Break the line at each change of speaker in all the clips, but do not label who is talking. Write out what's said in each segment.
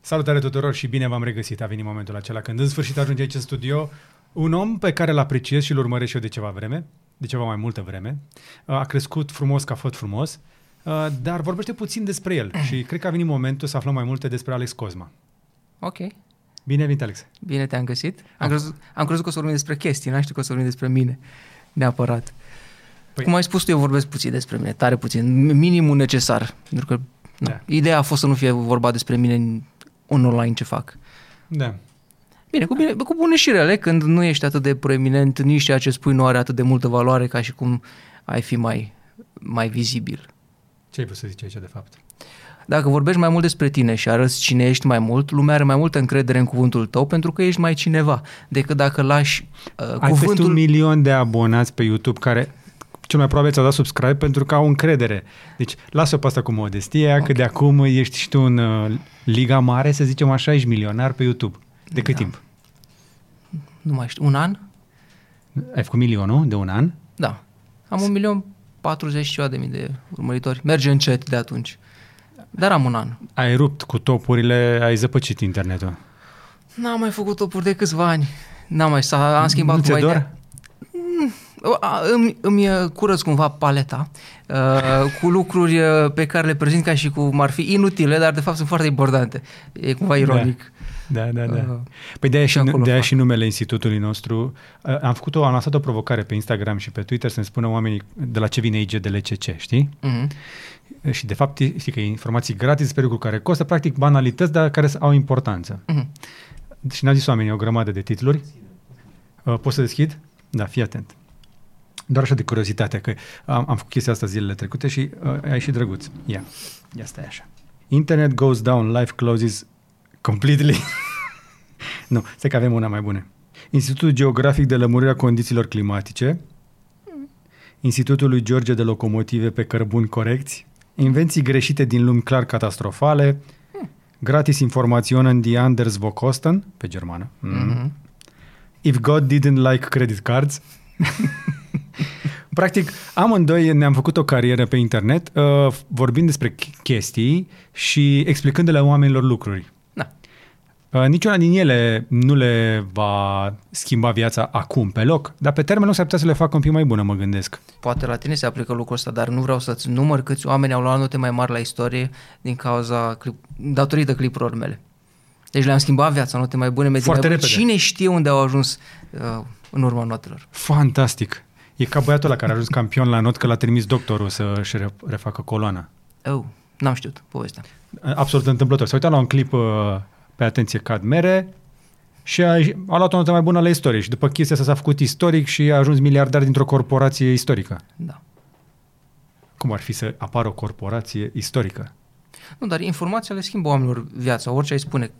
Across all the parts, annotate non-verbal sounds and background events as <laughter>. Salutare tuturor și bine v-am regăsit. A venit momentul acela când în sfârșit ajunge aici în studio un om pe care îl apreciez și îl urmăresc și eu de ceva vreme, de ceva mai multă vreme. A crescut frumos ca fost frumos, dar vorbește puțin despre el și cred că a venit momentul să aflăm mai multe despre Alex Cosma.
Ok.
Bine ai venit, Alex!
Bine te-am găsit. Am, crezut, am crezut că o să vorbim despre chestii, n-am știut că o să vorbim despre mine, neapărat.
Păi-
Păi... Cum ai spus tu, eu vorbesc puțin despre mine, tare puțin, minimul necesar. Pentru că na,
Da.
ideea a fost să nu fie vorba despre mine în- în online ce fac.
Da.
Bine, cu, bine, cu bune și rele, când nu ești atât de proeminent, nici ceea ce spui nu are atât de multă valoare ca și cum ai fi mai, mai vizibil.
Ce ai vrut să zici aici, de fapt?
Dacă vorbești mai mult despre tine și arăți cine ești mai mult, lumea are mai multă încredere în cuvântul tău pentru că ești mai cineva decât dacă lași uh,
Ai peste Adică un
cuvântul...
milion de abonați pe YouTube care cel mai probabil ți-au dat subscribe pentru că au încredere. Deci lasă-o pe asta cu modestia, okay. că de acum ești și tu în uh, liga mare, să zicem așa, ești milionar pe YouTube. De cât da.
Da.
timp?
Nu mai știu, un an?
Ai făcut milionul de un an?
Da. Am un milion patruzeci și ceva de mii de urmăritori. Merge încet de atunci. Dar am un an.
Ai rupt cu topurile, ai zăpăcit internetul.
N-am mai făcut topuri de câțiva ani. N-am mai, s-a, am schimbat
Nu ți-e
cumva
dor?
ideea. Mm, a, Îmi, îmi uh, curăț cumva paleta uh, cu lucruri uh, pe care le prezint ca și cum ar fi inutile, dar de fapt sunt foarte importante. E cumva ironic.
Da, da, da.
Uh,
Păi de-aia
și
și,
acolo
de
fac.
și numele institutului nostru. Uh, Am făcut o, am lansat o provocare pe Instagram și pe Twitter să-mi spună oamenii de la ce vine IGDLCC, știi?
Mhm.
Și de fapt, știi că e informații gratis despre lucruri care costă, practic banalități, dar care au importanță.
Mhm.
Și ne-au zis oamenii o grămadă de titluri. Uh, Poți să deschid? Da, fii atent. Doar așa de curiozitate, că am, am făcut chestia asta zilele trecute și uh, ai și drăguț. Ia, ia stai așa. Internet goes down, life closes completely. <laughs> nu, stai că avem una mai bună. Institutul Geografic de Lămurirea Condițiilor Climatice, Institutul lui George de Locomotive pe cărbuni corecți, invenții greșite din lumi clar catastrofale, gratis informaționen die Anders Vokosten, pe germană, mm-hmm.
Mhm.
If God didn't like credit cards. <laughs> Practic, amândoi ne-am făcut o carieră pe internet, uh, vorbind despre ch- chestii și explicându-le oamenilor lucruri.
Da.
Uh, Niciuna din ele nu le va schimba viața acum pe loc, dar pe termen lung s-ar putea să le facă un pic mai bună, mă gândesc.
Poate la tine se aplică lucrul ăsta, dar nu vreau să-ți număr câți oameni au luat note mai mari la istorie din cauza clip, datorită clipurilor mele. Deci le-am schimbat viața, note mai bune, medii
Foarte
mai bune.
repede.
Cine știe unde au ajuns uh, în urma notelor?
Fantastic! E ca băiatul ăla care a ajuns campion la not că l-a trimis doctorul să-și re- refacă coloana.
Oh, n-am știut povestea.
Absolut întâmplător. S-a uitat la un clip uh, pe atenție cad mere și a, a luat o notă mai bună la istorie și după chestia asta s-a făcut istoric și a ajuns miliardar dintr-o corporație istorică.
Da.
Cum ar fi să apară o corporație istorică?
Nu, dar informația le schimbă oamenilor viața. Orice ai spune,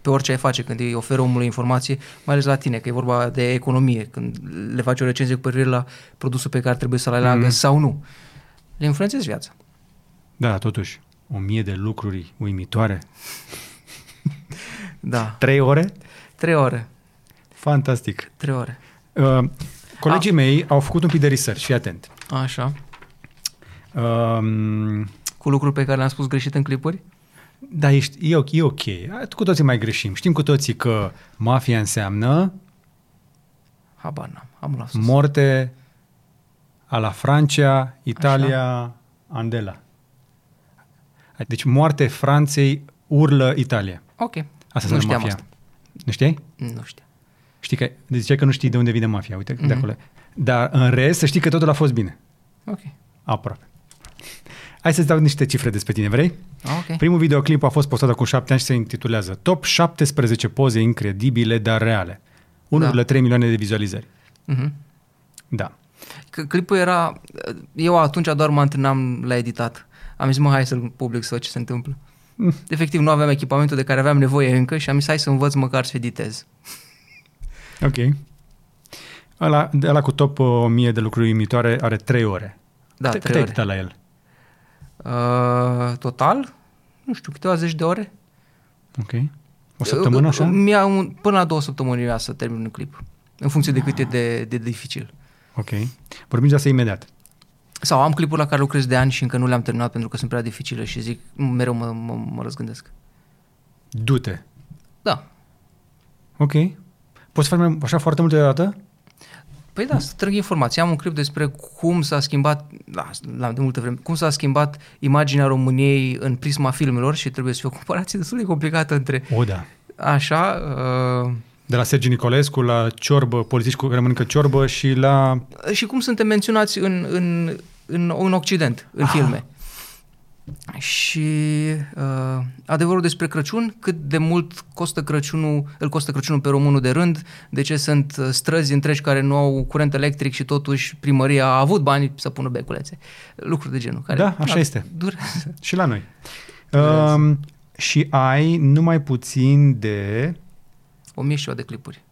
pe orice ai face când îi oferi omului informație, mai ales la tine, că e vorba de economie, când le faci o recenzie cu privire la produsul pe care trebuie să-l
Mhm.
aleagă mm. sau nu. Le influențezi viața.
Da, totuși, o mie de lucruri uimitoare.
Da.
Trei ore?
Trei ore.
Fantastic!
Trei ore.
Uh, colegii a. mei au făcut un pic de research, fii atent.
Așa.
Um,
Cu lucruri pe care le-am spus greșit în clipuri?
Da, ești, e, ok, e ok. Cu toții mai greșim. Știm cu toții că mafia înseamnă
Habar n-am. Am luat sus.
morte a la Francia, Italia, Așa. Andela. Deci moarte Franței urlă Italia.
Ok.
Asta
nu
înseamnă
știam
mafia.
asta.
Nu știi?
Nu știam.
Știi că, deci ziceai că nu știi de unde vine mafia, uite,
Mhm.
mm-hmm. de acolo. Dar în rest, să știi că totul a fost bine.
Ok.
Aproape. Hai să-ți dau niște cifre despre tine, vrei?
Ok.
Primul videoclip a fost postat acum 7 ani și se intitulează Top 17 poze incredibile, dar reale. 1,3 da. milioane de vizualizări.
Mhm.
Da.
C- Clipul era... Eu atunci doar mă antrenam la editat. Am zis, mă, hai să-l public să văd ce se întâmplă.
Mm.
Efectiv, nu aveam echipamentul de care aveam nevoie încă și am zis, hai să învăț măcar să editez.
Ok. Ăla, de ăla cu top uh, 1000 de lucruri uimitoare are 3 ore.
Da,
Câte- câte
trei
ai
ore.
editat la el?
Uh, total? Nu știu, câteva zeci de ore?
Ok. O săptămână așa?
Mi-a un, până la două săptămâni ia să termin un clip. În funcție de cât e de, de dificil.
Ok. Vorbim de asta imediat.
Sau am clipuri la care lucrez de ani și încă nu le-am terminat pentru că sunt prea dificile și zic, mereu mă, mă, mă răzgândesc.
Du-te.
Da.
Ok. Poți să faci mai- așa foarte multe dată?
Păi da, strâng informații. Am un clip despre cum s-a schimbat, da, la de multă vreme, cum s-a schimbat imaginea României în prisma filmelor și trebuie să fie o comparație destul de complicată între
O, da.
așa, uh,
De la Sergi Nicolescu la ciorbă, polițiști cu care mănâncă ciorbă și la...
și cum suntem menționați în, în, în, în Occident, în ah. filme. Și uh, adevărul despre Crăciun, cât de mult costă Crăciunul, îl costă Crăciunul pe românul de rând, de ce sunt uh, străzi întregi care nu au curent electric și totuși primăria a avut bani să pună beculețe. Lucruri de genul. Care,
Da, așa este.
Durează.
și la noi. Um, și ai numai puțin de...
O mie și ceva de clipuri.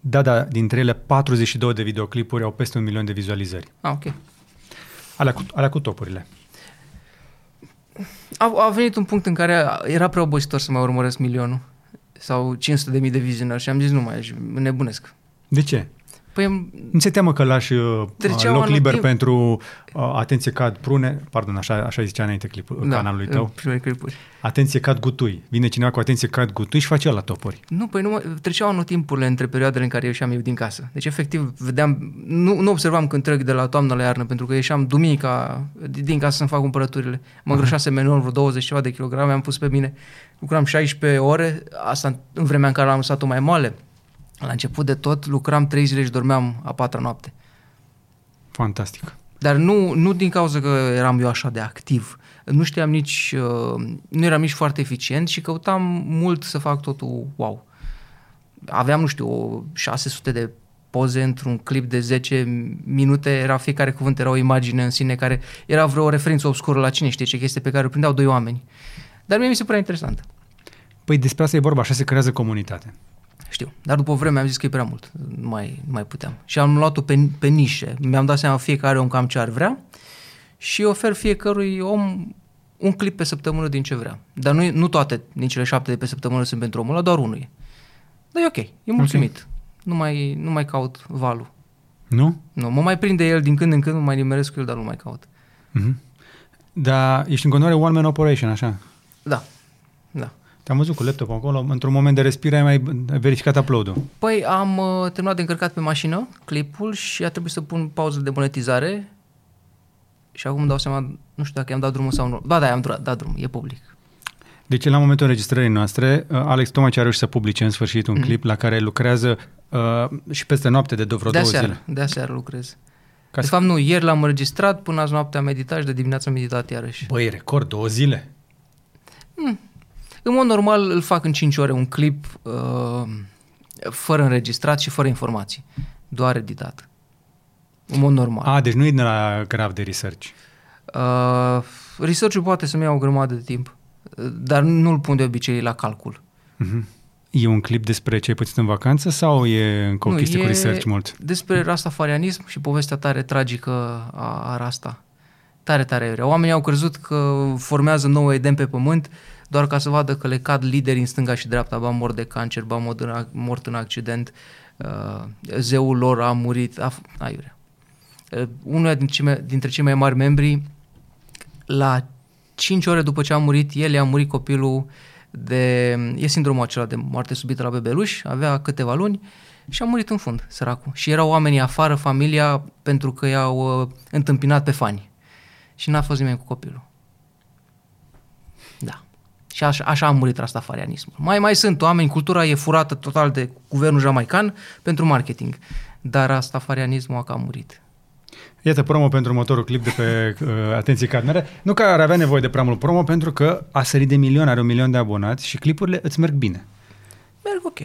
Da, da, dintre ele 42 de videoclipuri au peste un milion de vizualizări.
Ah, ok.
Alea cu, alea cu topurile.
A, a venit un punct în care era prea obositor să mai urmăresc milionul sau 500 de mii de vizionari și am zis nu mai aș, mă nebunesc.
De ce?
Păi îmi-
Nu ți-e teamă că lași uh,
Treceau
loc
anul
liber
timp.
pentru uh, atenție cad prune, pardon, așa, așa zicea înainte clipul, da, canalului
în
tău,
primele clipuri.
atenție cad gutui. Vine cineva cu atenție cad gutui și face la topuri.
Nu, păi nu, mă- treceau anotimpurile între perioadele în care ieșeam eu din casă. Deci, efectiv, vedeam, nu, nu observam când trec de la toamnă la iarnă, pentru că ieșeam duminica di- din casă să-mi fac cumpărăturile. Mă îngrășasem enorm, vreo 20 ceva de kilograme, am pus pe mine. Lucram 16 ore, asta în- în vremea în care am lăsat-o mai moale. La început de tot, lucram 3 zile și dormeam a patra noapte.
Fantastic.
Dar nu, nu din cauza că eram eu așa de activ. Nu știam nici, uh, nu eram nici foarte eficient și căutam mult să fac totul wow. Aveam, nu știu, o 600 de poze într-un clip de 10 minute, era fiecare cuvânt, era o imagine în sine care era vreo referință obscură la cine știe ce chestie pe care o prindeau doi oameni. Dar mie mi se părea interesant.
Păi despre asta e vorba, așa se creează comunitate.
Știu. Dar după o vreme am zis că e prea mult. Nu mai, nu mai puteam. Și am luat-o pe, pe nișe. Mi-am dat seama fiecare om cam ce ar vrea și ofer fiecărui om un clip pe săptămână din ce vrea. Dar nu, nu toate, nici cele șapte de pe săptămână sunt pentru omul ăla, doar unul e. Dar e ok, e mulțumit. Nu, mai, nu mai caut valul.
Nu?
Nu, mă mai prinde el din când în când, mă mai nimeresc cu el, dar nu mai caut.
Mm-hmm. Dar Da, ești în continuare one man operation, așa.
Da, da.
Te-am văzut cu laptopul acolo, într-un moment de respire ai mai verificat upload-ul.
Păi am uh, terminat de încărcat pe mașină clipul și a trebuit să pun pauză de monetizare și acum îmi dau seama, nu știu dacă i-am dat drumul sau nu. Ba da, am dat, dat drumul, e public.
Deci la momentul înregistrării noastre, uh, Alex Tomaci a reușit să publice în sfârșit un mm.
Mhm.
clip la care lucrează uh, și peste noapte de două vreo
de
două
aseară,
zile.
de aseară lucrez.
Ca
de
să-
fapt nu, ieri l-am înregistrat, până azi noapte am meditat și de dimineață am meditat iarăși.
Băi, record, două zile.
În mod normal îl fac în 5 ore un clip uh, fără înregistrat și fără informații, doar editat. În mod normal.
A, deci nu e de la grav de research.
Uh, research poate să-mi ia o grămadă de timp, uh, dar nu-l pun de obicei la calcul.
Mm-hmm. E un clip despre ce ai pățit în vacanță sau e încă o
Nu,
chestie
e
cu research mult?
Despre rastafarianism și povestea tare tragică a, a rasta. Tare, tare iurea. Oamenii au crezut că formează nouă edem pe pământ doar ca să vadă că le cad lideri în stânga și dreapta, ba mor de cancer, ba mort în, ac- mort în accident, uh, zeul lor a murit, a, f- aiurea. Uh, unul dintre cei, mai, dintre cei mai mari membri, la 5 ore după ce a murit el, i-a murit copilul de... E sindromul acela de moarte subită la bebeluș, avea câteva luni și a murit în fund, săracul. Și erau oamenii afară, familia, pentru că i-au uh, întâmpinat pe fani. Și n-a fost nimeni cu copilul. Da. Și așa, așa a murit rastafarianismul. Mai mai sunt oameni, cultura e furată total de guvernul jamaican pentru marketing. Dar rastafarianismul a cam murit.
Iată promo pentru următorul clip de pe uh, Atenție Cadmere. Nu că ar avea nevoie de prea mult promo, pentru că a sărit de milion, are un milion de abonați și clipurile îți merg bine.
Merg ok.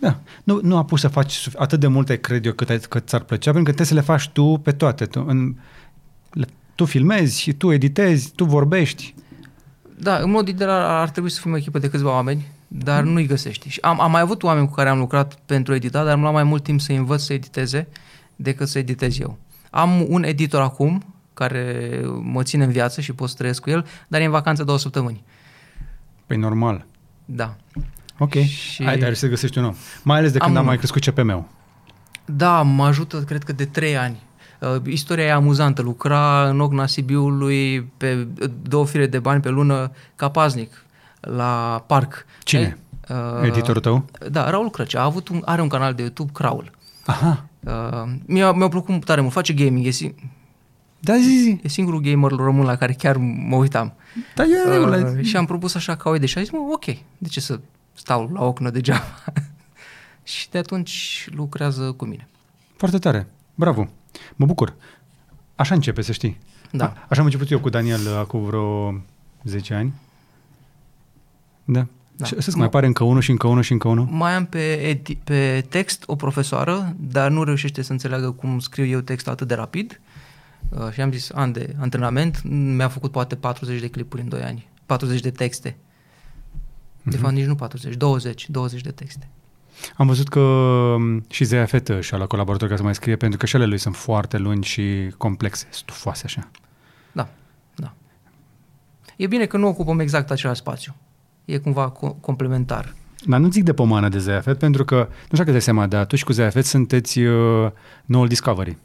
Da. Nu, nu a pus să faci suf- atât de multe, cred eu, cât, ai- cât ți-ar plăcea, pentru că trebuie să le faci tu pe toate. Tu, în, le, tu filmezi și tu editezi, tu vorbești.
Da, în mod ideal ar, ar trebui să fim o echipă de câțiva oameni, dar
Mhm.
nu-i găsești. Și am, am mai avut oameni cu care am lucrat pentru editat, dar am luat mai mult timp să învăț să editeze decât să editez eu. Am un editor acum care mă ține în viață și pot să trăiesc cu el, dar e în vacanță două săptămâni.
Păi normal.
Da.
Ok. Și...
Și-
Hai, dar să găsești un om. Mai ales de
Am
când am, mai
unul.
crescut CPM-ul.
Da, mă ajută, cred că, de trei ani. Uh, istoria e amuzantă. uh, Lucra în ogna Sibiului pe două fire de bani pe lună, capaznic. la parc. uh,
Cine?
Ai-
Editorul tău?
Da, Raul Crăcea a avut un, are un canal de YouTube, Craul.
Aha.
Uh, mi-a, mi-a plăcut tare mult, face gaming, e, si-
Da, zi, zi.
e singurul gamer român la care chiar mă uitam.
Da, e în regulă.
Uh, și am propus așa ca o idee și a zis, mă, ok, de ce să stau la ocnă degeaba? <laughs> și de atunci lucrează cu mine.
Foarte tare. Bravo. Mă bucur. Așa începe, să știi.
Da.
A, așa am început eu cu Daniel uh, acum vreo 10 ani. Da.
Da.
da. Și, să-ți mai pare încă unul și încă unul și încă unul?
Mai am pe, edi- pe text o profesoară, dar nu reușește să înțeleagă cum scriu eu textul atât de rapid. Uh, și am zis, an de antrenament, mi-a făcut poate 40 de clipuri în 2 ani, 40 de texte. De fapt, nici nu 40, 20, 20 de texte.
Am văzut că um, și Zeia Fetă și-a luat colaborator ca să mai scrie, pentru că și ale lui sunt foarte lungi și complexe, stufoase așa.
Da, da. E bine că nu ocupăm exact același spațiu. E cumva co- complementar.
Dar nu zic de pomană de Zeia Fet, pentru că, nu știu dacă dai seama, dar tu și cu Zeia Fet sunteți uh, noul Discovery.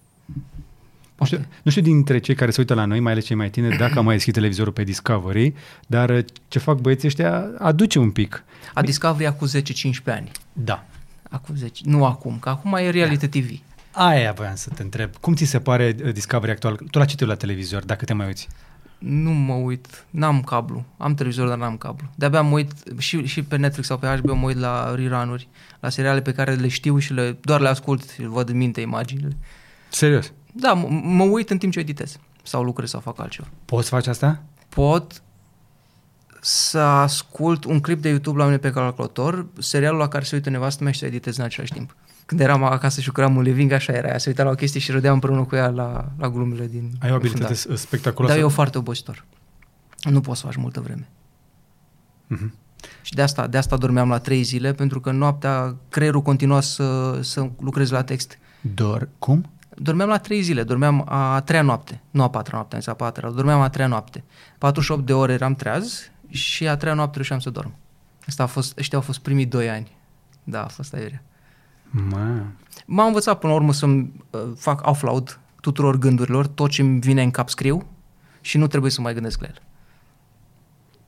Nu știu, nu știu dintre cei care se uită la noi, mai ales cei mai tineri, dacă am mai deschis televizorul pe Discovery, dar uh, ce fac băieții ăștia aduce un pic.
A Discovery acum 10-15 ani.
Da.
Acum 10, nu acum, că acum e reality TV.
Aia voiam să te întreb. Cum ți se pare uh, Discovery actual? Tu la ce te uiți la televizor, dacă te mai uiți?
Nu mă uit, n-am cablu. Am televizor, dar n-am cablu. De-abia mă uit și, și pe Netflix sau pe HBO, mă uit la rerun-uri, la seriale pe care le știu și le, doar le ascult și le văd în minte imaginile.
Serios?
Da, m- mă uit în timp ce editez sau lucrez sau fac altceva.
Poți să faci asta?
Pot să ascult un clip de YouTube la mine pe calculator, serialul la care se uită nevastă mea și să editez în același timp. Când eram acasă și lucram în living, așa era ea, se uita la o chestie și râdeam împreună cu ea la, la glumele din...
Ai o abilitate
fundal.
da. spectaculoasă.
Dar e foarte obositor. Nu poți să faci multă vreme.
Mhm.
Și de asta, de asta dormeam la trei zile, pentru că noaptea creierul continua să, să lucrez la text.
Doar cum?
Dormeam la trei zile, dormeam a treia noapte, nu a patra noapte, am zis a patra, dormeam a treia noapte. 48 de ore eram treaz și a treia noapte reușeam să dorm. Asta a fost, ăștia au fost primii doi ani. Da, a fost aiurea.
Ma.
M-am învățat până la urmă să-mi uh, fac offload tuturor gândurilor, tot ce îmi vine în cap scriu și nu trebuie să mai gândesc la el.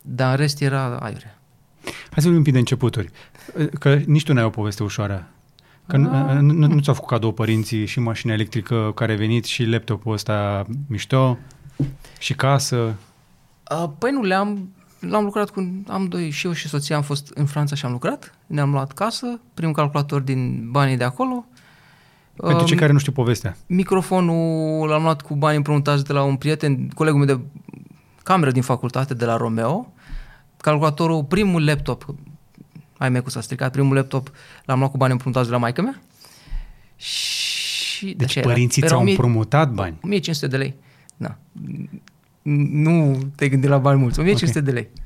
Dar în rest era aiurea.
Hai să vorbim un pic de începuturi. Că nici tu n-ai o poveste ușoară. Că
Ah.
nu, nu, nu ți-au făcut cadou părinții și mașina electrică care a venit și laptopul ăsta mișto și casă.
Uh, Păi nu le-am, l-am lucrat cu, am doi, și eu și soția am fost în Franța și am lucrat, ne-am luat casă, primul calculator din banii de acolo.
Pentru
Um,
cei care nu știu povestea.
Microfonul l-am luat cu bani împrumutați de la un prieten, colegul meu de cameră din facultate, de la Romeo. Calculatorul, primul laptop, ai mei cu s-a stricat, primul laptop l-am luat cu bani împrumutați de la maică mea. Și, de
Deci părinții ți-au împrumutat bani.
1500 de lei. Na. Nu te gândi la bani mulți. 1500 okay. de lei.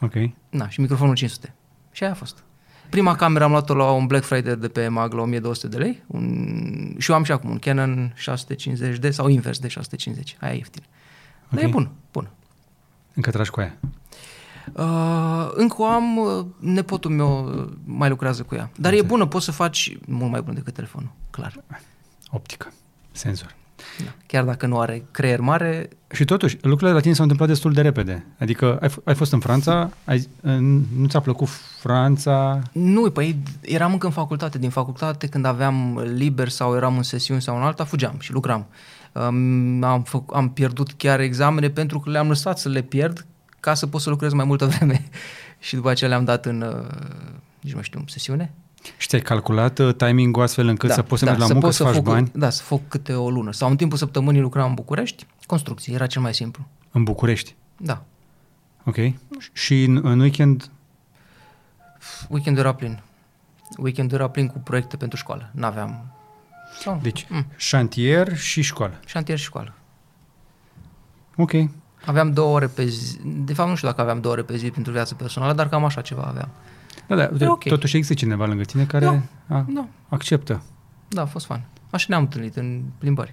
Ok.
Na, și microfonul 500. Și aia a fost. Prima cameră am luat-o la un Black Friday de pe Mag la 1200 de lei un... și eu am și acum un Canon 650D sau invers de 650. Aia e ieftin. Okay. Dar
Ok.
e bun, bun.
Încă tragi cu aia.
Uh, încă o am, uh, nepotul meu uh, mai lucrează cu ea. Dar e bună, poți să faci mult mai bun decât telefonul, clar.
Optică. Senzor.
Da. Chiar dacă nu are creier mare,
Și totuși, lucrurile la tine s-au întâmplat destul de repede. Adică ai, f- ai fost în Franța, ai, în- nu ți-a plăcut Franța,
Nu, păi eram încă în facultate. Din facultate, când aveam liber sau eram în sesiuni sau în alta, fugeam și lucram. Um, am, făc, am pierdut chiar examene pentru că le-am lăsat să le pierd ca să pot să lucrez mai multă vreme. <laughs> și după aceea le-am dat în, uh, nici nu mai știu, sesiune?
Și ți-ai calculat uh, timing-ul astfel încât da, să poți să mergi la muncă,
pot
să, faci
fac,
bani
Da, să fac câte o lună. Sau în timpul săptămânii lucram în București, construcții, era cel mai simplu.
în București.
Da,
Ok? Și în, în weekend,
weekendul era plin. Weekendul era plin cu proiecte pentru școală. N-aveam... Sau,
deci
Mm.
mm. șantier și școală.
Șantier și școală.
Ok.
Aveam două ore pe zi. De fapt, nu știu dacă aveam două ore pe zi pentru viață personală, dar cam așa ceva aveam.
Da, da, uite,
ok.
totuși există cineva lângă tine care
Da.
A,
Da,
acceptă.
da, a fost fan. Așa ne-am întâlnit în plimbări.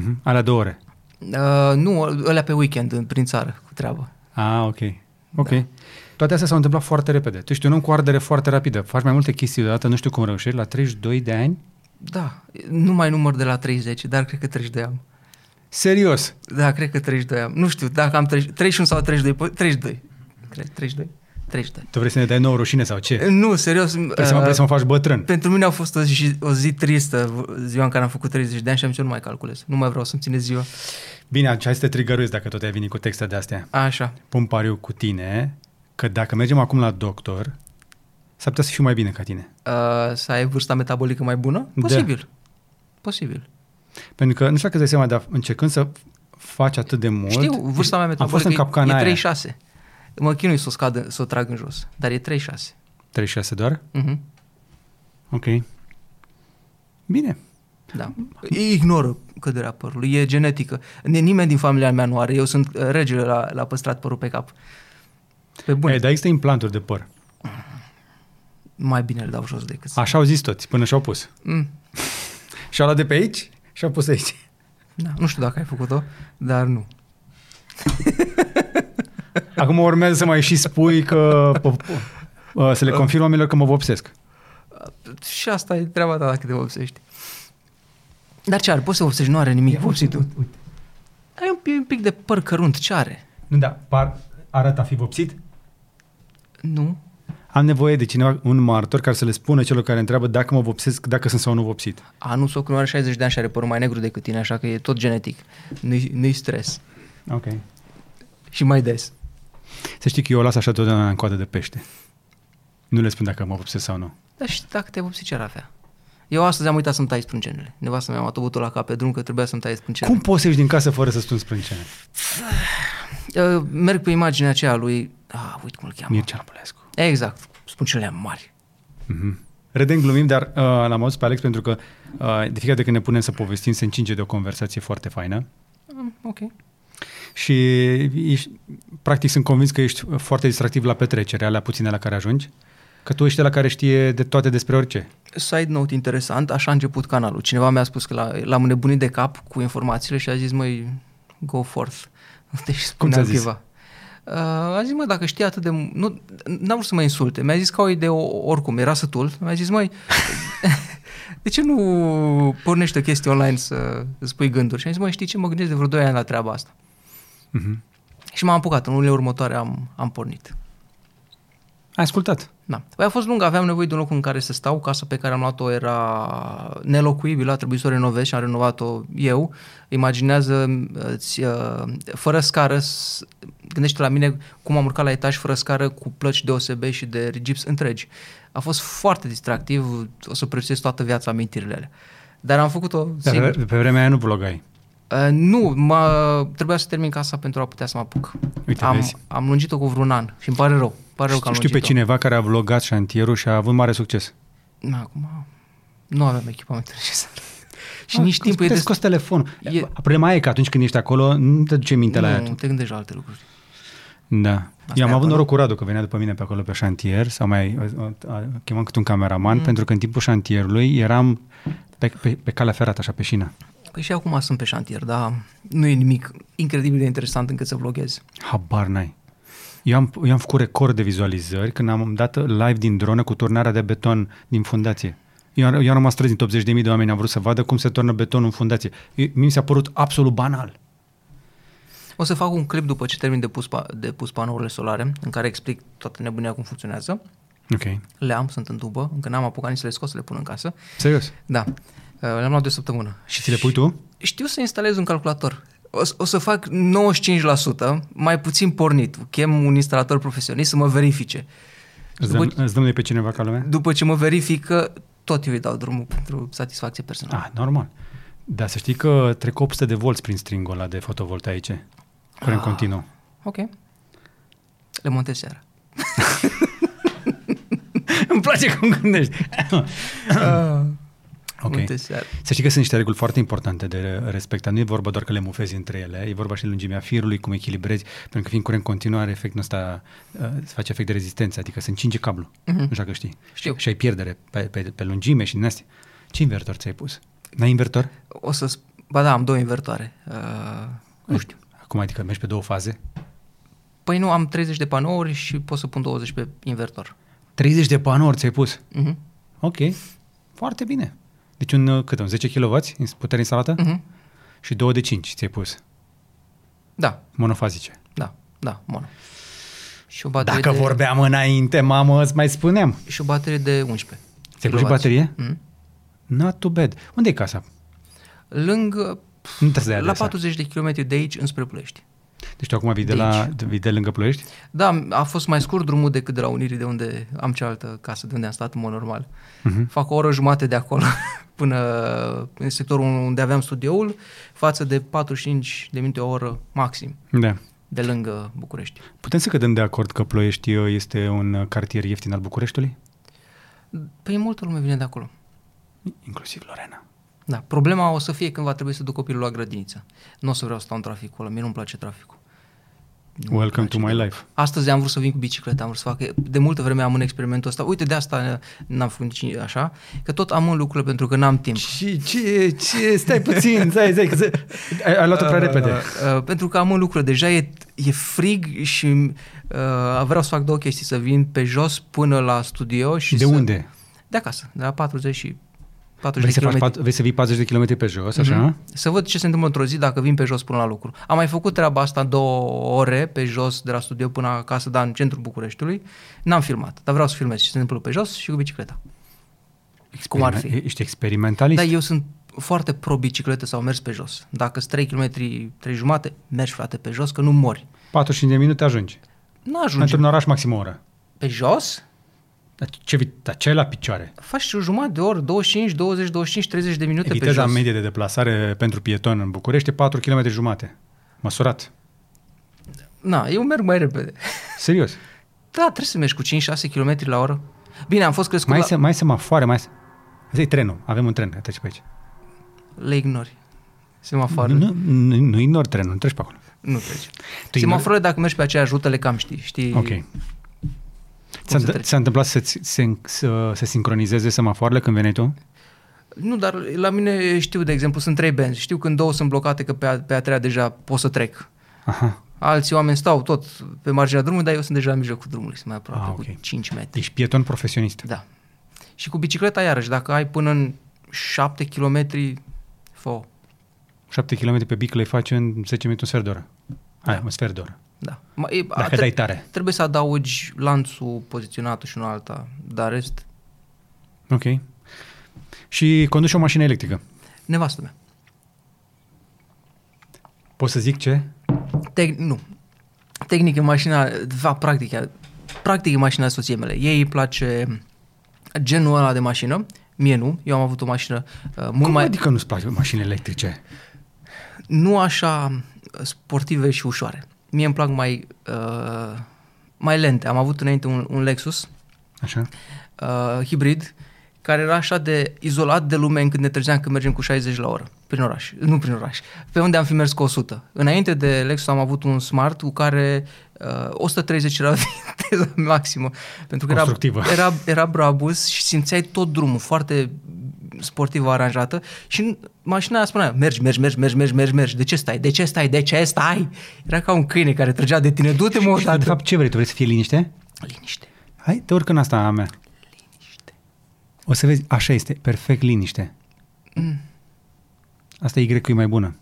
Mm-hmm. Alea două ore.
Uh, nu, ălea pe weekend, în- prin țară, cu treabă.
Ah, ok. Ok. Da. Toate astea s-au întâmplat foarte repede. Deci, Tu ești un om cu ardere foarte rapidă. Faci mai multe chestii deodată, nu știu cum reușești, la 32 de ani.
Da, nu mai număr de la 30, dar cred că 32 am.
Serios!
Da, cred că 32 am. Nu știu dacă am 30, 31 sau 32, po- 32. Cred, 32. 30 de ani.
Tu vrei să ne dai nouă rușine sau ce?
Nu, serios.
Vrei să mă,
uh,
vrei să mă faci bătrân?
Pentru mine a fost o zi, o zi tristă, ziua în care am făcut 30 de ani și am zis, eu nu mai calculez. Nu mai vreau să-mi ține ziua.
Bine, atunci hai să te trigăruiesc dacă tot ai venit cu texte de-astea.
Așa.
Pun pariu cu tine că dacă mergem acum la doctor, s-ar putea să fiu mai bine ca tine.
Uh, să ai vârsta metabolică mai bună?
Da.
Posibil. Posibil.
Pentru că nu știu dacă îți dai seama, dar încercând să faci atât de mult...
Știu, vârsta mea
Am fost
metabolică
în capcana
e, e
aia.
36. Mă chinui să o, scad, să o trag în jos, dar e 36.
36 doar?
Mhm.
Ok. Bine.
Da. Ignoră căderea părului, e genetică. Ni- Nimeni din familia mea nu are, eu sunt uh, regele la, la păstrat părul pe cap. Pe bun,
Bun. E, dar există implanturi de păr.
mai bine îl dau jos decât să...
Așa au zis toți, până și-au pus.
Mm.
<laughs> Și-au luat de pe aici și-au pus aici. <laughs>
Da, nu știu dacă ai făcut-o, dar nu.
Acum urmează să mai și spui că... pă- pă- uh, Să le confirm oamenilor că mă vopsesc.
Și asta e treaba ta dacă te vopsești. Dar ce are? Poți să vopsești, nu are nimic. Vopsit.
uite, uite.
Ai un, pi- un pic de păr cărunt, ce are?
Nu, da, par, arată a fi vopsit.
Nu?
Am nevoie de cineva, un martor, care să le spună celor care întreabă dacă mă vopsesc, dacă sunt sau nu vopsit.
A, nu, socrul are 60 de ani și are părul mai negru decât tine, așa că e tot genetic. Nu-i, nu-i stres.
Ok.
Și mai des.
Să știi că eu o las așa totdeauna în coadă de pește. Nu le spun dacă mă vopsesc sau nu.
Dar și dacă te vopsi, ce ar avea? Eu astăzi am uitat să-mi tai sprâncenele. Nevastă mea m-a tobut la cap pe drum că trebuia să-mi tai sprâncenele.
Cum poți să ieși din casă fără să-ți tun sprâncene?
Uh, merg pe imaginea aceea lui... Ah, uite cum îl cheamă.
Mircea Napulescu.
Exact. Sprâncenele mari.
Mm-hmm. Redem, glumim, dar uh, l-am auzit pe Alex pentru că uh, de fiecare dată când ne punem să povestim, se încinge de o conversație foarte faină
Mm, ok.
și ești, practic sunt convins că ești foarte distractiv la petrecere, alea puține la care ajungi, că tu ești la care știe de toate despre orice.
Side note interesant, așa a început canalul. Cineva mi-a spus că la, l-am înnebunit de cap cu informațiile și a zis, măi, go forth. <laughs> Deci spunea
ți-a zis?
cuiva. Uh, a zis, mă, dacă știi atât de... mu- Nu, n-am vrut să mă insulte. Mi-a zis că o idee o- oricum, era sătul. Mi-a zis, măi, <laughs> de ce nu pornești o chestie online să îți pui gânduri? Și am zis, măi, știi ce, mă gândesc de vreo 2 ani la treaba asta.
Mm-hmm.
Și m-am apucat, în lunile următoare am, am pornit.
Ai ascultat.
Da. Păi a fost lung, aveam nevoie de un loc în care să stau, casa pe care am luat-o era nelocuibilă, a trebuit să o renovez și am renovat-o eu. Imaginează, îți, uh, fără scară, s- gândește la mine cum am urcat la etaj fără scară cu plăci deosebe și de gips întregi. A fost foarte distractiv, o să prețuiesc toată viața amintirile alea. Dar am făcut-o
Dar
singur.
pe, pe vremea aia nu blogai.
Uh, nu, mă, trebuia să termin casa pentru a putea să mă apuc.
Uite,
am,
vezi.
am lungit-o cu vreun an și îmi pare rău. Îmi Pare rău că
Știu,
am
știu pe
lungit-o.
cineva care a vlogat șantierul și a avut mare succes.
Na, acum nu avem echipamentul necesar.
<laughs>
Și
Ah,
nici
că îți
timpul
puteai
e destul.
scos telefonul.
E-
Problema e că atunci când ești acolo, nu te duce mintea la ea.
Nu, te gândești la alte lucruri.
Da.
Asta
Eu am avut
e acolo.
noroc cu Radu că venea după mine pe acolo pe șantier sau mai a- a- chemam câte un cameraman mm. pentru că în timpul șantierului eram pe, pe, pe calea ferată, așa, pe șină.
Păi și acum sunt pe șantier, dar nu e nimic incredibil de interesant încât să vloghezi.
Habar n-ai. Eu am, eu am făcut record de vizualizări când am dat live din dronă cu turnarea de beton din fundație. Eu, am- eu am rămas strâns din 80.000 de oameni, am vrut să vadă cum se turnă betonul în fundație. Eu, mi s-a părut absolut banal.
O să fac un clip după ce termin de pus, pa- de pus panourile solare, în care explic toată nebunia cum funcționează.
Ok.
Le am, sunt în tubă, încă n-am apucat nici să le scot să le pun în casă.
Serios.
Da, le-am luat de o săptămână.
Și ți le pui tu?
Știu să instalez un calculator. O, s- o să fac 95%, mai puțin pornit. Chem un instalator profesionist să mă verifice.
Îți
După-
dăm, îți dăm noi pe cineva ca lumea?
După ce mă verifică, tot eu îi dau drumul pentru satisfacție personală.
Ah, normal. Dar să știi că trec 800 de volți prin stringul ăla de fotovoltaice. Curent
Ah.
continuu.
Ok. Le montez seara. <laughs>
Îmi place cum gândești.
ok.
ok.
Montez seara.
Să știi că sunt niște reguli foarte importante de respectat. Nu e vorba doar că le mufezi între ele, e vorba și de lungimea firului, cum echilibrezi, pentru că fiind curent continuu are efectul ăsta, uh, îți face efect de rezistență, adică se încinge cablu,
Mhm.
uh-huh. așa că știi.
Știu.
Și ai pierdere pe, pe, pe lungime și din astea. Ce invertor ți-ai pus? N-ai invertor?
O să... sp- Ba da, am două invertoare. Uh, nu știu.
Acum adică mergi pe două faze?
Păi nu, am 30 de panouri și pot să pun 20 pe invertor.
30 de panouri ți-ai pus?
Uh-huh.
Ok, foarte bine. Deci un, uh, cât, un 10 kW ins- putere instalată?
Uh-huh.
Și două de 5 ți-ai pus,
Da,
monofazice.
da, da, mono. Și o baterie
Dacă
de,
vorbeam înainte, mamă, îți mai spuneam.
Și o baterie de 11.
Ți-ai pus și
kW.
baterie?
Mm.
Not too bad. unde e casa?
Lângă,
Nu trebuie să dai
la
adresa.
40 de km de aici, înspre Ploiești.
Deci tu acum vii de,
de
la, vii de lângă Ploiești?
Da, a fost mai scurt drumul decât de la Unirii, de unde am cealaltă casă, de unde am stat în mod normal.
Mhm.
Uh-huh. Fac o oră jumate de acolo <laughs> până în sectorul unde aveam studioul, față de 45 de minute o oră maxim,
Da.
de lângă București.
Putem să cădem de acord că Ploiești uh, este un uh, cartier ieftin al Bucureștiului?
Păi multă lume vine de acolo.
Inclusiv Lorena.
Da, problema o să fie când va trebui să duc copilul la grădiniță. Nu o să vreau să stau în traficul ăla, mie nu-mi place traficul. Nu-mi
Welcome to
place.
my life.
Astăzi am vrut să vin cu bicicleta, am vrut să fac, de multă vreme am în experimentul ăsta, uite de asta n-am făcut nici așa, că tot am în lucrurile pentru că n-am timp.
Și ce, ce, stai <laughs> puțin, stai, stai, că se... Da, ai, ai luat-o prea repede.
Uh, pentru că am un lucru, deja e, e frig și uh, vreau să fac două chestii, să vin pe jos până la studio și
De
să,
unde?
De acasă, de la 40 și
Vrei
40
să,
de
faci,
km.
pat- vrei să vii 40 de km pe jos, așa?
Mhm. Să văd ce se întâmplă într-o zi dacă vin pe jos până la lucru. Am mai făcut treaba asta două ore pe jos de la studio până acasă, dar în centrul Bucureștiului. N-am filmat, dar vreau să filmez ce se întâmplă pe jos și cu bicicleta. Cum ar fi?
Experiment- Ești experimentalist?
Da, eu sunt foarte pro bicicletă sau mers pe jos. Dacă sunt 3 km, 3 jumate, mergi frate pe jos că nu mori.
45 de minute ajungi.
Nu ajungi.
Într-un oraș maxim o oră.
Pe jos
Dar ce, vi- dar ce ai la picioare?
faci și o jumătate de oră, 25, 20, 25, 30 de minute pe
Viteza
jos.
medie de deplasare pentru pieton în București e 4 km jumate. Măsurat.
Na, eu merg mai repede. <laughs>
Serios.
Da, trebuie să mergi cu 5-6 km la oră. Bine, am fost crescut
Mai
Păi la...
se, mai se mafoare, mai se... Asta e trenul. Avem un tren, treci pe aici.
Le ignori. Semafoarele.
Nu, nu, nu ignori trenul, nu treci pe acolo.
Nu trece.
Tu
Semafoarele, dacă mergi pe aceeași rută, le cam știi. Știi
Ok. Ți-a,
se
întâ-
trece?
ți-a întâmplat să, ți- se, să, să sincronizeze semafoarele când veneai tu?
Nu, dar la mine știu, de exemplu, sunt trei benzi. Știu când două sunt blocate, că pe a, pe a treia deja pot să trec.
Aha.
Alții oameni stau tot pe marginea drumului, dar eu sunt deja în mijlocul drumului, sunt mai aproape,
Ah,
ah,
ok.
cu 5 metri.
Ești Deci pieton profesionist.
Da. Și cu bicicleta, iarăși, dacă ai până în 7 km, fă
7 km pe bic le faci în 10 minute un sfert de oră. Hai, un sfert de oră.
Da. Ma, e,
Dacă
tre-
dai tare.
Trebuie să adaugi lanțul poziționatul și unul alta, dar rest,
Ok. Și conduci o mașină electrică.
nevastă mea.
Poți să zic ce?
Tec- nu. Tehnic e mașina, va, practic, ea- practic e mașina soției mele. Ei îi place genul ăla de mașină, mie nu, eu am avut o mașină uh, mult
Cum
mai,
adică nu-ți plac mașini electrice?
nu așa uh, sportive și ușoare. Mie îmi plac mai, uh, mai lente. Am avut înainte un, un Lexus
Așa?
uh, hibrid, care era așa de izolat de lume încât ne trezeam că mergem cu 60 la oră prin oraș. Nu prin oraș. Pe unde am fi mers cu 100. Înainte de Lexus am avut un Smart cu care uh, 130 era <laughs> viteza maximă. Pentru că era,
Constructivă.
era, era Brabus și simțeai tot drumul foarte sportiv aranjată și n- mașina aia spunea mergi, mergi, mergi, mergi, mergi, mergi, mergi, de ce stai, de ce stai, de ce stai? Era ca un câine care trăgea de tine, du-te mă o
Și tu, de
dată.
fapt, ce vrei? Tu vrei să fie liniște?
Liniște.
Hai, te urcă în asta a mea. O să vezi, așa este, perfect liniște.
Mm.
Asta y e mai bună.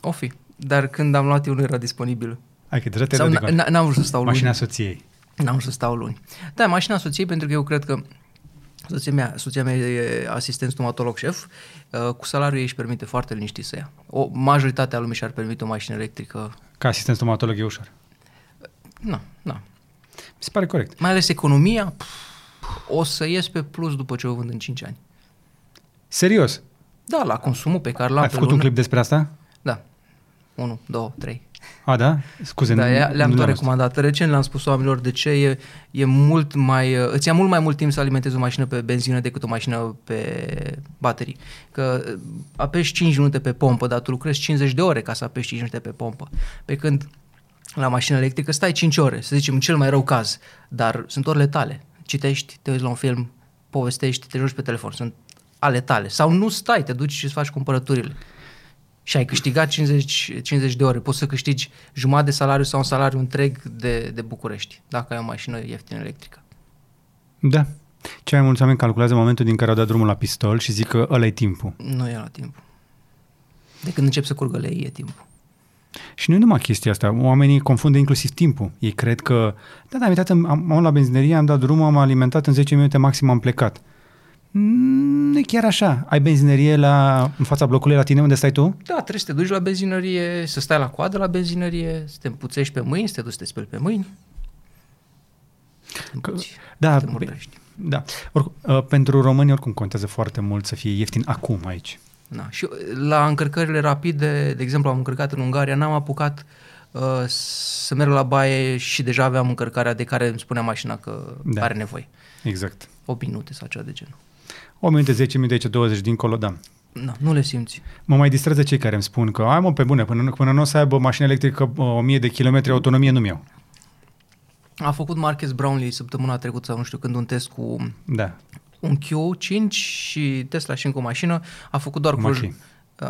O fi. Dar când am luat eu nu era disponibilă.
Hai că deja te
Sau
ridic
n- n- n-am vrut să stau luni.
Mașina soției.
N-am vrut să stau luni. Da, mașina soției, pentru că eu cred că soția mea, soția mea e asistent stomatolog șef, uh, cu salariul ei își permite foarte liniștit să ia. O majoritatea lumii și-ar permite o mașină electrică.
Ca asistent stomatolog e ușor.
Na, na.
Mi se pare corect.
Mai ales economia, pf, o să ies pe plus după ce o vând în 5 ani.
Serios,
Da, la consumul pe care l-am
ai
pe
făcut
lună.
un clip despre asta?
Da. 1, 2, 3.
A, da? Scuze,
Da,
nu-
ea-
nu
le-am tot
văzut.
recomandat. Recent le-am spus oamenilor de ce e, e mult mai, uh, îți ia mult mai mult timp să alimentezi o mașină pe benzină decât o mașină pe baterii. Că uh, apeși 5 minute pe pompă, dar tu lucrezi 50 de ore ca să apeși 5 minute pe pompă. Pe când la mașină electrică stai 5 ore, să zicem în cel mai rău caz, dar sunt orele tale. Citești, te uiți la un film, povestești, te joci pe telefon, sunt ale tale. Sau nu stai, te duci și îți faci cumpărăturile și ai câștigat 50, 50 de ore, poți să câștigi jumătate de salariu sau un salariu întreg de, de București, dacă ai o mașină ieftină electrică.
Da. Cei mai mulți oameni calculează momentul din care au dat drumul la pistol și zic că ăla e timpul.
Nu e la timp. De când încep să curgă lei, e timpul.
Și nu e numai chestia asta, oamenii confundă inclusiv timpul. Ei cred că, da, da, uitați, am, am luat la benzinerie, am dat drumul, am alimentat în 10 minute maxim, am plecat. Mm, Nu e chiar așa. Ai benzinerie la, în fața blocului la tine unde stai tu?
Da, trebuie să te duci la benzinărie, să stai la coadă la benzinărie, să te împuțești pe mâini, să te duci să te speli pe mâini. Te împuți,
da,
Deci, te murdărești.
Da. Oricum, uh, pentru români oricum contează foarte mult să fie ieftin acum aici.
Da. Și la încărcările rapide, de exemplu, am încărcat în Ungaria, n-am apucat uh, să merg la baie și deja aveam încărcarea de care îmi spunea mașina că
Da.
da. are nevoie.
Exact.
8 minute sau ceva de genul.
8 minute, 10 minute, 10, 20 dincolo, da.
Da, nu le simți.
Mă mai distrează cei care îmi spun că, ai mă, pe bune, până, până nu o să aibă mașină electrică uh, 1000 de kilometri autonomie, nu-mi iau.
A făcut Marcus Brownlee săptămâna trecută sau nu știu când un test cu
Da.
un Q5 și Tesla și încă o mașină, a făcut doar cu o,
Mașini.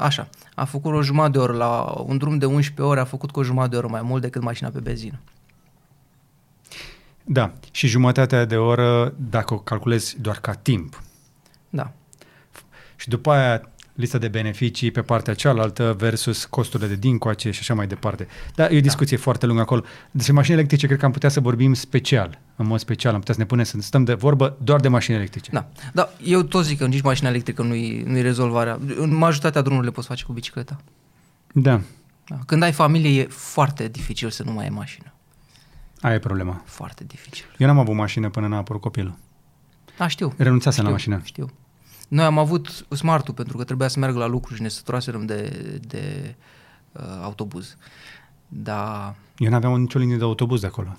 așa, a făcut o jumătate de oră la un drum de 11 ore, a făcut cu o jumătate de oră mai mult decât mașina pe benzină.
Da. Și jumătatea de oră, dacă o calculezi doar ca timp.
Da.
Și după aia lista de beneficii pe partea cealaltă versus costurile de dincoace și așa mai departe. Dar e o discuție da. foarte lungă acolo. Despre mașini electrice cred că am putea să vorbim special, în mod special. Am putea să ne punem să stăm de vorbă doar de mașini electrice.
Da. Da, eu tot zic că nici mașina electrică nu-i, nu-i rezolvarea. În majoritatea drumurilor le poți face cu bicicleta.
da.
Da. Când ai familie e foarte dificil să nu mai ai mașină.
Aia e problema.
Foarte dificil.
Eu n-am avut mașină până n-a apărut copilul.
Da, știu.
Renunțasem la
Știu,
mașină.
Știu. Noi am avut smartul pentru că trebuia să merg la lucru și ne săturaserăm de, de uh, autobuz. Dar
Eu n-aveam nicio linie de autobuz de acolo.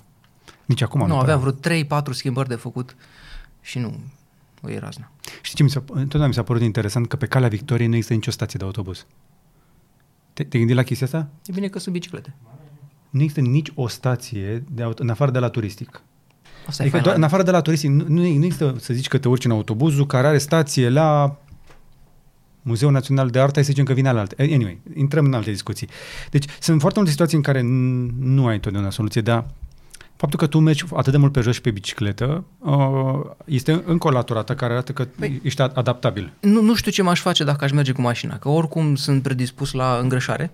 Nici acum
nu,
nu
aveam
prea.
vreo 3-4 schimbări de făcut și nu, o e razna.
Știi ce mi s-a, întotdeauna mi s-a părut interesant că pe calea Victoriei nu există nicio stație de autobuz. Te, te gândi la chestia asta?
E bine că sunt biciclete.
Nu există nici o stație de auto, în afară de la turistic.
Asta
Adică
e
doar,
fain.
în
la-
afară de la turistic, nu, nu nu există să zici că te urci în autobuzul care are stație la Muzeul Național de Artă, hai să zicem că vine la alte. Anyway, intrăm în alte discuții. Deci sunt foarte multe situații în care n- nu ai întotdeauna soluție, dar faptul că tu mergi atât de mult pe jos și pe bicicletă uh, este încă o laturată care arată că păi. ești a- adaptabil.
Nu, nu știu ce m-aș face dacă aș merge cu mașina, că oricum sunt predispus la îngrășare,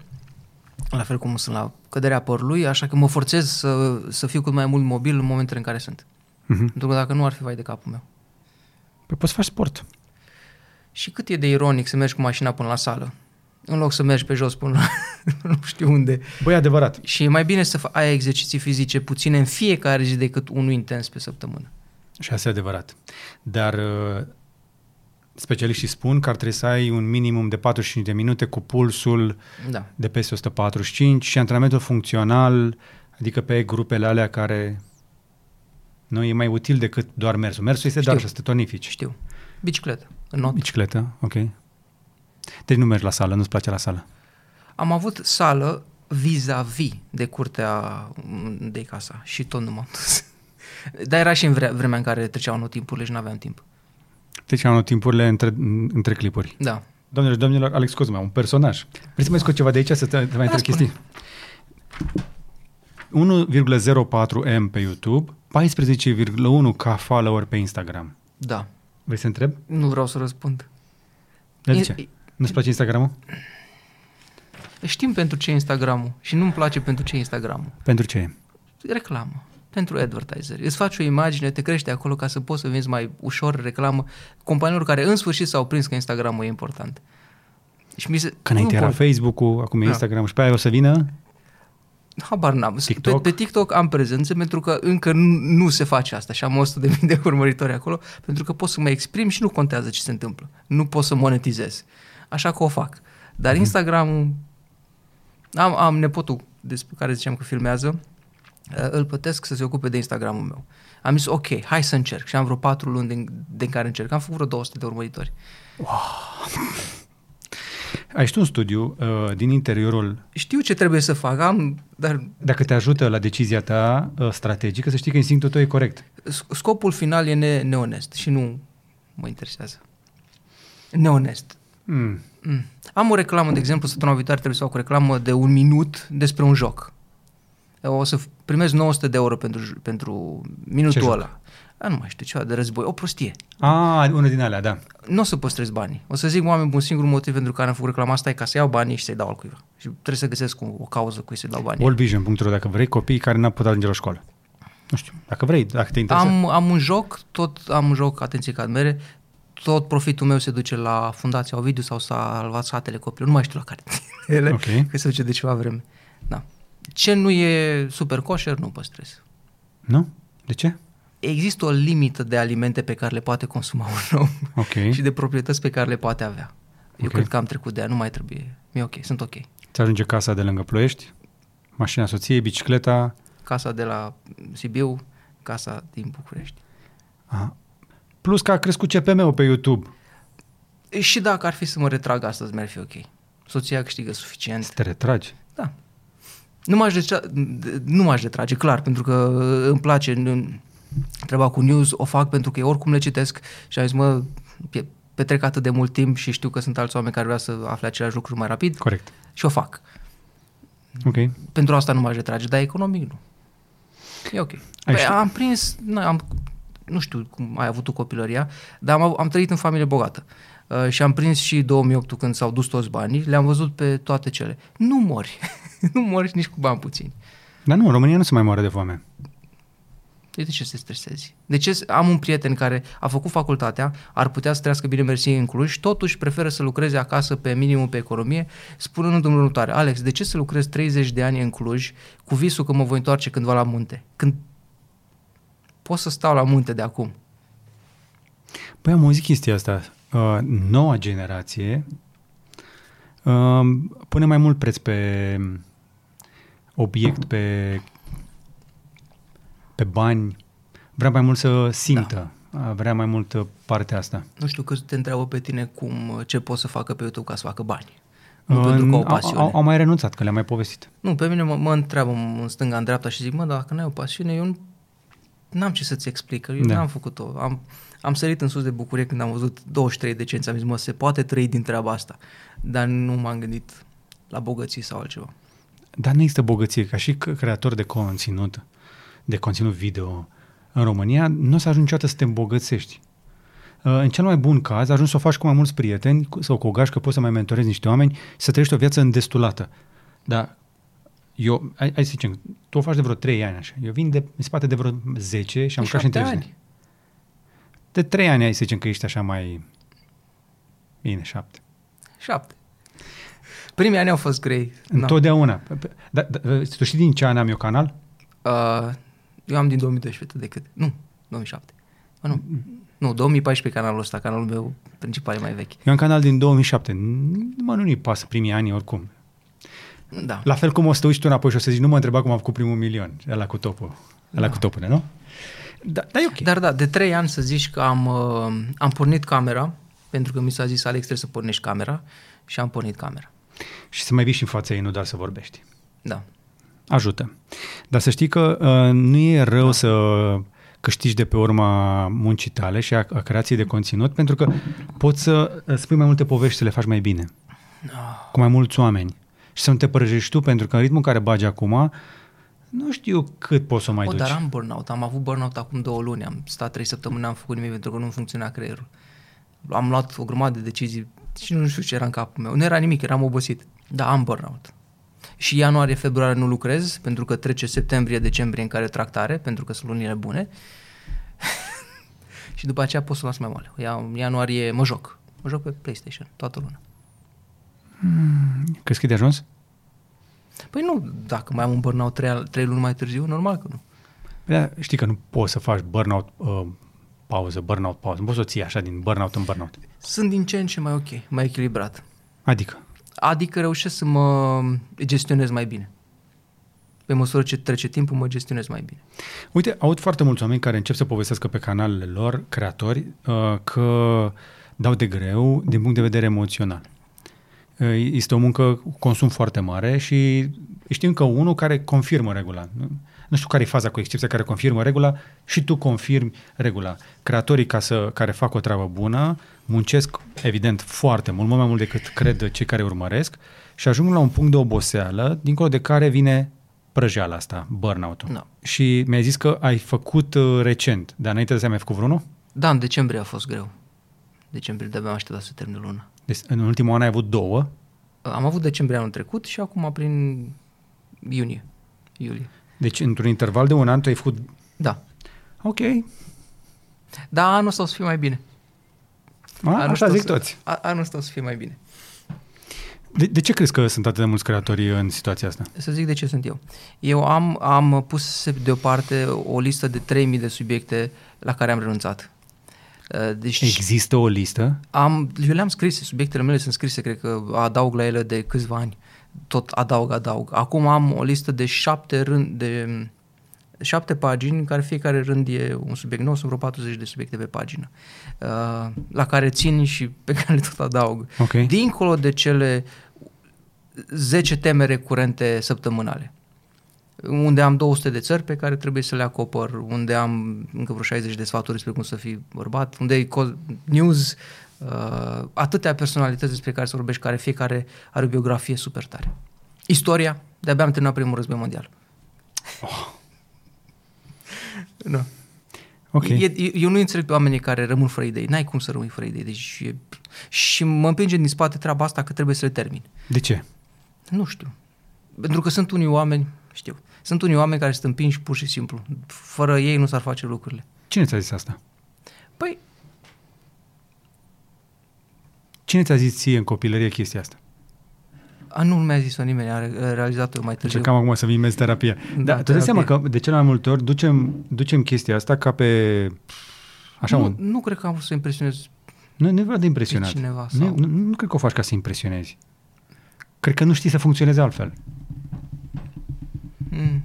la fel cum sunt la căderea părului, așa că mă forțez să, să fiu cât mai mult mobil în momentele în care sunt.
Mhm.
Pentru că dacă nu ar fi vai de capul meu.
Păi poți să faci sport.
Și cât e de ironic să mergi cu mașina până la sală, în loc să mergi pe jos până la <laughs> nu știu unde.
Băi, adevărat.
Și e mai bine să fa- ai exerciții fizice puține în fiecare zi decât unul intens pe săptămână.
Și asta e adevărat. Dar uh, specialiștii spun că ar trebui să ai un minimum de 45 de minute cu pulsul
Da.
de peste 145 și antrenamentul funcțional, adică pe grupele alea care nu e mai util decât doar mersul. Mersul este
Știu.
doar să te tonifici.
Știu. Bicicletă, în not.
Bicicletă, ok. Deci nu mergi la sală, nu-ți place la sală.
Am avut sală vis-a-vis de curtea mm, de casa și tot nu m-am dus. <laughs> Dar era și în vre- vremea în care treceau notimpurile și nu aveam timp.
Deci am timpurile între, între clipuri.
Da.
Doamnelor și domnilor, Alex Cosma, un personaj. Vrei să mai scot ceva de aici să te, te mai
Da,
întreb chestii? 1,04 M pe YouTube, 14,1 ca follower pe Instagram.
Da.
Vrei să întreb?
Nu vreau să răspund.
Dar de
E-
ce? Nu-ți place Instagramul?
Știm pentru ce e Instagramul și nu-mi place pentru ce e Instagramul.
Pentru ce?
reclamă pentru advertiser. Îți faci o imagine, te crește acolo ca să poți să vinzi mai ușor reclamă companiilor care în sfârșit s-au prins că Instagramul e important. Și mi se...
Că înainte
nu
era
pot.
Facebook-ul, acum e
Da.
Instagram și pe aia o să vină
Habar n-am.
TikTok?
TikTok? Pe, pe TikTok am prezență pentru că încă nu, nu se face asta și am 100 de mii de urmăritori acolo pentru că pot să mă exprim și nu contează ce se întâmplă. Nu pot să monetizez. Așa că o fac. Dar Instagram am, am nepotul despre care ziceam că filmează uh, îl plătesc să se ocupe de Instagramul meu. Am zis, ok, hai să încerc. Și am vreo patru luni din, din care încerc. Am făcut vreo 200 de urmăritori.
Ai și tu un studiu uh, din interiorul,
Știu ce trebuie să fac, am, dar
dacă te ajută la decizia ta uh, strategică, să știi că instinctul tău e corect.
Sc- Scopul final e ne- neonest și nu mă interesează. Neonest.
Mm.
Mm. Am o reclamă, de exemplu, săptămâna viitoare trebuie să fac o reclamă de un minut despre un joc. O să f- primez 900 de euro pentru, j- pentru
Ce
minutul
joc?
ăla. a, nu mai știu, ceva de război, o prostie.
A, una din alea, da.
Nu o să păstrez banii. O să zic oameni, un singur motiv pentru care am făcut reclama asta e ca să iau banii și să-i dau altcuiva. Și trebuie să găsesc o, o cauză cu să-i dau
Adică-
banii.
Allvision.ro, dacă vrei copii care n-au putut ajunge la școală. Nu știu, dacă vrei, dacă te interesează.
Am, am un joc, tot am un joc, atenție ca mere, tot profitul meu se duce la Fundația Ovidiu sau Salvați Satele Copilor, nu mai știu la care dintre ele,
Ok.
că se duce de ceva vreme. Da. Ce nu e super coșer, nu păstrez.
Nu? De ce?
Există o limită de alimente pe care le poate consuma un om
Ok.
<laughs> și de proprietăți pe care le poate avea. Eu
Ok.
cred că am trecut de aia, nu mai trebuie. Mi-e ok, sunt ok.
Ți ajunge casa de lângă Ploiești, mașina soției, bicicleta.
Casa de la Sibiu, casa din București.
Aha. Plus că a crescut CPM-ul pe YouTube.
Și dacă ar fi să mă retrag astăzi, mi-ar fi ok. Soția câștigă suficient.
Te retragi.
Da. Nu m-aș, retra- nu m-aș retrage, clar, pentru că îmi place nu- treaba cu news, o fac pentru că eu oricum le citesc și am zis, mă, pe- petrec atât de mult timp și știu că sunt alți oameni care vrea să afle același lucru mai rapid
Corect.
și o fac.
Ok.
Pentru asta nu m-aș retrage, dar economic nu. E ok. Păi
ști-
am prins, nu, am, nu știu cum ai avut tu copilăria, dar am, av- am trăit în familie bogată. Uh, și am prins și 2008 când s-au dus toți banii, le-am văzut pe toate cele. Nu mori. <laughs> nu mori nici cu bani puțini.
Dar nu, în România nu se mai moare de foame.
Deci de ce să te stresezi? De ce s- am un prieten care a făcut facultatea, ar putea să trăiască bine mersi în Cluj, totuși preferă să lucreze acasă pe minimum pe economie, spunând în următoare, Alex, de ce să lucrez 30 de ani în Cluj cu visul că mă voi întoarce cândva la munte? Când pot să stau la munte de acum.
Păi am auzit chestia asta. Uh, noua generație uh, pune mai mult preț pe obiect, pe, pe bani. Vrea mai mult să simtă. Da. Vrea mai mult uh, partea asta.
Nu știu că te întreabă pe tine cum, ce pot să facă pe YouTube ca să facă bani.
Uh,
Nu pentru că au o
au-
pasiune.
Au, au mai renunțat, că le-am mai povestit.
Nu, pe mine mă, mă întreabă în stânga, în dreapta și zic, mă, dacă n-ai o pasiune, eu nu- n-am ce să-ți explic, că eu
Da.
da. n-am făcut-o. Am, am sărit în sus de bucurie când am văzut 23 de cenți, am zis, mă, se poate trăi din treaba asta, dar nu m-am gândit la bogății sau altceva.
Dar nu există bogăție. Ca și c- creator de conținut, de conținut video în România, nu o să ajungi niciodată să te îmbogățești. Uh, În cel mai bun caz, ajungi să o faci cu mai mulți prieteni cu- sau cu o gașcă, poți să mai mentorezi niște oameni, să trăiești o viață îndestulată. Dar eu, hai, hai să zicem, tu o faci de vreo 3 ani așa. Eu vin de, în spate de vreo 10 și am
De
ca și în
șapte
30 de ani. De 3 ani ai să zicem că ești așa mai... Bine, 7.
Șapte. Primii ani au fost grei.
Întotdeauna. Da, da, tu știi din ce an am eu canal?
Uh, eu am din 2012 decât. Nu, 2007. Ba, nu.
Mm.
Nu, 2014 canalul ăsta, canalul meu principal e mai vechi.
Eu am canal din 2007. N- Mă, nu-i pasă primii ani oricum.
Da.
La fel cum o să te uiți tu înapoi și o să zici, nu mă întreba cum am făcut primul milion. Ăla cu topul. Ăla cu topul, nu? Da, da, e ok.
Dar da, de trei ani să zici că am, uh, am pornit camera, pentru că mi s-a zis, Alex, trebuie să pornești camera și am pornit camera.
Și să mai vii și în fața ei, nu doar să vorbești.
Da.
Ajută. Dar să știi că uh, nu e rău să câștigi de pe urma muncii tale și a, a creației de conținut, pentru că poți să uh, spui mai multe povești și să le faci mai bine. Cu mai mulți oameni. Și să nu te părăjești tu, pentru că în ritmul în care bagi acum, nu știu cât poți să o mai
o,
duci.
dar am burnout. Am avut burnout acum două luni. Am stat trei săptămâni, n-am făcut nimic pentru că nu funcționa creierul. Am luat o grămadă de decizii și nu știu ce era în capul meu. Nu era nimic, eram obosit. Da, am burnout. Și ianuarie, februarie nu lucrez, pentru că trece septembrie, decembrie în care trag tare, pentru că sunt lunile bune. <laughs> și după aceea pot să o las mai moale. Ia- În ianuarie mă joc. Mă joc pe PlayStation, toată luna.
Crezi că e de ajuns?
Păi nu, dacă mai am un burnout trei, trei luni mai târziu, normal că nu.
Da, știi că nu poți să faci burnout, uh, pauză, burnout, pauză. Nu poți să o ții așa din burnout în burnout.
Sunt din ce în ce mai ok, mai echilibrat.
Adică,
Adică reușesc să mă gestionez mai bine. Pe măsură ce trece timpul, mă gestionez mai bine.
uite, aud foarte mulți oameni care încep să povestească pe canalele lor, creatori, uh, că dau de greu din punct de vedere emoțional. Uh, Este o muncă cu consum foarte mare și știm că unul care confirmă regula. Nu- Nu știu care e faza cu excepția care confirmă regula și tu confirmi regula. Creatorii ca să, care fac o treabă bună muncesc evident foarte mult, mult mai mult decât cred cei care urmăresc și ajung la un punct de oboseală dincolo de care vine prăjeala asta, burnout-ul.
Da.
Și mi-ai zis că ai făcut uh, recent, dar înainte de asta mai ai făcut vreunul?
Da, în decembrie a fost greu. Decembrie de-abia am așteptat să termin luna.
Deci în ultimul an ai avut două.
Am avut decembrie anul trecut și acum prin iunie, iulie.
Deci într-un interval de un an tu ai făcut...
Da.
Ok,
Dar anul ăsta o să fie mai bine.
A,
Anul
așa
ăsta o
zic
să-
toți.
a- Anul ăsta o să fie mai bine.
De, de ce crezi că sunt atât de mulți creatori în situația asta?
Să zic de ce sunt eu. Eu am, am pus deoparte o listă de 3000 de subiecte la care am renunțat. Uh, Deci
Există o listă?
am, eu le-am scris, subiectele mele sunt scrise, cred că adaug la ele de câțiva ani. Tot adaug, adaug. Acum am o listă de șapte rând, de șapte pagini, în care fiecare rând e un subiect nou, sunt vreo 40 de subiecte pe pagină, uh, la care țin și pe <laughs> care le tot adaug.
Ok.
Dincolo de cele 10 teme recurente săptămânale, unde am 200 de țări pe care trebuie să le acopăr, unde am încă vreo 60 de sfaturi despre cum să fii bărbat, unde e co- news, uh, atâtea personalități despre care să vorbești, care fiecare are o biografie super tare. Istoria, de-abia am terminat primul război mondial. Oh. Nu.
Ok.
E, e- eu nu înțeleg pe oamenii care rămân fără idei. N-ai cum să rămâi fără idei. Deci e, și mă împinge din spate treaba asta că trebuie să le termin.
De ce?
Nu știu. Pentru că sunt unii oameni, știu, sunt unii oameni care sunt împinși pur și simplu. Fără ei nu s-ar face lucrurile.
Cine ți-a zis asta?
Păi,
Cine ți-a zis ție în copilărie chestia asta?
a, nu mi-a zis-o nimeni, a re- a realizat-o eu mai târziu.
Încercam Deci, acum să vimezi terapia.
Da,
Da, tu dai
terapie.
seama că de cele mai multe ori ducem, ducem chestia asta ca pe... Așa
nu,
un...
nu cred că am vrut să impresionez.
Nu, nu e vorba de impresionat.
Pe cineva
nu,
sau-
nu, nu cred că o faci ca să impresionezi. Cred că nu știi să funcționezi altfel.
Mm,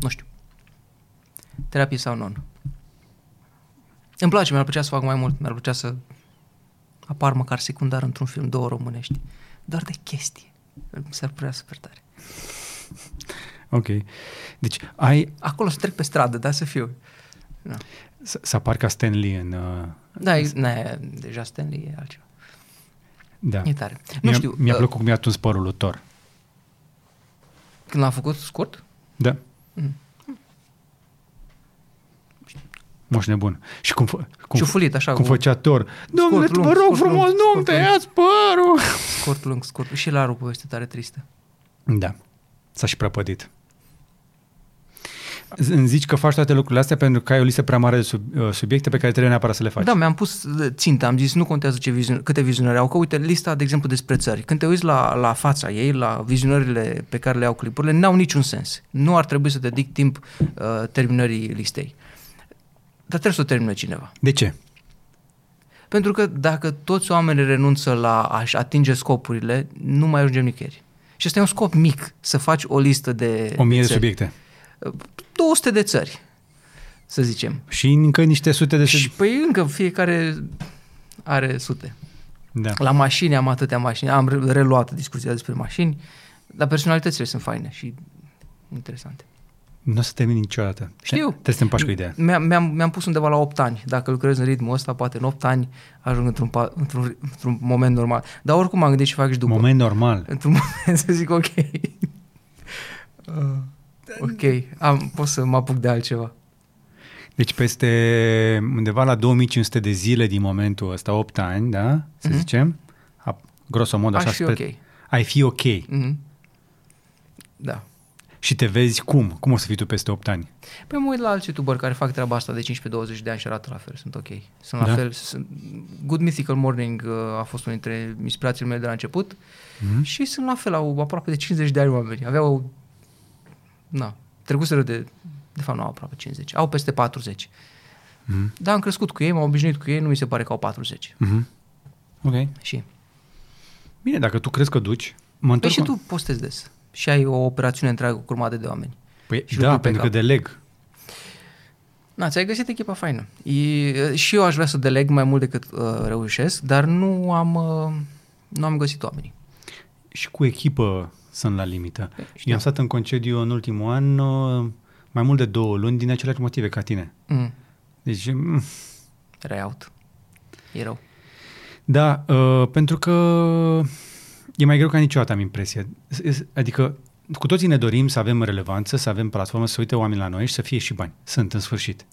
nu știu. Terapie sau non. Îmi place, mi-ar plăcea să fac mai mult, mi-ar plăcea să apar măcar secundar într-un film, două românești. Doar de chestii. Mi s-ar părea super tare.
Ok. Deci ai...
Acolo să trec pe stradă, da, să fiu. Da,
Să să apar ca Stan Lee în... uh,
da e, na, deja Stanley e altceva.
Da.
E tare. Nu
Mi-a,
știu,
mi-a
uh,
plăcut cum i-a tuns părul lui Thor.
Când l-am făcut scurt,
Da.
Mm.
Moș nebun. Și cum, fă, cum,
Ciufulit, așa,
cum
cu-
făcea Thor. Domnule,
lung,
vă rog
scurt
frumos,
lung,
nu-mi
scurt
tăiați părul.
scurt, lung, scurt. Și la o poveste tare tristă.
Da. S-a și prăpădit. Z- Îmi zici că faci toate lucrurile astea pentru că ai o listă prea mare de sub, uh, subiecte pe care trebuie neapărat să le faci.
Da, mi-am pus uh, țintă, am zis nu contează ce viziune, câte vizionări au, că uite lista, de exemplu, despre țări. Când te uiți la, la fața ei, la vizionările pe care le au clipurile, n-au niciun sens. Nu ar trebui să dedic timp uh, terminării listei. Dar trebuie să o termine cineva.
De ce?
Pentru că dacă toți oamenii renunță la a-și atinge scopurile, nu mai ajungem nicăieri. Și ăsta e un scop mic, să faci o listă de
O mie de
țări.
subiecte.
200 de țări, să zicem.
Și încă niște sute de...
Și
sub-
păi încă fiecare are sute.
Da.
La mașini am atâtea mașini, am re- reluat discuția despre mașini, dar personalitățile sunt faine și interesante.
Nu o să termin niciodată.
Știu.
Te- Trebuie să te împaci cu ideea.
Mi-am, mi-am, mi-am pus undeva la 8 ani. Dacă lucrez în ritmul ăsta, poate în 8 ani ajung într-un, pa- într-un, într-un moment normal. Dar oricum am gândit și fac și după.
Moment normal.
Într-un <laughs> moment să zic ok. Uh, ok, am, pot să mă apuc de altceva.
Deci peste undeva la 2500 de zile din momentul ăsta, 8 ani, da? Să zicem. A, grosomodo
Aș
așa.
Mhm. fi ok.
Ai fi ok.
Mhm. Da.
Și te vezi cum? Cum o să fii tu peste 8 ani?
Păi mă uit la alți youtuberi care fac treaba asta de 15-20 de ani și arată la fel, sunt ok. Sunt la
Da.
fel. Sunt... Good Mythical Morning uh, a fost unul dintre inspirațiile mele de la început
Mhm.
mm-hmm. și sunt la fel, au aproape de 50 de ani oameni. Aveau, na, trecuseră de, de fapt nu au aproape 50, au peste 40. Mm-hmm. Dar am crescut cu ei, m-am obișnuit cu ei, nu mi se pare că au 40.
Mhm. Ok.
Și,
Bine, dacă tu crezi că duci, mă
păi
întorc.
și tu postezi des și ai o operațiune întreagă cu urmate de oameni.
Păi,
și
da,
lucruri pe
pentru că
cap.
deleg.
Na, ți-ai găsit echipa faină. E, și eu aș vrea să deleg mai mult decât uh, reușesc, dar nu am, uh, nu am găsit oamenii.
Și cu echipă sunt la limită. Și am stat în concediu în ultimul an uh, mai mult de două luni din aceleași motive ca tine.
Mm.
Deci, mm,
Erai out. E rău.
da, uh, pentru că e mai greu ca niciodată, am impresia. S- s- Adică cu toții ne dorim să avem relevanță, să avem platformă, să uite oameni la noi și să fie și bani. Sunt, în sfârșit.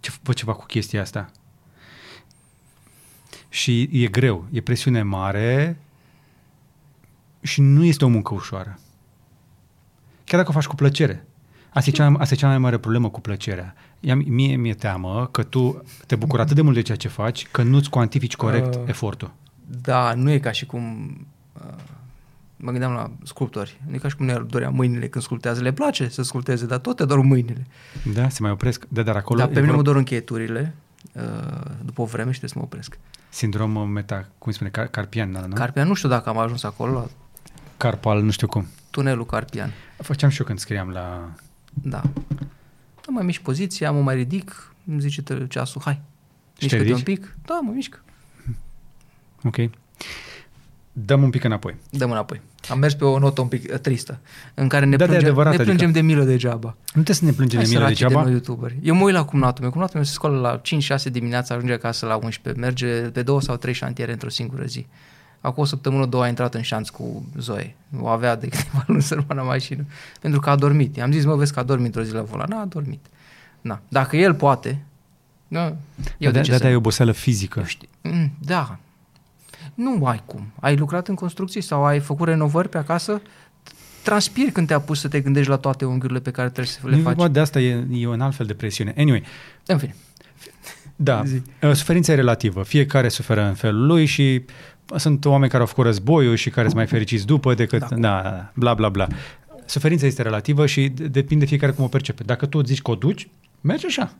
Ce fac ceva cu chestia asta? Și e greu, e presiune mare și nu este o muncă ușoară. Chiar dacă o faci cu plăcere. Asta e cea mai, asta e cea mai mare problemă cu plăcerea. Ea, mie mi-e teamă că tu te bucuri atât de mult de ceea ce faci, că nu-ți cuantifici corect
Uh.
uh. efortul.
Da, nu e ca și cum... uh, Mă gândeam la sculptori. Nu e ca și cum ne-ar dorea mâinile când sculptează. Le place să sculpteze, dar tot te dor mâinile.
Da? Se mai opresc? Da, dar acolo
Dar
e
pe mine
vorba-
mă dor încheieturile uh, după o vreme și trebuie să mă opresc.
Sindrom uh, meta, cum îi spune, car- carpian, da, nu? Car-
Carpian, nu știu dacă am ajuns acolo, la
Carpal, nu știu cum.
tunelul Carpian.
Făceam și eu când scriam la...
Da. Am mai mișc poziția, mă mai ridic, îmi zice tă- ceasul, hai,
te
mișcă-te
ridici?
un pic. Da, mă mișc.
Ok. Dăm un pic înapoi.
Dăm înapoi. Am mers pe o notă un pic uh, tristă, în care
Da,
ne
da, e
plângem,
adevărat,
ne
adică-
plângem de milă degeaba.
Nu trebuie să ne plângem de milă
săracii
degeaba.
De noi youtuberi. Eu mă uit la cumnatul meu. Cumnatul meu se scoală la 5-6 dimineața, ajunge acasă la 11, merge pe două sau trei șantiere într-o singură zi. Acum o săptămână, două a intrat în șanț cu Zoe. O avea de câteva <laughs> luni sărbana mașină. Pentru că a dormit. I-am zis, mă, vezi că a dormit într-o zi la volan. N-a a dormit. Na. Dacă el poate, na,
da,
eu de ce
da,
să
da, e oboseală fizică.
nu știu. Mm, Da. Nu ai cum. Ai lucrat în construcții sau ai făcut renovări pe acasă? Transpiri când te-a pus să te gândești la toate unghiurile pe care trebuie să
Nu
le
e
faci.
vorba de asta, e, e un alt fel de presiune. Anyway,
În fine.
da,
Zi.
uh, suferința e relativă. Fiecare suferă în felul lui și sunt oameni care au făcut războiul și care sunt mai fericiți după decât... Da, da, da, bla, bla, bla. Suferința este relativă și de- depinde fiecare cum o percepe. Dacă tu zici că o duci, merge așa.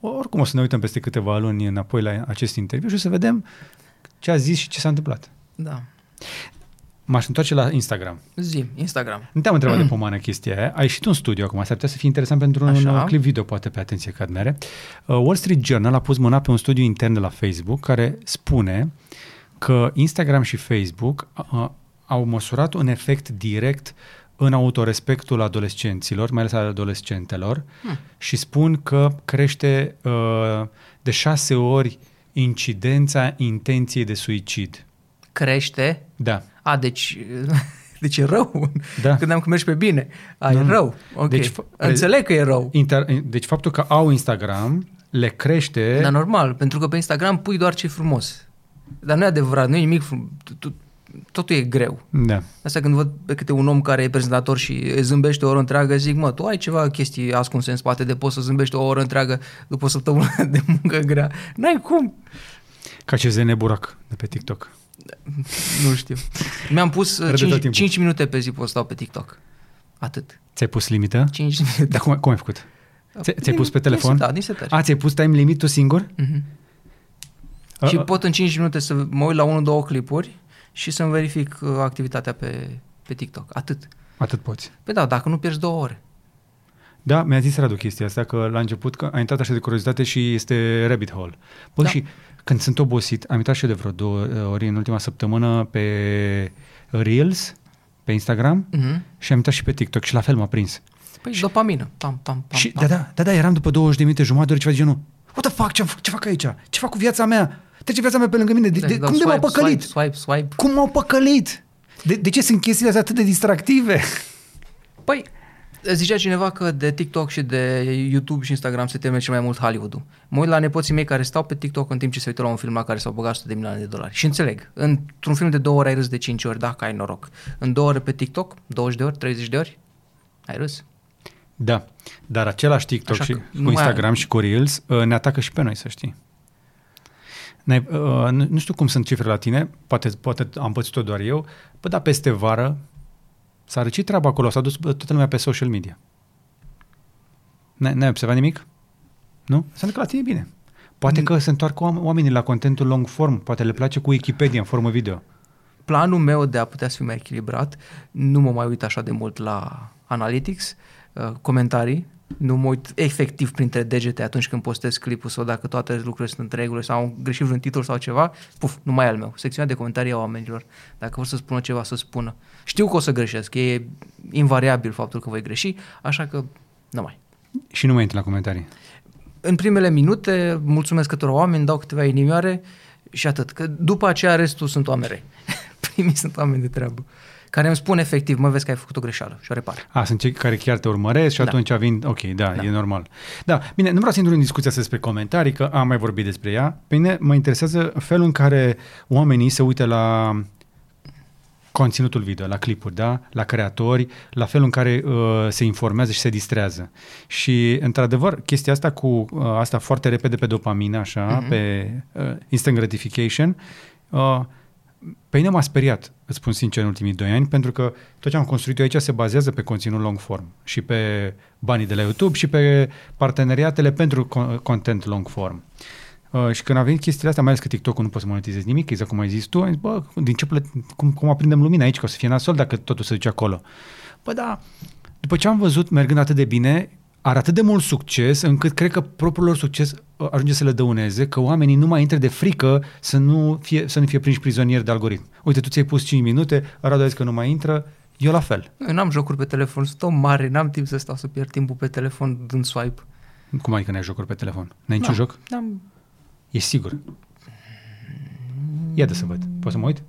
Oricum o să ne uităm peste câteva luni înapoi la acest interviu și o să vedem ce a zis și ce s-a întâmplat.
Da.
M-aș întoarce la Instagram.
Zi, Instagram.
Nu te-am întrebat de pomană chestia aia. Ai ieșit un studiu acum, s-ar putea să fie interesant pentru un
Așa.
uh, clip video, poate pe atenție că admere. Uh, Wall Street Journal a pus mâna pe un studiu intern de la Facebook care spune că Instagram și Facebook uh, au măsurat un efect direct în autorespectul adolescenților, mai ales al adolescentelor,
Hmm.
și spun că crește uh, de șase ori incidența intenției de suicid.
Crește.
Da.
A, deci... <laughs> Deci e rău.
Da.
Gândeam că mergi pe bine. A, e
Nu, nu.
rău. Ok.
Deci
Deci,
f-
Înțeleg că e rău.
Inter- deci faptul că au Instagram le crește...
Dar normal, pentru că pe Instagram pui doar ce frumos. Dar nu e adevărat, nu e nimic frum- tu- tu- Totul e greu.
Da.
Asta când văd pe câte un om care e prezentator și zâmbește o oră întreagă, zic, mă, tu ai ceva chestii ascunse în spate de poți să zâmbești o oră întreagă după o săptămână <laughs> de muncă grea. N-ai cum.
Ca ce Zene Burac de pe TikTok.
Nu știu. Mi-am pus
Râde tot
5,
timpul.
5 minute pe zi pot stau pe TikTok. Atât.
Ți-ai pus limită?
<laughs> 5 minute.
Dar cum, cum ai făcut?
Păi,
Ți- Ți-ai pus pe
Din- din
telefon?
setat, din setări.
A, ți-ai pus time limit tu singur?
Mhm.
A,
Și
a,
pot în 5 minute să mă uit la 1-2 clipuri și să-mi verific uh, activitatea pe, pe TikTok. Atât.
Atât poți.
Păi da, dacă nu pierzi două ore.
Da, mi-a zis Radu chestia asta, că la început că a intrat așa de curiozitate și este rabbit hole. Bă,
Da.
da. și când sunt obosit, am intrat și eu de vreo două ă, ori în ultima săptămână pe Reels, pe Instagram,
Mhm.
și am intrat și pe TikTok și la fel m-a prins.
Păi și, dopamină. Pam, pam, pam,
și,
pam.
da, da, da, da, eram după 20 de minute, jumătate de ori ceva de genul. What the fuck, ce, fac- ce fac aici? Ce fac cu viața mea? Trece viața mea pe lângă mine. De, de,
Da,
cum de m-a
swipe,
păcălit?
Swipe, swipe, swipe.
Cum m-au păcălit? De, de ce sunt chestiile astea atât de distractive?
Păi, zicea cineva că de TikTok și de YouTube și Instagram se teme cel mai mult Hollywood-ul. Mă uit la nepoții mei care stau pe TikTok în timp ce se uită la un film la care s-au băgat 100 de milioane de dolari. Și înțeleg, într-un film de două ore ai râs de 5 ori, dacă ai noroc. În două ore pe TikTok, 20 de ori, 30 de ori, ai râs.
Da, dar același TikTok
Așa
și
că nu
cu
mai-
Instagram și cu Reels uh, ne atacă și pe noi, să știi. N-ai, uh, nu nu știu cum sunt cifrele la tine, poate, poate am pățit-o doar eu, bă, dar peste vară s-a răcit treaba acolo, s-a dus bă, toată lumea pe social media. N-ai, n-ai observat nimic? Nu? Înseamnă că la tine e bine.
Mm.
Poate că se întoarcă oam- oamenii la contentul long form, poate le place cu Wikipedia în formă video.
Planul meu de a putea să fiu mai echilibrat, nu mă mai uit așa de mult la analytics, uh, comentarii, nu mă uit efectiv printre degete atunci când postez clipul sau dacă toate lucrurile sunt între regulă sau am greșit vreun titlu sau ceva, puf, nu mai e al meu. Secțiunea de comentarii a oamenilor. Dacă vor să spună ceva, să spună. Știu că o să greșesc, e invariabil faptul că voi greși, așa că nu mai.
Și nu mai intri la comentarii.
În primele minute mulțumesc câtorva oameni, dau câteva <laughs> inimioare și atât. Că după aceea restul sunt oameni rei. Primii sunt oameni de treabă. care îmi spun efectiv, mă vezi că ai făcut o greșeală și o repar.
A, sunt cei care chiar te urmăresc și
Da.
atunci vin... Ok, da, da, e normal. Da, bine, nu vreau să intru în discuția asta despre comentarii, că am mai vorbit despre ea. Pe mine mă interesează felul în care oamenii se uită la conținutul video, la clipuri, da? la creatori, la felul în care uh, se informează și se distrează. Și, într-adevăr, chestia asta cu uh, asta foarte repede pe dopamină, așa, mm-hmm. pe uh, instant gratification, uh, pe mine m-a speriat, îți spun sincer, în ultimii doi ani, pentru că tot ce am construit eu aici se bazează pe conținut long form și pe banii de la YouTube și pe parteneriatele pentru con- content long form. Uh, și când a venit chestiile astea, mai ales că TikTok-ul nu poți să monetizezi nimic, exact cum ai zis tu, am zis, bă, din ce plă- cum, cum aprindem lumina aici, că o să fie nasol dacă totul se duce acolo. Bă, da, după ce am văzut mergând atât de bine, are atât de mult succes, încât cred că propriul lor succes uh, ajunge să le dăuneze, că oamenii nu mai intră de frică să nu fie, să nu fie prinși prizonieri de algoritm. Uite, tu ți-ai pus 5 minute, Radu a zis că nu mai intră, eu la fel.
Eu n-am jocuri pe telefon, sunt om mare, n-am timp să stau să pierd timpul pe telefon dând swipe. Da.
Cum adică n-ai jocuri pe telefon? N-ai niciun joc?
N-am...
E sigur. Ia de să văd. Poți să mă uit?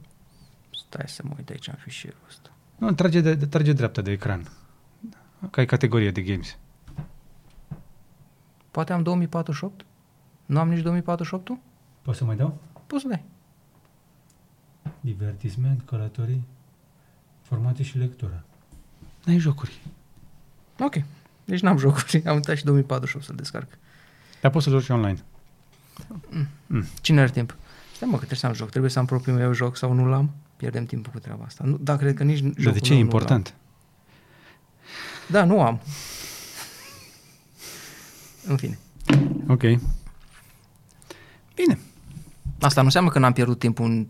Stai să mă uit aici în fișierul ăsta.
Nu, trage, de, de- trage dreapta de ecran. Ca e categorie de games.
Poate am 2048? Nu am nici 2048-ul?
Poți să mai dau?
Poți să dai.
Divertisment, călătorii, formație și lectură. N-ai jocuri.
Ok. Deci n-am jocuri. <laughs> Am uitat și 2048 să-l descarc.
Dar poți să joci online.
Cine are timp? Stai mă că trebuie să am joc. Trebuie să am propriul meu joc sau nu l-am? Pierdem timpul cu treaba asta. Nu, da, cred că nici
Dar
jocul
de ce
meu
e
nu l-am.
important?
Da, nu am. <laughs> În fine.
Ok. Bine.
Asta nu înseamnă că n-am pierdut timpul în,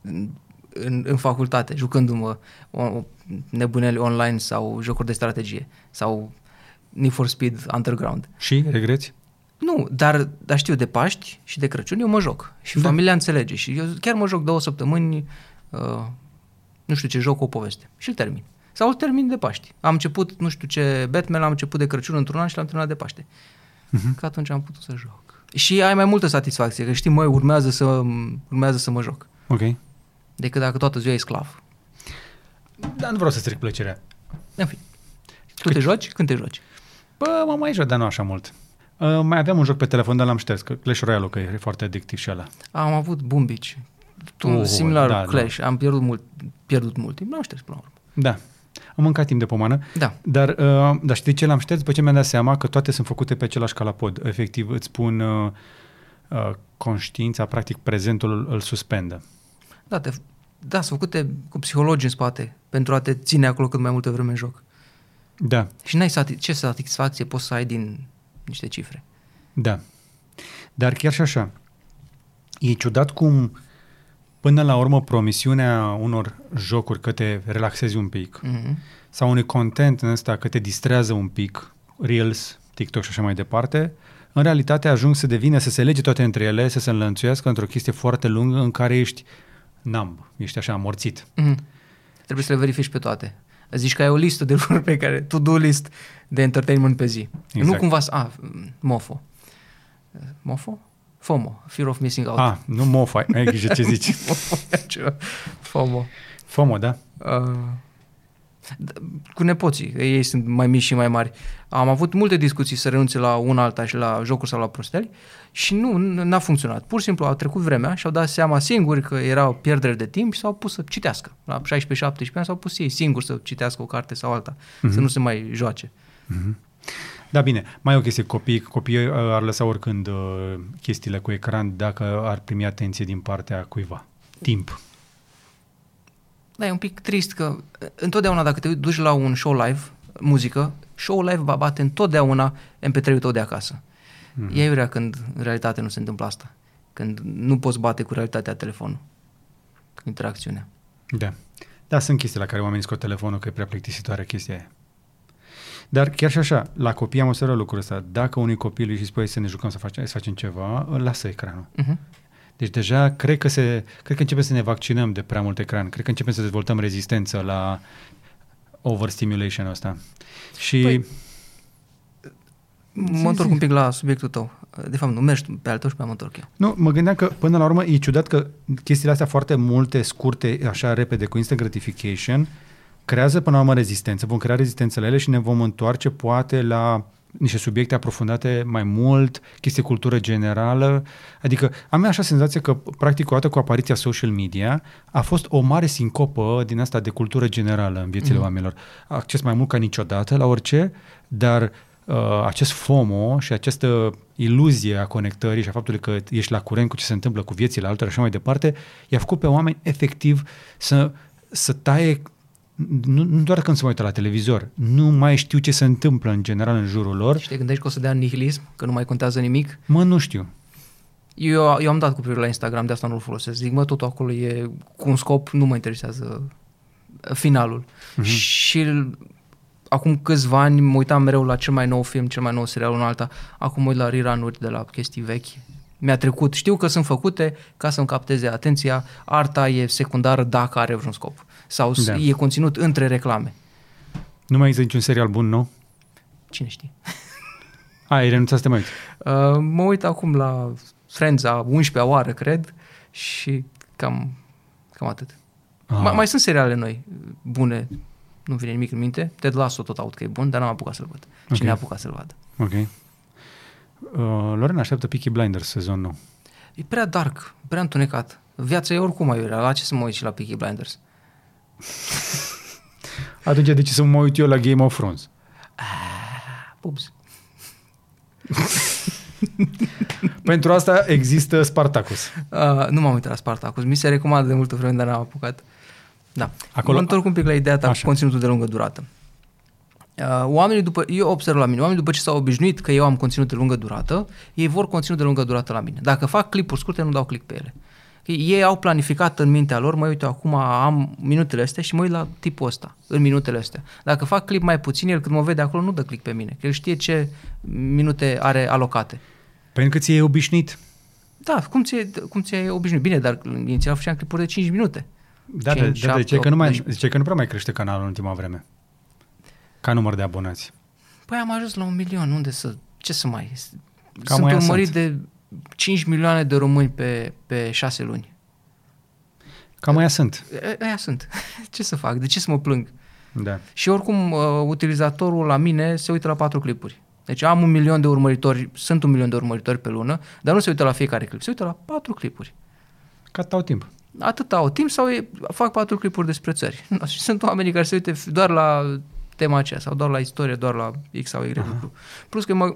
în, în, în facultate, jucându-mă o, o, nebuneli online sau jocuri de strategie sau Need for Speed Underground.
Și regreți?
Nu, dar, dar știu, de Paști și de Crăciun eu mă joc și da. familia înțelege și eu chiar mă joc două săptămâni, uh, nu știu ce joc, o poveste și îl termin. Sau îl termin de Paști. Am început, nu știu ce, Batman, am început de Crăciun într-un an și l-am terminat de Paște.
Mhm.
Uh-huh. Că atunci am putut să joc. Și ai mai multă satisfacție, că știi, măi, urmează să, urmează să mă joc,
Ok.
decât dacă toată ziua e sclav.
Dar nu vreau să stric plăcerea.
În fine. Tu te joci când te joci.
Bă, mă mai joc, dar nu așa mult. Uh, mai aveam un joc pe telefon, dar l-am șters, că Clash Royale, că e foarte adictiv și ăla.
Am avut bumbici. Tu,
Oh,
uh, similar
da, da.
da, Clash, da. am pierdut mult, pierdut mult timp, l-am șters până la urmă.
Da. Am mâncat timp de pomană.
Da.
Dar, uh, dar știi ce l-am șters? După ce mi-am dat seama că toate sunt făcute pe același calapod. Efectiv, îți pun uh, uh, conștiința, practic prezentul îl, îl suspendă.
Da, te, da, sunt făcute cu psihologi în spate pentru a te ține acolo cât mai multă vreme în joc.
Da,
Și n-ai sati- ce satisfacție poți să ai din niște cifre.
da. Dar chiar și așa, e ciudat cum până la urmă promisiunea unor jocuri că te relaxezi un pic
Mm-hmm.
sau unui content în ăsta că te distrează un pic, Reels, TikTok și așa mai departe, în realitate ajung să devină, să se lege toate între ele, să se înlănțuiască într-o chestie foarte lungă în care ești numb, ești așa amorțit.
Mm-hmm. Trebuie să le verifici pe toate. Zici că ai o listă de <laughs> lucruri pe care, to-do list de entertainment pe zi.
Exact.
Nu cumva să... A, mofo. Mofo? FOMO. Fear of missing out.
A, Ah, nu mofai, ai grijă ce zici.
<laughs> Ceva. FOMO.
FOMO, da?
Uh, d- cu nepoții, ei sunt mai mici și mai mari. Am avut multe discuții să renunțe la una alta și la jocuri sau la prosteli și nu, n- n-a funcționat. Pur și simplu a trecut vremea și au dat seama singuri că era o pierdere de timp și s-au pus să citească. La 16-17 ani s-au pus ei singuri să citească o carte sau alta, mm-hmm. să nu se mai joace.
Da, bine, mai e o chestie, copiii, copiii uh, ar lăsa oricând uh, chestiile cu ecran dacă ar primi atenție din partea cuiva. Timp.
Da, e un pic trist că uh, întotdeauna dacă te uiți- duci la un show live, muzică, show live va bate întotdeauna MP3-ul tău de acasă. Mm-hmm. E iurea când în realitate nu se întâmplă asta. Când nu poți bate cu realitatea telefonul, cu interacțiunea.
Da. Da, sunt chestii la care oamenii scot telefonul că e prea plictisitoare chestia aia. Dar chiar și așa, la copii am observat lucrul ăsta. Dacă unui copil îi spui să ne jucăm, să facem, să facem ceva, îl lasă ecranul.
Uh-huh.
Deci deja cred că, se, cred că începem să ne vaccinăm de prea mult ecran. Cred că începem să dezvoltăm rezistență la overstimulation ăsta. Și
Păi,
păi,
Mă întorc un pic la subiectul tău. De fapt, nu mergi tu pe al tău și pe al mă întorc eu.
nu, mă gândeam că până la urmă e ciudat că chestiile astea foarte multe, scurte, așa repede, cu instant gratification, creează până la urmă rezistență. Vom crea rezistențele ele și ne vom întoarce poate la niște subiecte aprofundate mai mult, chestii cultură generală. Adică am eu așa senzație că, practic, o dată cu apariția social media, a fost o mare sincopă din asta de cultură generală în viețile mm-hmm. oamenilor. Acces mai mult ca niciodată la orice, dar uh, acest FOMO și această iluzie a conectării și a faptului că ești la curent cu ce se întâmplă cu viețile altora și așa mai departe, i-a făcut pe oameni efectiv să, să taie nu, nu doar când se uită la televizor, nu mai știu ce se întâmplă în general în jurul lor.
Și te gândești că o să dea nihilism, că nu mai contează nimic?
Mă, nu știu.
Eu, eu am dat cu privire la Instagram, de asta nu-l folosesc. Zic, mă, totul acolo e cu un scop, nu mă interesează finalul. Uh-huh. Și acum câțiva ani mă uitam mereu la cel mai nou film, cel mai nou serial, un alta. Acum mă uit la rerun de la chestii vechi. Mi-a trecut. Știu că sunt făcute ca să-mi capteze atenția. Arta e secundară dacă are vreun scop sau da. e conținut între reclame.
Nu mai există niciun serial bun nou?
Cine știe. <laughs>
Ai renunțat să te mai uiți?
Uh, mă uit acum la Friends a 11-a oară, cred, și cam, cam atât. Ah. Mai, mai sunt seriale noi, bune, nu vine nimic în minte. Ted Lasso tot aud că e bun, dar n-am apucat să-l văd. Okay. Și ne-a apucat să-l vadă.
Ok. Uh, Loren așteaptă Peaky Blinders sezon nou.
E prea dark, prea întunecat. Viața e oricum aiurea, la ce să mă uit și la Peaky Blinders? Uh,
Atunci de ce să mă uit eu la Game of Thrones?
Pubs.
Pentru asta există Spartacus.
Uh, nu m-am uitat la Spartacus. Mi se recomandă de multă vreme, dar n-am apucat. Da. Acolo... Mă întorc un pic la ideea ta Așa. cu conținutul de lungă durată. Uh, oamenii după, eu observ la mine, oamenii după ce s-au obișnuit că eu am conținut de lungă durată, ei vor conținut de lungă durată la mine. Dacă fac clipuri scurte, nu dau click pe ele ei au planificat în mintea lor, mă uite, acum am minutele astea și mă uit la tipul ăsta, în minutele astea. Dacă fac clip mai puțin, el când mă vede acolo nu dă click pe mine, că el știe ce minute are alocate.
Pentru că ți-e obișnuit.
Da, cum ți-e, cum ți-e obișnuit? Bine, dar inițial făceam clipuri de 5 minute.
Da, 5, da, 7, da, zice, 8, că nu mai, zice că nu prea mai crește canalul în ultima vreme, ca număr de abonați.
Păi am ajuns la un milion, unde să, ce să mai... Cam sunt urmărit sunt. de 5 milioane de români pe, pe 6 luni. Da.
Cam aia sunt.
A, aia sunt. <laughs> Ce să fac? De ce să mă plâng?
Da.
Și oricum, uh, utilizatorul la mine se uită la patru clipuri. Deci am un milion de urmăritori, sunt un milion de urmăritori pe lună, dar nu se uită la fiecare clip, se uită la patru clipuri.
Cât au timp?
Atât au timp sau e, fac patru clipuri despre țări. <laughs> Și sunt oamenii care se uite doar la tema aceea sau doar la istorie, doar la X sau Y Aha. lucru. Plus că mă,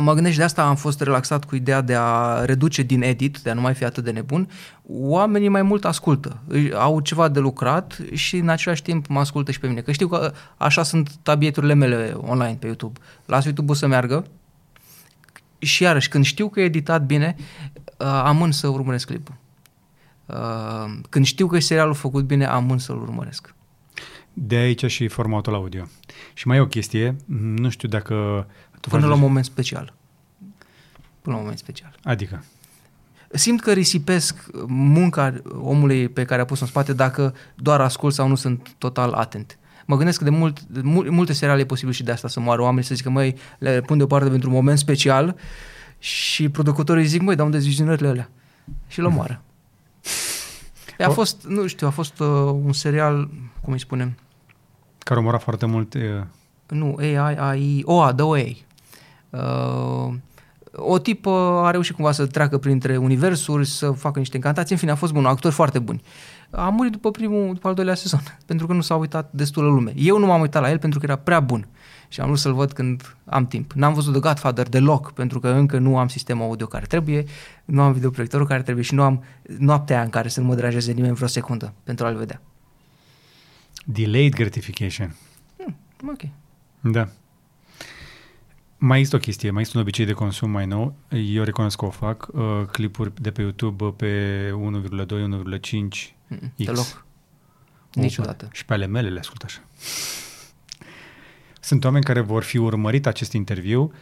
Mă gândesc de asta am fost relaxat cu ideea de a reduce din edit, de a nu mai fi atât de nebun. Oamenii mai mult ascultă, au ceva de lucrat și în același timp mă ascultă și pe mine. Că știu că așa sunt tabieturile mele online pe YouTube. Las YouTube-ul să meargă și iarăși când știu că e editat bine, uh, amân să urmăresc clipul. Uh, Când știu că e serialul făcut bine, amân să-l urmăresc.
De aici și formatul audio. Și mai e o chestie, nu știu dacă
tu până la un moment special. Până la un moment special.
Adică?
Simt că risipesc munca omului pe care a pus-o în spate dacă doar ascult sau nu sunt total atent. Mă gândesc că de mult, mul, multe seriale e posibil și de asta să moară oamenii, să zică, măi, le pun deoparte pentru un moment special și producătorii zic, măi, dar unde vizionările alea? Și le moară. a fost, nu știu, a fost uh, un serial, cum îi spunem?
Care omora foarte mult... Uh...
Nu, AI, AI, OA, The OA. Uh, o tipă a reușit cumva să treacă printre universuri, să facă niște incantații, în fine, a fost bun, actori foarte buni. A murit după primul, după al doilea sezon, <laughs> pentru că nu s-a uitat destulă lume. Eu nu m-am uitat la el pentru că era prea bun și am vrut să-l văd când am timp. N-am văzut The Godfather deloc, pentru că încă nu am sistemul audio care trebuie, nu am videoproiectorul care trebuie și nu am noaptea în care să nu mă deranjeze nimeni vreo secundă pentru a-l vedea.
Delayed gratification.
Hmm, ok.
Da. Mai există o chestie, mai există un obicei de consum mai nou. Eu recunosc că o fac. Uh, clipuri de pe YouTube pe 1,2, 1,5 X.
Mm, Deloc. Niciodată.
Și pe ale mele le ascult așa. Sunt oameni care vor fi urmărit acest interviu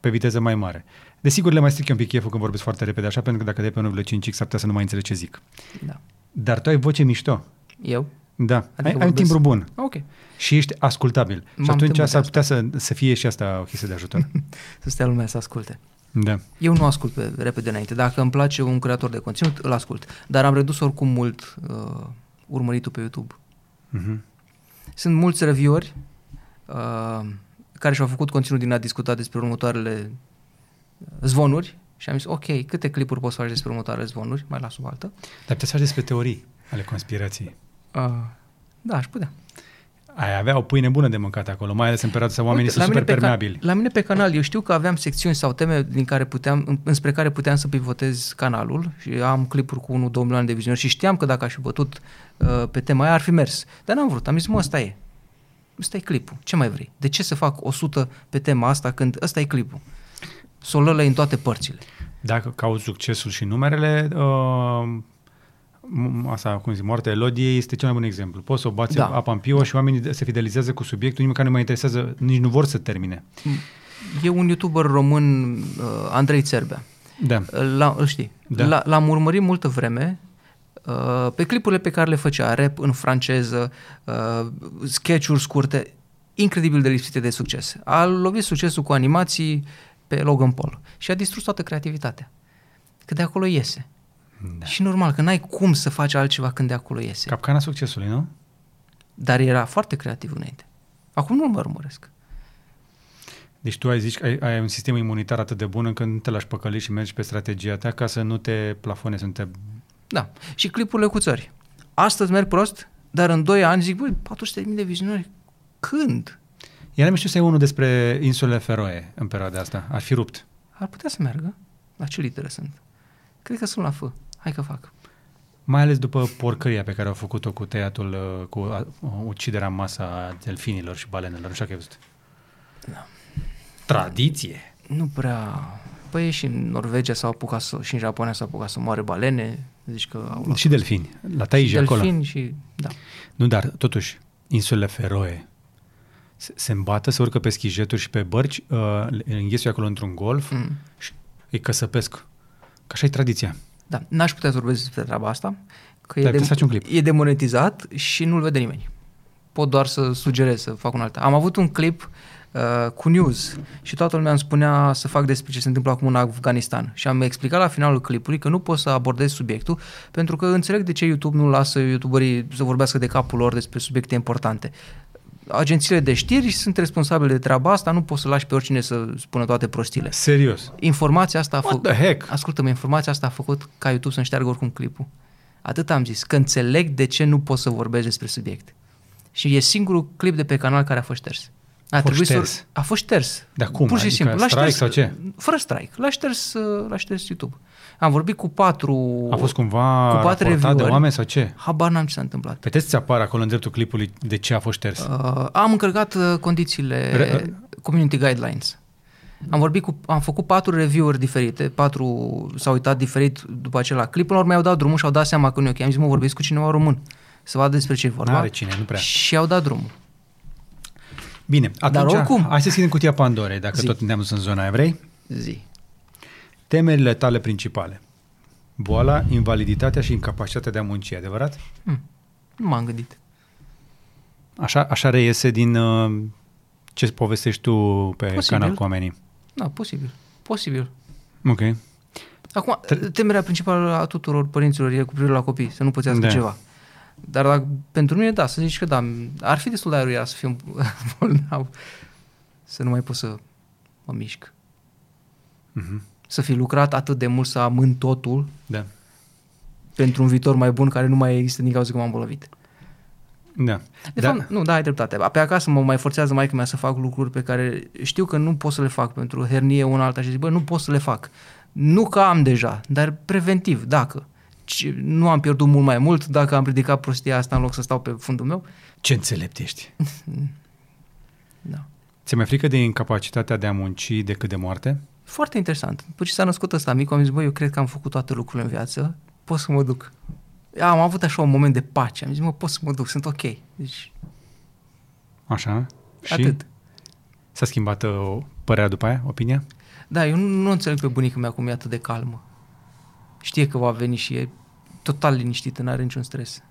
pe viteză mai mare. Desigur, le mai stric un pic cheful când vorbesc foarte repede așa, pentru că dacă dai pe 1,5X s-ar putea să nu mai înțeleg ce zic.
Da.
Dar tu ai voce mișto.
Eu?
Da, adică ai, vorbesc... ai un timbru bun.
Ok.
Și ești ascultabil. M-am și atunci s-ar putea să, să fie și asta o chestie de
<laughs>
ajutor.
să stea lumea să asculte.
Da.
Eu nu ascult pe repede înainte. Dacă îmi place un creator de conținut, îl ascult. Dar am redus oricum mult uh, urmăritul pe YouTube.
Uh-huh.
Sunt mulți reviori uh, care și-au făcut conținut din a discuta despre următoarele zvonuri și am zis, ok, câte clipuri poți face despre următoarele zvonuri? Mai las o altă.
Dar puteți să faci despre teorii ale conspirației.
Uh, da, aș putea.
Ai avea o pâine bună de mâncat acolo, mai ales în perioada asta oamenii
Uite,
sunt super
pe ca-
permeabili.
la mine pe canal, eu știu că aveam secțiuni sau teme din care puteam, în- înspre care puteam să pivotez canalul și am clipuri cu 1-2 milioane de vizionări și știam că dacă aș fi bătut uh, pe tema aia ar fi mers. Dar n-am vrut, am zis, mă, asta e. Ăsta e clipul. Ce mai vrei? De ce să fac 100 pe tema asta când ăsta e clipul? Să o lălăi în toate părțile.
Dacă cauți succesul și numerele, uh, m- asta, cum zic, moartea Elodiei este cel mai bun exemplu. Poți să o bați
Da.
da. apa în piuă și oamenii se fidelizează cu subiectul, nimic care nu mai interesează, nici nu vor să termine.
E un youtuber român, uh, Andrei Țerbea.
Da.
La, îl știi.
Da.
La, l-am urmărit multă vreme uh, pe clipurile pe care le făcea, rap în franceză, uh, sketch-uri scurte, incredibil de lipsite de succes. A lovit succesul cu animații pe Logan Paul și a distrus toată creativitatea. Că de acolo iese. Da. Și normal, că n-ai cum să faci altceva când de acolo iese. Cap.
Capcana succesului, nu?
Dar era foarte creativ înainte. Acum nu mă urmăresc.
Deci tu ai zis că ai, ai un sistem imunitar atât de bun încât nu te lași păcăli și mergi pe strategia ta ca să nu te plafonezi, să nu te...
Da. Și clipurile cu țări. Astăzi merg prost, dar în 2 ani zic, băi, 400.000 de vizionări. Când?
Iar mi știu să ai unul despre insulele Feroe în perioada asta. Ar fi rupt.
Ar putea să meargă. La ce litere sunt? Cred că sunt la F. Hai că fac.
Mai ales după porcăria pe care au făcut-o cu tăiatul, uh, cu a- uciderea în masă a delfinilor și balenelor. Nu știu că ai văzut.
Da.
Tradiție.
Nu prea... Păi și în Norvegia s-au apucat să, și în Japonia s-au apucat să moare balene. Zici că au luat
Și delfini. La Taiji, acolo.
delfini Da. și... Da.
Nu, dar totuși, insulele Feroe se, se îmbată, se urcă pe schijeturi și pe bărci, uh, le înghesuie acolo într-un golf mm. și îi căsăpesc. Că așa e tradiția.
Da. N-aș putea să vorbesc despre treaba asta. Că
Dar
e, de,
puteți să faci un clip.
e demonetizat și nu-l vede nimeni. Pot doar să sugerez să fac un alta. Am avut un clip uh, cu news și toată lumea îmi spunea să fac despre ce se întâmplă acum în Afganistan. Și am explicat la finalul clipului că nu pot să abordez subiectul pentru că înțeleg de ce YouTube nu lasă youtuberii să vorbească de capul lor despre subiecte importante. Agențiile de știri sunt responsabile de treaba asta, nu poți să lași pe oricine să spună toate prostiile.
Serios.
Informația asta a
What
făcut...
the heck?
Ascultă-mă, informația asta a făcut ca YouTube să-mi șteargă oricum clipul. Atât am zis, că înțeleg de ce nu pot să vorbesc despre subiect. Și e singurul clip de pe canal care a fost șters. A, trebuit Să,
șters.
a fost șters.
Dar cum?
Pur și
Adică
simplu. L-a
strike
șters,
sau ce?
Fără strike. L-a șters, uh, l-a șters YouTube. Am vorbit cu patru...
A fost cumva
cu patru
raportat de
review-ori.
oameni sau ce?
Habar n-am ce s-a întâmplat.
Puteți să apar acolo în dreptul clipului de ce a fost șters. Uh,
Uh, am încărcat uh, condițiile
Re-
Community Guidelines. Am vorbit cu, am făcut patru review-uri diferite, patru s-au uitat diferit după acela clip, până la urmă au dat drumul și au dat seama că nu e ok. Am zis, mă, vorbesc cu cineva român, să vadă despre ce e vorba.
N-are cine, nu prea.
Și au dat drumul.
Bine, atunci
oricum-
hai să schimb cutia Pandorei, dacă
Zi.
Zi. tot ne-am dus în zona aia, vrei?
Zi.
Temerile tale principale. Boala, invaliditatea și incapacitatea de a munci, e adevărat?
Hm. Nu m-am gândit.
Așa, așa reiese din uh, ce povestești tu pe
Posibil.
Posibil. canal cu oamenii.
Da, posibil. Posibil.
Ok.
Acum, temerea principală a tuturor părinților e cu privire la copii, să nu pățească
Da.
ceva. Dar dacă, pentru mine, da, să zici că da, ar fi destul de aeria să fiu <laughs> bolnav, să nu mai pot să mă mișc.
Mhm.
Să fi lucrat atât de mult să amân totul
Da.
pentru un viitor mai bun care nu mai există din cauza că m-am bolnavit.
Da. da.
De da. fapt, nu, da, ai dreptate. Pe acasă mă mai forțează maica mea să fac lucruri pe care știu că nu pot să le fac pentru hernie una alta și zic, bă, nu pot să le fac. Nu că am deja, dar preventiv, dacă. Ci- Nu am pierdut mult mai mult dacă am ridicat prostia asta în loc să stau pe fundul meu.
Ce înțelept
<laughs>
ești?
Da.
Ți-e mai frică de incapacitatea de a munci decât de moarte?
Foarte interesant. După ce s-a născut ăsta mic, am zis, băi, eu cred că am făcut toate lucrurile în viață, pot să mă duc. Am avut așa un moment de pace, am zis, mă, pot să mă duc, sunt ok. Deci,
Așa?
și? atât.
S-a schimbat uh, părerea după aia, opinia?
Da, eu nu, nu înțeleg pe bunica mea cum e atât de calmă. Știe că va veni și e total liniștită, n-are niciun stres.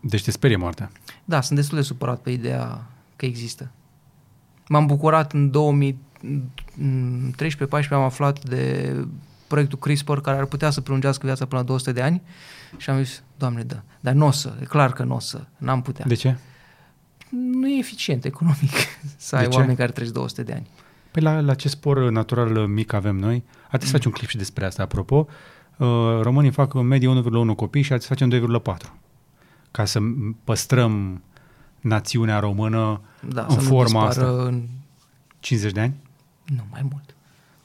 Deci te sperie moartea.
Da, sunt destul de supărat pe ideea că există. M-am bucurat în 2013-14 am aflat de proiectul CRISPR care ar putea să prelungească viața până la 200 de ani și am zis, Doamne, da, dar nu o să, e clar că nu o să, n-am putea.
De ce?
nu e eficient economic <laughs> să
De
ai
ce?
oameni care trăiesc 200 de ani.
Păi la, la ce spor natural uh, mic avem noi, ați
Mm.
să faci un clip și despre asta, apropo, uh, românii fac în medie 1,1 copii și ați să facem 2,4. Ca să m- păstrăm națiunea română
Da,
în
să
forma
nu
asta.
dispară În,
50 de ani?
nu, mai mult.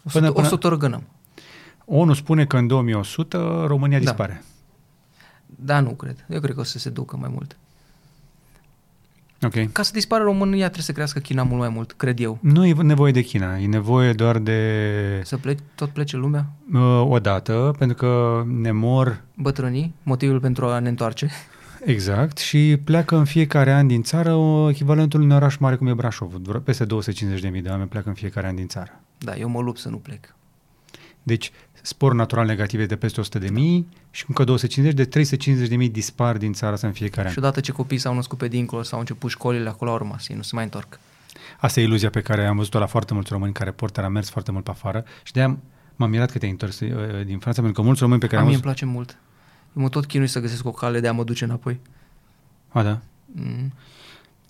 O să,
Până-
până,
până-
o să tărgănăm.
ONU spune că în 2100 România
Da.
dispare.
Da, nu cred. Eu cred că o să se ducă mai mult.
Ok.
Ca să dispară România trebuie să crească China mult mai mult, cred eu.
Nu e nevoie de China, e nevoie doar de
Să plec, tot plece lumea,
uh, o dată, pentru că ne mor
bătrânii, motivul pentru a ne întoarce.
Exact, și pleacă în fiecare an din țară o- echivalentul unui oraș mare cum e Brașov. Vreo- Peste 250.000 de oameni pleacă în fiecare an din țară.
Da, eu mă lupt să nu plec.
Deci, spor natural negativ e de peste 100.000 și încă 250 de 350.000 dispar din țara asta în fiecare an.
Și odată ce copiii s-au născut pe dincolo, s-au început școlile, acolo au rămas, ei nu se mai întorc.
Asta e iluzia pe care am văzut-o la foarte mulți români care portă, a mers foarte mult pe afară și de-aia m-am mirat că te-ai întors uh, din Franța, pentru că mulți români pe care
A
am
mie îmi
văzut...
place mult. Eu mă tot chinui să găsesc o cale de a mă duce înapoi.
A, da.
Mm.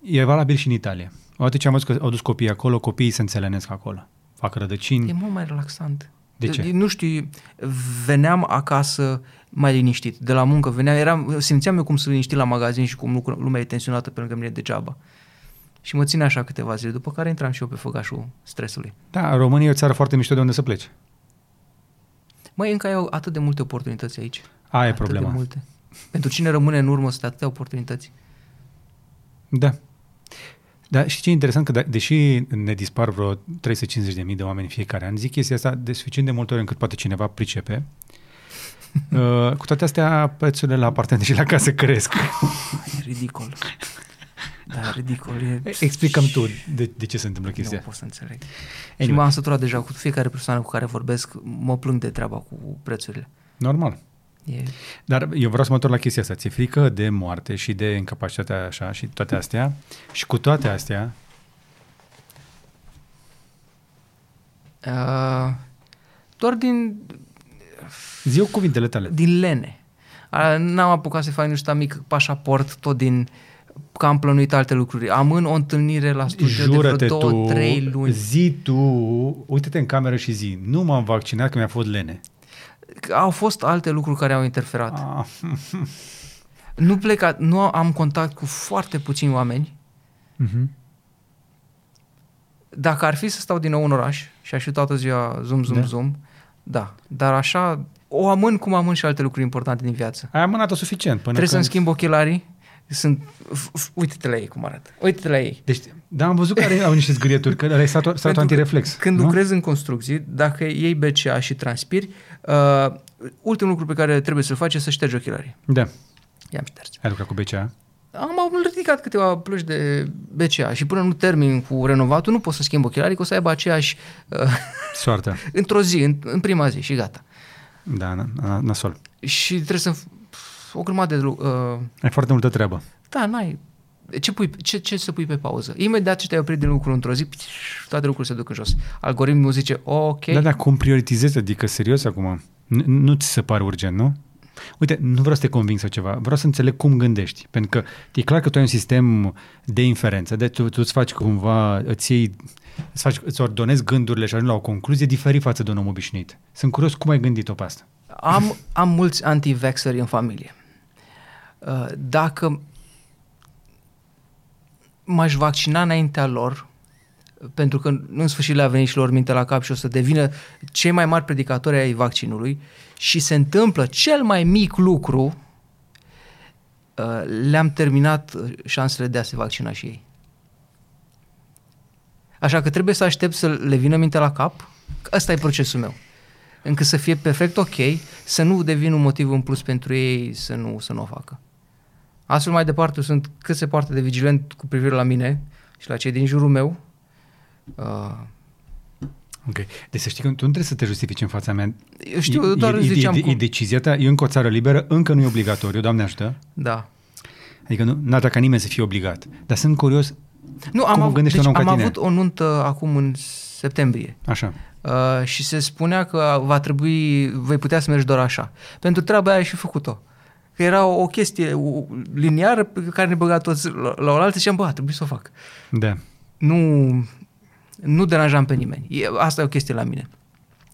E valabil și în Italia. Odată ce am văzut că au dus copiii acolo, copiii se înțelenesc acolo. Fac rădăcini.
E mult mai relaxant.
Mm. De ce?
Nu știu, veneam acasă mai liniștit, de la muncă veneam, eram, simțeam eu cum sunt liniștit la magazin și cum lucru- lumea e tensionată pe lângă mine degeaba. Și mă ține așa câteva zile, după care intram și eu pe făgașul stresului.
Da, România e o țară foarte mișto de unde să pleci.
Mai încă ai atât de multe oportunități aici.
Aia e
Atât de
problema.
multe. Pentru cine rămâne în urmă sunt atâtea oportunități.
Da. Dar știi ce e interesant? Că de- deși ne dispar vreo 350.000 de oameni în fiecare an, zic chestia asta de suficient de multe ori încât poate cineva
<laughs>
pricepe. Uh, cu toate astea, prețurile la apartamente și la casă
<laughs>
cresc.
E ridicol. Da, ridicol. E...
Explicăm tu de, de ce se întâmplă chestia.
Nu pot să înțeleg. Și
Anyway.
m-am săturat deja cu fiecare persoană cu care vorbesc, mă plâng de treaba cu prețurile.
Normal.
E...
Dar eu vreau să mă întorc la chestia asta. Ți-e frică de moarte și de incapacitatea așa și toate astea. Și cu toate astea,
Uh, doar din,
zi eu cuvintele tale.
din lene. A, N-am apucat să fac niște mic pașaport tot din că am plănuit alte lucruri. Am în o întâlnire la studiu de
Jură-te
vreo
tu,
două, trei luni.
zi tu, uite-te în cameră și zi, nu m-am vaccinat că mi-a fost lene.
Au fost alte lucruri care au interferat.
Ah,
Nu pleca, nu am contact cu foarte puțini oameni.
mhm.
Dacă ar fi să stau din nou în oraș și aș fi toată ziua zoom, zoom,
Da.
da. zoom, da. Dar așa o amân cum amân și alte lucruri importante din viață.
Ai amânat-o suficient până
Trebuie
când...
să-mi schimb ochelarii. Sunt... f- f- Uite-te la ei cum arată. Uite-te la ei.
Deci, da, am văzut că are, au niște zgârieturi, că ai stat, stat
Pentru că
antireflex.
Când
nu?
lucrezi în construcții, dacă iei BCA și transpiri, uh, ultimul lucru pe care trebuie să-l faci e să ștergi ochelarii.
Da,
I-am șters.
ai lucrat cu BCA.
Am am ridicat câteva pluși de BCA și până nu termin cu renovatul, nu pot să schimb ochelarii, că o să aibă aceeași... Uh, <laughs>
Soartă.
într-o zi, în, în prima zi și gata.
Da, na, na, nasol.
Și trebuie să... f- O grămadă de... lu- Uh,
Ai foarte multă treabă.
Da, n-ai. Ce, pui, ce, ce să pui pe pauză? Imediat ce te-ai oprit din lucru într-o zi, toate lucrurile se duc în jos. Algoritmul zice, ok,
Okay. Da, dar cum prioritizezi? Adică, serios acum, nu, nu ți se pare urgent, nu? Uite, nu vreau să te conving sau ceva, vreau să înțeleg cum gândești, pentru că e clar că tu ai un sistem de inferență, de tu, tu îți faci cumva, îți, iei, îți, faci, îți ordonezi gândurile și ajungi la o concluzie diferit față de un om obișnuit. Sunt curios cum ai gândit-o pe asta.
am, am mulți anti în familie. Uh, Dacă m-aș vaccina înaintea lor, pentru că în sfârșit le-a venit și lor minte la cap și o să devină cei mai mari predicatori ai vaccinului și se întâmplă cel mai mic lucru, uh, le-am terminat uh, șansele de a se vaccina și ei. Așa că trebuie să aștept să le vină mintea la cap. Ăsta e procesul meu. Încât să fie perfect ok, să nu devin un motiv în plus pentru ei să nu, să nu o facă. Astfel mai departe sunt cât se poate de vigilent cu privire la mine și la cei din jurul meu. Uh,
Ok. Deci să știi că tu nu trebuie să te justifici în fața mea.
eu știu, doar
e,
îți ziceam
e, e,
cum.
e decizia ta, e încă o țară liberă, încă nu e obligatoriu, Doamne ajută.
Da.
Adică nu n-ar ca nimeni să fie obligat. Dar sunt curios,
Nu,
Cum
am, avut,
gândește
deci,
un om
am
ca tine?
avut o nuntă acum în septembrie.
așa,
Uh, și se spunea că va trebui, vei putea să mergi doar așa. Pentru treaba aia ai și făcut-o. că era o o chestie o- liniară pe care ne băga toți la, la oaltă și am băgat, trebuie să o fac.
Da.
Nu, nu deranjam pe nimeni. E, asta e o chestie la mine.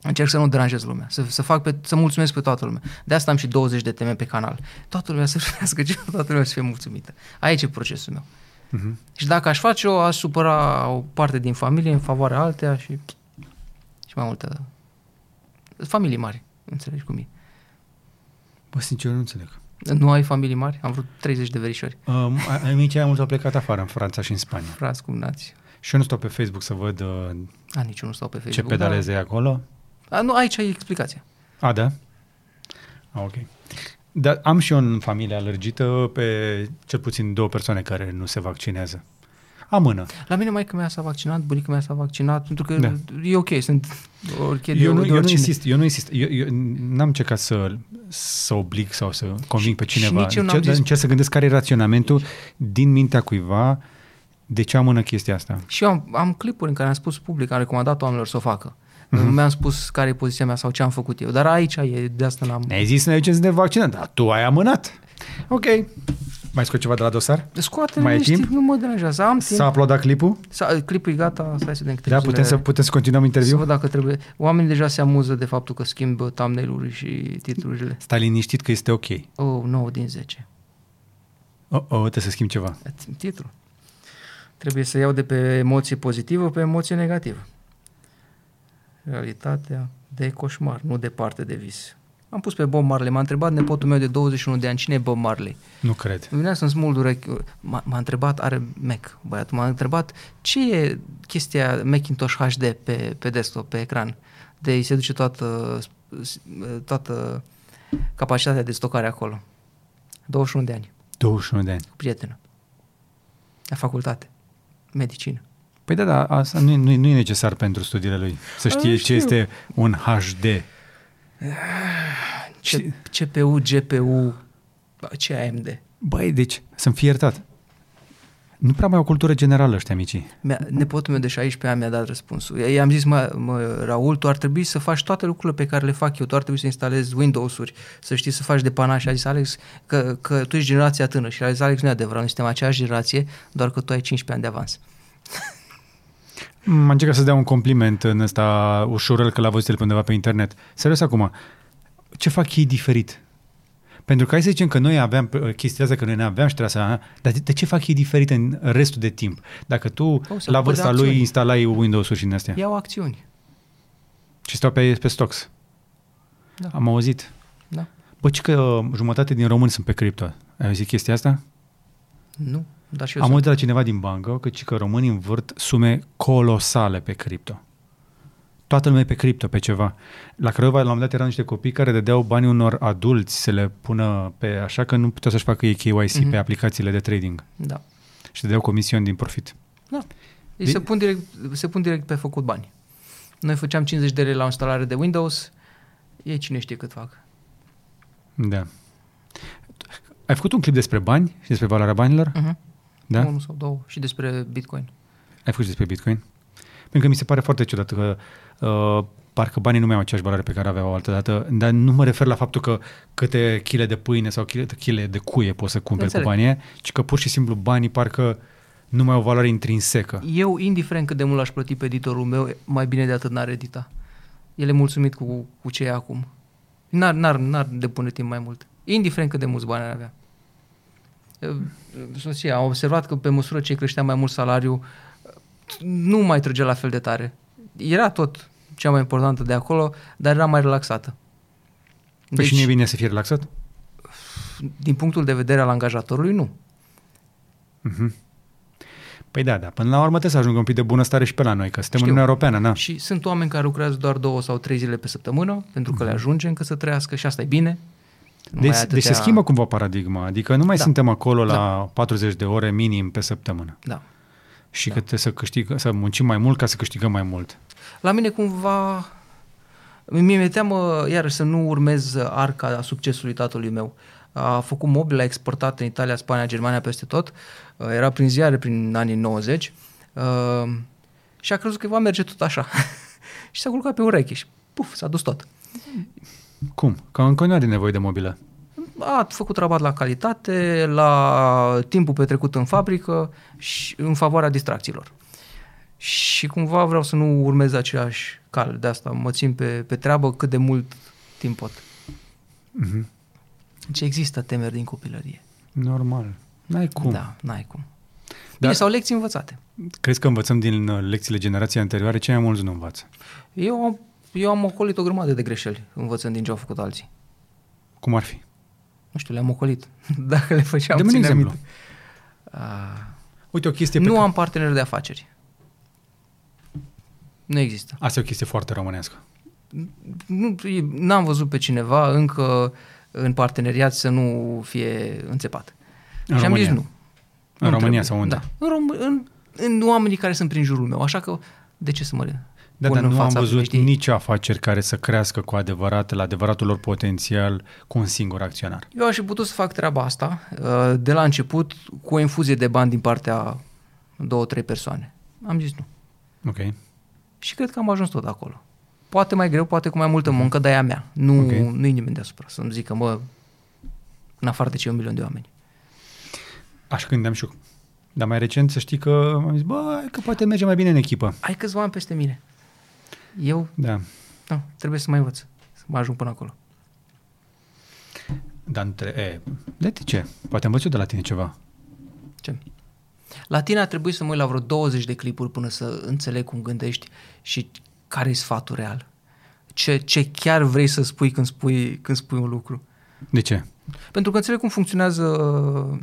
Încerc să nu deranjez lumea, să, să, fac pe, să mulțumesc pe toată lumea. De asta am și 20 de teme pe canal. Toată lumea să <laughs> primească ceva, toată lumea să fie mulțumită. Aici e procesul meu.
Mhm.
Și dacă aș face-o, aș supăra o parte din familie în favoarea alteia și, și mai multe. Familii mari, înțelegi cum e.
Bă, sincer, nu înțeleg.
Nu ai familii mari? Am vrut 30 de verișori.
Um, amici ai mulți au plecat afară, în Franța și în Spania.
Frați cum nați.
Și eu nu stau pe Facebook să văd uh,
A, nici eu nu stau pe Facebook.
ce pedaleze e acolo.
Da. A, nu, aici e explicația.
A, da? A, ok. Dar am și eu în familie alergită pe cel puțin două persoane care nu se vaccinează. Amână.
La mine mai mea s-a vaccinat, bunica mea s-a vaccinat, pentru că
Da.
da. e ok, sunt orichet de,
eu, nu,
de
eu nu
oricine.
insist, eu nu insist. Eu, eu n-am încercat să, să oblig sau să conving pe
Și- și
cineva.
nici eu n-am
Încerc-
zis-
Încerc să gândesc care e raționamentul din mintea cuiva de ce amână chestia asta.
Și eu am, am clipuri în care am spus public, am recomandat oamenilor să o facă.
Mhm.
Nu Mi-am spus care e poziția mea sau ce am făcut eu, dar aici e, de asta n-am...
Ne-ai zis să ne ducem să ne vaccinăm, dar tu ai amânat. Ok. Mai scot ceva de la dosar?
scoate
Mai e
mai
timp?
nu mă deranjează, am timp.
S-a aplodat clipul?
Sa, uh, clipul e gata, stai să vedem câte
Da,
zile
putem să,
are.
putem să continuăm
să
interviul?
văd dacă trebuie. Oamenii deja se amuză de faptul că schimbă thumbnail-uri și titlurile.
Stai liniștit că este ok.
Oh, 9 din 10.
Oh, oh, trebuie să schimb ceva.
Titlu. Trebuie să iau de pe emoție pozitivă pe emoție negativă. Realitatea de coșmar, nu departe de vis. Am pus pe Bob Marley, m-a întrebat nepotul meu de 21 de ani, cine e Bob Marley?
Nu cred.
Îmi venea să-mi smuld urechiul. M-a, m-a întrebat, are Mac, băiatul, m-a întrebat ce e chestia Macintosh HD pe, pe desktop, pe ecran, de îi se duce toată, toată capacitatea de stocare acolo. 21 de ani,
21 de ani.
cu prietenă, la facultate, medicină.
Păi da, da, asta nu, e- nu, e- nu e necesar pentru studiile lui. Să știe ce
Ah, știu. Ah,
este un HD.
Ce, CPU, GPU, ce AMD.
Băi, deci, să-mi fie iertat. Nu prea mai au cultură generală ăștia amicii.
Mi-a, nepotul meu de 16 ani mi-a dat răspunsul. I- I-am zis, mă, mă, Raul, tu ar trebui să faci toate lucrurile pe care le fac eu, tu ar trebui să instalezi Windows-uri, să știi să faci de pana și a zis, Alex, că, că tu ești generația tânără și a zis, Alex, nu e adevărat, noi suntem aceeași generație, doar că tu ai 15 ani de avans.
M-a încercat să dea un compliment în ăsta ușurel că l-a văzut el pe undeva pe internet. Serios acum, ce fac ei diferit? Pentru că hai să zicem că noi aveam uh, chestia asta, că noi ne aveam și trebuia să... Dar de- de ce fac ei diferit în restul de timp? Dacă tu,
să
la
vadă
vârsta lui,
acțiuni.
instalai Windows-uri și din astea.
Iau acțiuni.
Și stau pe, pe stocks.
Da.
Am auzit.
Da?
Bă, ce că uh, jumătate din români sunt pe cripto. Ai auzit chestia asta?
Nu? Dar și eu
Am auzit
sunt.
de la cineva din bancă că, ci că românii învârt sume colosale pe cripto. Toată lumea e pe cripto, pe ceva. La Craiova, la un moment dat, erau niște copii care dădeau bani unor adulți să le pună pe așa că nu puteau să-și facă ei KYC mm-hmm.
Mhm.
pe aplicațiile de trading
Da.
și dădeau comisiuni din profit.
Da.
Bine.
Ei se pun, direct, se pun direct pe făcut bani. Noi făceam 50 de lei la o instalare de Windows, ei cine știe cât fac.
Da. Ai făcut un clip despre bani și despre valoarea banilor?
Uh-huh.
Da?
Unul sau două. Și despre Bitcoin.
Ai făcut și despre Bitcoin? Pentru că mi se pare foarte ciudat că uh, parcă banii nu mai au aceeași valoare pe care aveau altă dată, dar nu mă refer la faptul că câte chile de pâine sau chile, chile de cuie poți să cumperi cu
Înțeleg.
banii aia, ci că pur și simplu banii parcă nu mai au valoare intrinsecă.
Eu, indiferent cât de mult aș plăti pe editorul meu, mai bine de atât n-ar edita. El e mulțumit cu, cu ce e acum. N-ar, n-ar, n-ar depune timp mai mult. Indiferent cât de mulți bani ar avea. Eu, Soția, am observat că pe măsură ce creștea mai mult salariul, nu mai trăgea la fel de tare. Era tot cea mai importantă de acolo, dar era mai relaxată.
Păi deci, și nu e bine să fie relaxat?
din punctul de vedere al angajatorului, nu.
Uh-huh. Păi da, da, până la urmă trebuie să ajungă un pic de bunăstare și pe la noi, că suntem
Știu.
în Uniunea Europeană, na.
Și sunt oameni care lucrează doar două sau trei zile pe săptămână, pentru că le ajunge încă să trăiască și asta e bine.
Da.
Nu mai
Deci,
ai atâtea-
deci se schimbă cumva paradigma, adică nu mai da.
Da.
suntem acolo la da. 40 de ore minim pe săptămână
Da.
și da.
Da.
că trebuie să, câștig, să muncim mai mult ca să câștigăm mai mult.
La mine cumva... Mie mi-e teamă, iarăși, să nu urmez arca a succesului tatălui meu. A făcut mobil, a exportat în Italia, Spania, Germania, peste tot. Uh, Era prin ziare prin anii 90. Uh, Și a crezut că va merge tot așa. <laughs> și s-a culcat pe ureche și puf, s-a dus tot.
Cum? Că încă nu are nevoie de mobilă.
a făcut rabat la calitate, la timpul petrecut în fabrică și în favoarea distracțiilor. Și cumva vreau să nu urmez aceeași cal, de asta mă țin pe, pe treabă cât de mult timp pot.
Mhm.
Deci există temeri din copilărie.
Normal. N-ai cum.
Da, n-ai cum. Bine,
Dar-
sau lecții învățate.
Crezi că învățăm din uh, lecțiile generației anterioare? Cei mai mulți nu învață.
Eu am, eu am ocolit o grămadă de greșeli învățând din ce au făcut alții.
Cum ar fi?
Nu știu, le-am ocolit. <laughs> Dacă le făceam,
Dă-mi un
ține
exemplu.
minte. Ah,
Uite, o chestie pe
nu
care...
am parteneri de afaceri. Nu există.
Asta e o chestie foarte românească.
Nu, e- n-am văzut pe cineva încă în parteneriat să nu fie înțepat.
În
și am
România.
zis nu.
În
Nu
România
trebuie.
sau unde?
Da. În, rom- în, în oamenii care sunt prin jurul meu, așa că de ce să mă
Da,
pun
dar
în
nu am
fața
văzut
privejdiei?
nici afaceri care să crească cu adevărat, la adevăratul lor potențial, cu un singur acționar.
Eu aș fi putut să fac treaba asta uh, de la început cu o infuzie de bani din partea două, trei persoane. Am zis nu.
Ok.
Și cred că am ajuns tot acolo. Poate mai greu, poate cu mai multă muncă, dar e a mea. Nu,
Ok.
okay. nu e nimeni deasupra să-mi zică, mă, în afară de cei un milion de oameni.
Așa gândeam și eu. Dar mai recent să știi că am zis, bă, că poate merge mai bine în echipă.
Ai câțiva ani peste mine. Eu,
Da.
nu, trebuie să mai învăț, să mai ajung până acolo.
Dar între... E, de ce? Poate învăț eu de la tine ceva.
Ce? La tine a trebuit să mă uit la vreo 20 de clipuri până să înțeleg cum gândești și care e sfatul real. Ce, ce chiar vrei să spui când spui, când spui un lucru.
De ce?
Pentru că înțeleg cum funcționează uh,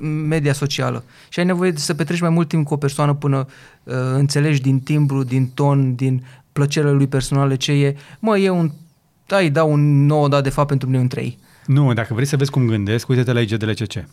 media socială și ai nevoie de să petreci mai mult timp cu o persoană până uh, înțelegi din timbru, din ton, din plăcerile lui personale ce e. Mă, e un... Da, îi dau un 9, dar de fapt pentru mine e un 3.
Nu, dacă vrei să vezi cum gândesc, uite-te la IGDLCC.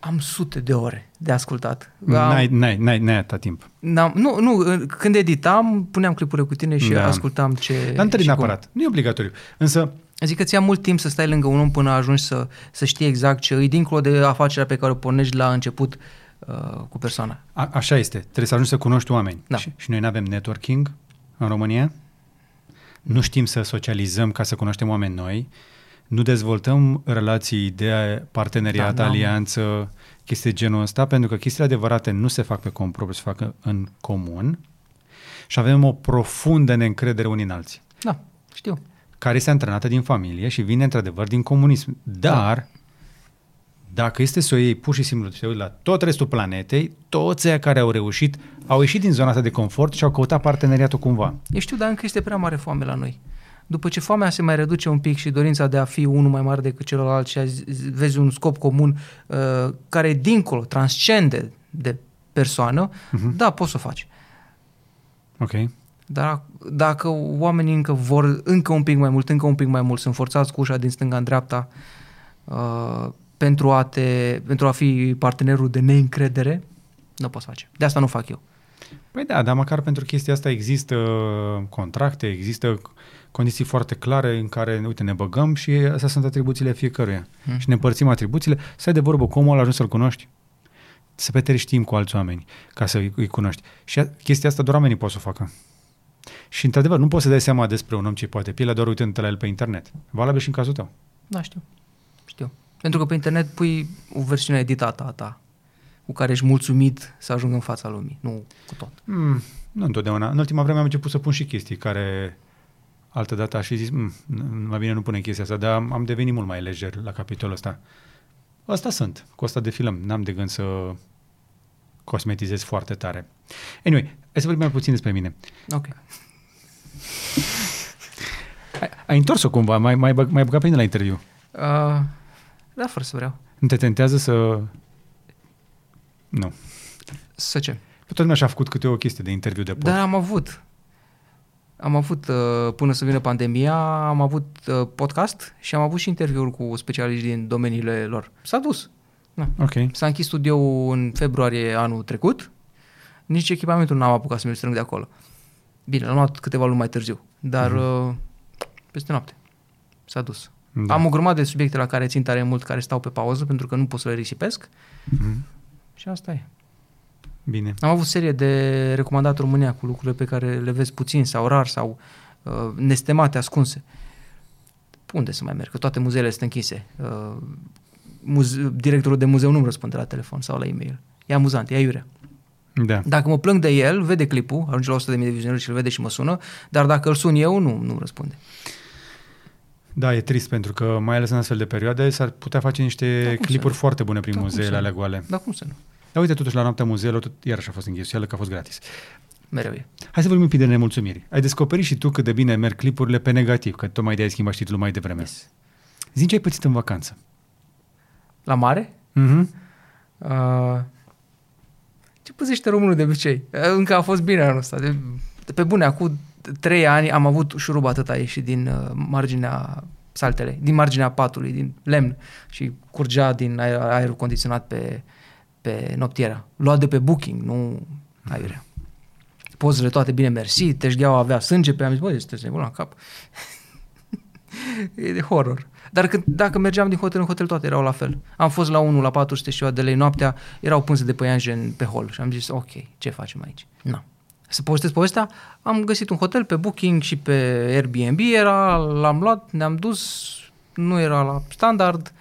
Am sute de ore de ascultat.
N-ai, n-ai, n-ai, n-ai atâta timp.
N-am, nu, nu, când editam, puneam clipurile cu tine și
Da.
da. ascultam ce...
Dar nu trebuie
și cum.
neapărat. Nu e obligatoriu. Însă,
Zic că ți-a mult timp să stai lângă un om până ajungi să, să știi exact ce îi dincolo de afacerea pe care o pornești la început uh, cu persoana.
a, așa este. Trebuie să ajungi să cunoști oameni.
Da.
Și, și noi nu avem networking în România. Nu știm să socializăm ca să cunoaștem oameni noi. Nu dezvoltăm relații de parteneriat,
Da, n-am.
alianță, chestii de genul ăsta, pentru că chestiile adevărate nu se fac pe cont propriu, se fac în comun. Și avem o profundă neîncredere unii în alții.
Da, știu.
care este antrenată din familie și vine într-adevăr din comunism. Dar, dacă este să o iei pur și simplu, să te uiți la tot restul planetei, toți cei care au reușit au ieșit din zona asta de confort și au căutat parteneriatul cumva.
Eu știu, dar încă este prea mare foame la noi. După ce foamea se mai reduce un pic și dorința de a fi unul mai mare decât celălalt și a zi- zi- vezi un scop comun uh, care e dincolo, transcende de persoană, uh-huh. da, poți să o faci.
Ok?
Dar ac- dacă oamenii încă vor încă un pic mai mult, încă un pic mai mult, sunt forțați cu ușa din stânga în dreapta uh, pentru, a te, pentru a fi partenerul de neîncredere, nu poți face. De asta nu fac eu.
Păi da, dar măcar pentru chestia asta există contracte, există condiții foarte clare în care, uite, ne băgăm și astea sunt atribuțiile fiecăruia.
Mhm.
Și ne împărțim atribuțiile, să ai de vorbă cu omul ăla, ajuns să-l cunoști. Să petreci timp cu alți oameni ca să îi îi cunoști. Și a- chestia asta doar oamenii pot să o facă. Și într-adevăr, nu poți să dai seama despre un om ce poate pielea doar uitându-te la el pe internet. Valabil și în cazul tău.
Da, știu. Știu. Pentru că pe internet pui o versiune editată a ta cu care ești mulțumit să ajungă în fața lumii, nu cu tot.
Mm, nu întotdeauna. În ultima vreme am început să pun și chestii care altă dată aș fi zis, "Mm, n- mai bine nu punem chestia asta, dar am devenit mult mai lejer la capitolul ăsta. Asta sunt, cu asta defilăm. N-am de gând să cosmetizez foarte tare. Anyway, hai să vorbim mai puțin despre mine.
Ok.
Ai, ai întors-o cumva, mai, mai, băg, mai băgat pe mine la interviu.
Uh, da, fără să vreau.
Nu te tentează să... Nu.
Să ce?
Pe toată lumea și-a făcut câte o chestie de interviu de
Dar
da.
am avut. Am avut, uh, până să vină pandemia, am avut uh, podcast și am avut și interviuri cu specialiști din domeniile lor. Da. S-a dus. Na.
Ok.
S-a închis studioul în februarie anul trecut. Nici echipamentul n-am apucat să mi-l strâng de acolo. Bine, l-am luat câteva luni mai târziu, dar uh, peste noapte s-a dus.
Da.
Da. Am o grămadă de subiecte la care țin tare mult, care stau pe pauză pentru că nu pot să le risipesc
Mhm.
și asta e.
Bine.
Am avut serie de recomandat România cu lucrurile pe care le vezi puțin sau rar sau uh, nestemate, ascunse. unde să mai merg? Că toate muzeele sunt închise. Uh, muze- directorul de muzeu nu-mi răspunde la telefon sau la e-mail. E amuzant, e aiurea.
Da.
Dacă mă plâng de el, vede clipul, ajunge la 100.000 de vizionări și îl vede și mă sună, dar dacă îl sun eu, nu, nu răspunde.
Da, e trist pentru că mai ales în astfel de perioade s-ar putea face
Da,
niște
cum să
clipuri
nu?
foarte bune prin
Da, cum să
muzeele
nu?
alea goale.
Dar cum să nu?
Dar uite, totuși, la noaptea muzeelor, tot, iarăși a fost înghesuială că a fost gratis.
Mereu e.
Hai să vorbim un pic de nemulțumiri. Ai descoperit și tu cât de bine merg clipurile pe negativ, că tocmai de-aia ai schimbat și titlul mai devreme. Yes.
Yes.
Zi ce ai pățit în vacanță.
La mare?
Mm-hmm.
Mhm. Uh, ce păzește românul de obicei? Uh, Încă a fost bine anul ăsta. De, de pe bune, acum trei ani am avut șurub atâta ieșit din uh, marginea saltele, din marginea patului, din lemn și curgea din aer, aerul condiționat pe, pe noptiera. Luat de pe booking, nu aiurea. Pozele toate bine mersi, teșgheaua avea sânge pe ea, am zis, băi, sunteți nebun la cap. <laughs> E de horror. Dar când, dacă mergeam din hotel în hotel, toate erau la fel. Am fost la unul la 400 și ceva de lei noaptea, erau punse de păianjen pe hol și am zis, ok, ce facem aici? Nu. Să povestesc povestea, am găsit un hotel pe Booking și pe Airbnb, era, l-am luat, ne-am dus, nu era la standard,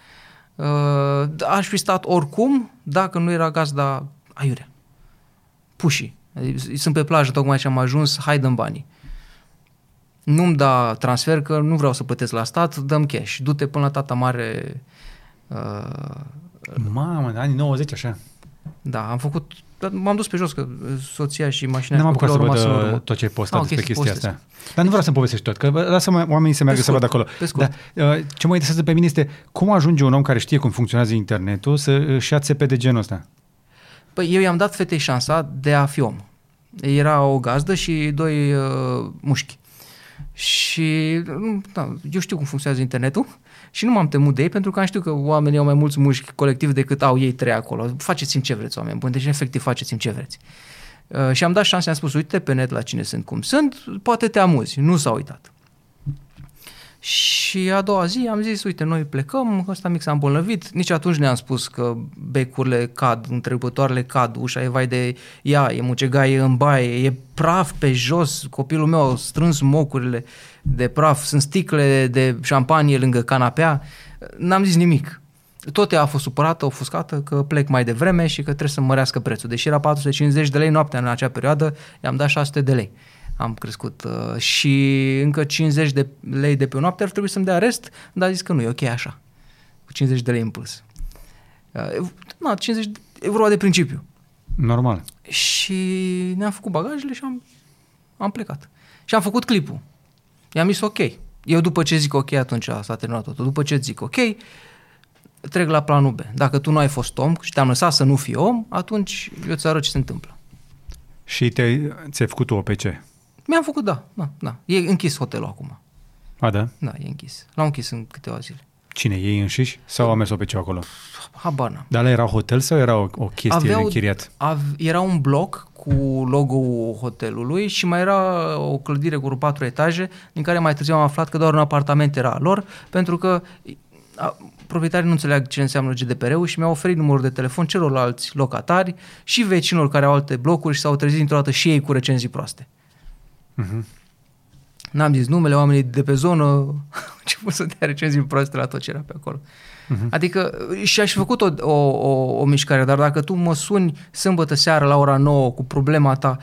uh, aș fi stat oricum dacă nu era gazda aiurea. Pușii. Adică Sunt pe plajă tocmai și am ajuns, hai dăm banii nu-mi da transfer că nu vreau să plătesc la stat, dăm cash. Du-te până la tata mare. Uh,
Mamă, în anii 90, așa.
da, am făcut, dar m-am dus pe jos că uh, soția și mașina
N-am
cu
apucat să
copilul
văd
au rămas în
uh,
urmă.
tot ce ai postat
Ah, ok,
despre
să
chestia
postez.
asta. Dar nu vreau să-mi povestești tot, că lasă mă- oamenii să meargă
Pe
să vadă
scurt,
acolo.
pe scurt.
Dar uh, ce mă interesează pe mine este cum ajunge un om care știe cum funcționează internetul să își ia țepe de genul ăsta.
Păi eu i-am dat fetei șansa de a fi om. Era o gazdă și doi uh, mușchi. Și nu, da, eu știu cum funcționează internetul și nu m-am temut de ei pentru că am știut că oamenii au mai mulți mușchi colectiv decât au ei trei acolo. Faceți-mi ce vreți, oameni buni, deci efectiv faceți-mi ce vreți. Uh, și am dat șanse, am spus, uite pe net la cine sunt, cum sunt, poate te amuzi. Nu s-a uitat. Și a doua zi am zis, uite, noi plecăm, ăsta mic s-a îmbolnăvit, nici atunci ne-am spus că becurile cad, întrebătoarele cad, ușa e vai de ea, e mucegaie în baie, e praf pe jos, copilul meu a strâns mocurile de praf, sunt sticle de șampanie lângă canapea, n-am zis nimic. Tot ea a fost supărată, ofuscată că plec mai devreme și că trebuie să mărească prețul. Deși era 450 de lei noaptea în acea perioadă, i-am dat 600 de lei am crescut uh, și încă 50 de lei de pe o noapte ar trebui să-mi dea rest, dar a zis că nu, e ok așa, cu 50 de lei în plus. Uh, na, 50, de- e vorba de principiu.
Normal.
Și ne-am făcut bagajele și am, am plecat. Și am făcut clipul. I-am zis ok. Eu după ce zic ok, atunci s-a terminat totul. După ce zic ok, trec la planul B. Dacă tu nu ai fost om și te-am lăsat să nu fii om, atunci eu ți arăt ce se întâmplă.
Și te, ți-ai făcut tu OPC.
Mi-am făcut, da, da, da. E închis hotelul acum.
A, da?
Da, e închis. L-au închis în câteva zile.
Cine, ei înșiși? Sau a mers OPC acolo?
Habar n-am.
Dar ăla era hotel sau era o, o chestie Aveau... închiriat?
Av, era un bloc cu logo-ul hotelului și mai era o clădire cu patru etaje, din care mai târziu am aflat că doar un apartament era al lor, pentru că a, proprietarii nu înțeleag ce înseamnă GDPR-ul și mi-au oferit numărul de telefon celorlalți locatari și vecinilor care au alte blocuri și s-au trezit dintr-o dată și ei cu recenzii proaste.
Mhm.
N-am zis numele, oamenii de pe zonă <laughs> au început să dea recenzii proaste la tot ce era pe acolo. Uh-huh. Adică și aș fi făcut o, o, o, o mișcare, dar dacă tu mă suni sâmbătă seară la ora 9 cu problema ta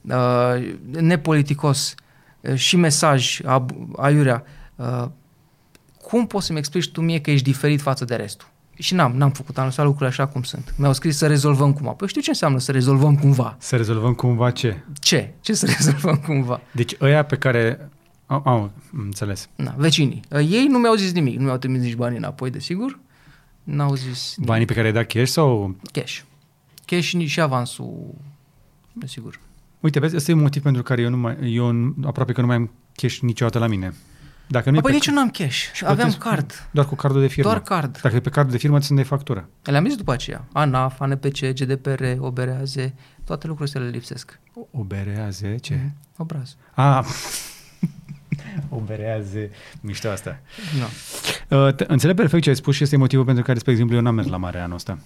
uh, nepoliticos uh, și mesaj ab, aiurea, uh, cum poți să-mi explici tu mie că ești diferit față de restul? Și n-am, n-am făcut, am lăsat lucrurile așa cum sunt. Mi-au scris să rezolvăm cumva. Păi știu ce înseamnă să rezolvăm cumva.
Să rezolvăm cumva ce?
Ce? Ce să <laughs> rezolvăm cumva?
Deci ăia pe care... Au, au înțeles.
Na, vecinii. Uh, Ei nu mi-au zis nimic, nu mi-au trimis nici banii înapoi, desigur. N-au zis nimic.
Banii pe care ai dat cash sau...
Cash. Cash și- și avansul, desigur.
Uite, vezi, ăsta e un motiv pentru care eu, nu mai, eu n- aproape că nu mai am cash niciodată la mine. Dacă nu e
Apoi
pe-
nici eu n-am cash. Și Aveam
plătesc
card.
Doar cu cardul de firmă.
Doar card.
Dacă e pe cardul de firmă, ți de factura.
Le-am zis după aceea. ANAF, ANPC, GDPR, OBRAZ, toate lucrurile astea le lipsesc.
O bere a
Mhm.
10?
Obraz.
A, <laughs> o bere a 10. Mișto asta.
No.
Uh, te- înțeleg perfect ce ai spus și este motivul pentru care, spre exemplu, eu n-am mers la mare anul ăsta.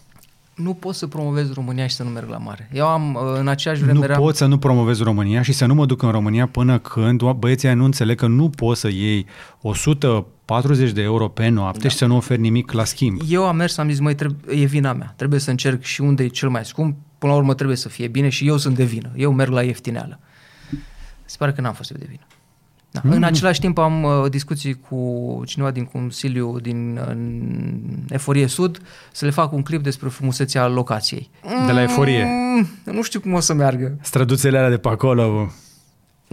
Nu pot să promovez România și să nu merg la mare. Eu am, uh, în aceeași vreme,
Nu
eram...
pot să nu promovez România și să nu mă duc în România până când o- băieții aia nu înțeleg că nu poți să iei 100 40 de euro pe noapte da. și să nu oferi nimic la schimb.
Eu am mers, am zis, măi, treb- e vina mea, trebuie să încerc și unde e cel mai scump, până la urmă trebuie să fie bine și eu sunt de vină, eu merg la ieftineală. Se pare că n-am fost eu de vină. Da. Mm. În același timp am uh, discuții cu cineva din Consiliu din uh, Eforie Sud să le fac un clip despre frumusețea locației.
De la Eforie.
Mm, nu știu cum o să meargă.
Străduțele alea de pe acolo. bă.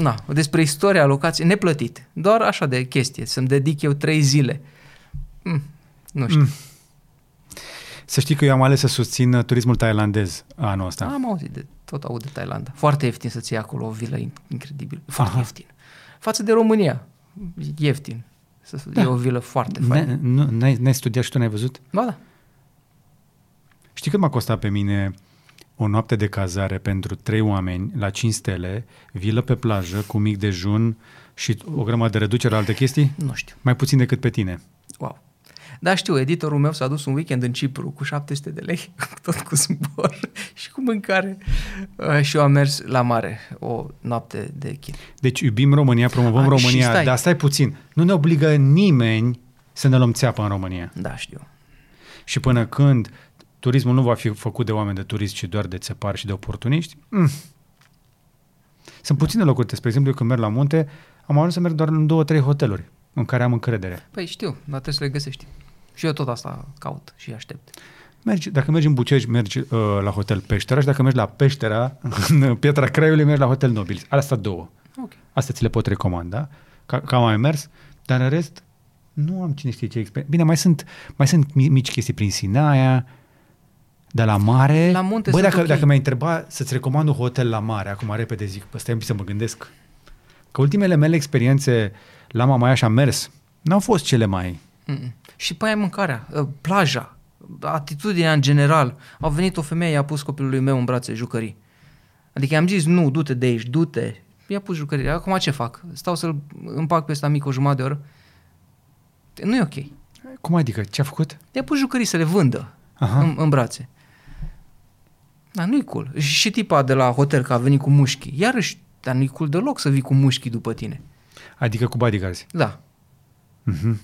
Na, despre istoria locației, neplătit. Doar așa de chestie, să-mi dedic eu trei zile. Mm, nu știu. Mm.
Să știi că eu am ales să susțin uh, turismul tailandez anul ăsta.
Am auzit de tot aud de Thailanda. Foarte ieftin să-ți iei acolo o vilă in- incredibil. Foarte
Aha.
ieftin. Față de România, ieftin. Să- E o vilă foarte faină.
Ne- nu- N-ai n-ai studiat și tu n-ai văzut?
Ba da.
Știi cât m-a costat pe mine o noapte de cazare pentru trei oameni la 5 stele, vilă pe plajă, cu mic dejun și o grămadă de reducere la alte chestii?
Nu știu.
Mai puțin decât pe tine.
Wow. Da, știu, editorul meu s-a dus un weekend în Cipru cu 700 de lei, <laughs> tot cu zbor <laughs> și cu mâncare. Uh, și eu am mers la mare o noapte de chin.
Deci iubim România, promovăm
A, Ah, și
România,
stai.
dar stai puțin. Nu ne obligă nimeni să ne luăm țeapă în România.
Da, știu.
Și până când turismul nu va fi făcut de oameni de turism, ci doar de țepari și de oportuniști, mm. sunt puține locuri. Spre exemplu, eu când merg la munte, am ajuns să merg doar în două, trei hoteluri în care am încredere.
Păi știu, dar trebuie să le găsești. Și eu tot asta caut și aștept.
Mergi, dacă mergi în Bucești, mergi uh, la hotel Peștera și dacă mergi la Peștera, <laughs> în Piatra Craiului, mergi la hotel Nobilis. Asta două.
Ok.
Astea ți le pot recomanda, ca, ca am mai mers, dar în rest nu am cine știe ce experiență. Bine, mai sunt, mai sunt mi- mici chestii prin Sinaia, de la mare.
La munte
Băi,
sunt
dacă,
ok.
dacă mi-ai întrebat să-ți recomand un hotel la mare, acum repede zic, păi, stai un pic să mă gândesc. Că ultimele mele experiențe la Mamaia și am mers, n-au fost cele mai...
Mm-mm. Și pe aia mâncarea, uh, plaja, atitudinea în general. Au venit o femeie, i-a pus copilului meu în brațe jucării. Adică i-am zis, nu, du-te de aici, du-te. I-a pus jucării. Acum ce fac? Stau să-l împac pe ăsta mic o jumătate de oră? Nu e ok.
Cum adică? Ce-a făcut?
I-a pus jucării să le vândă
Aha.
în, în brațe. Dar nu-i cool. Și, și tipa de la hotel, că a venit cu mușchi. Iarăși, dar nu-i cool deloc să vii cu mușchi după tine.
Adică cu bodyguards.
Da.
Mhm.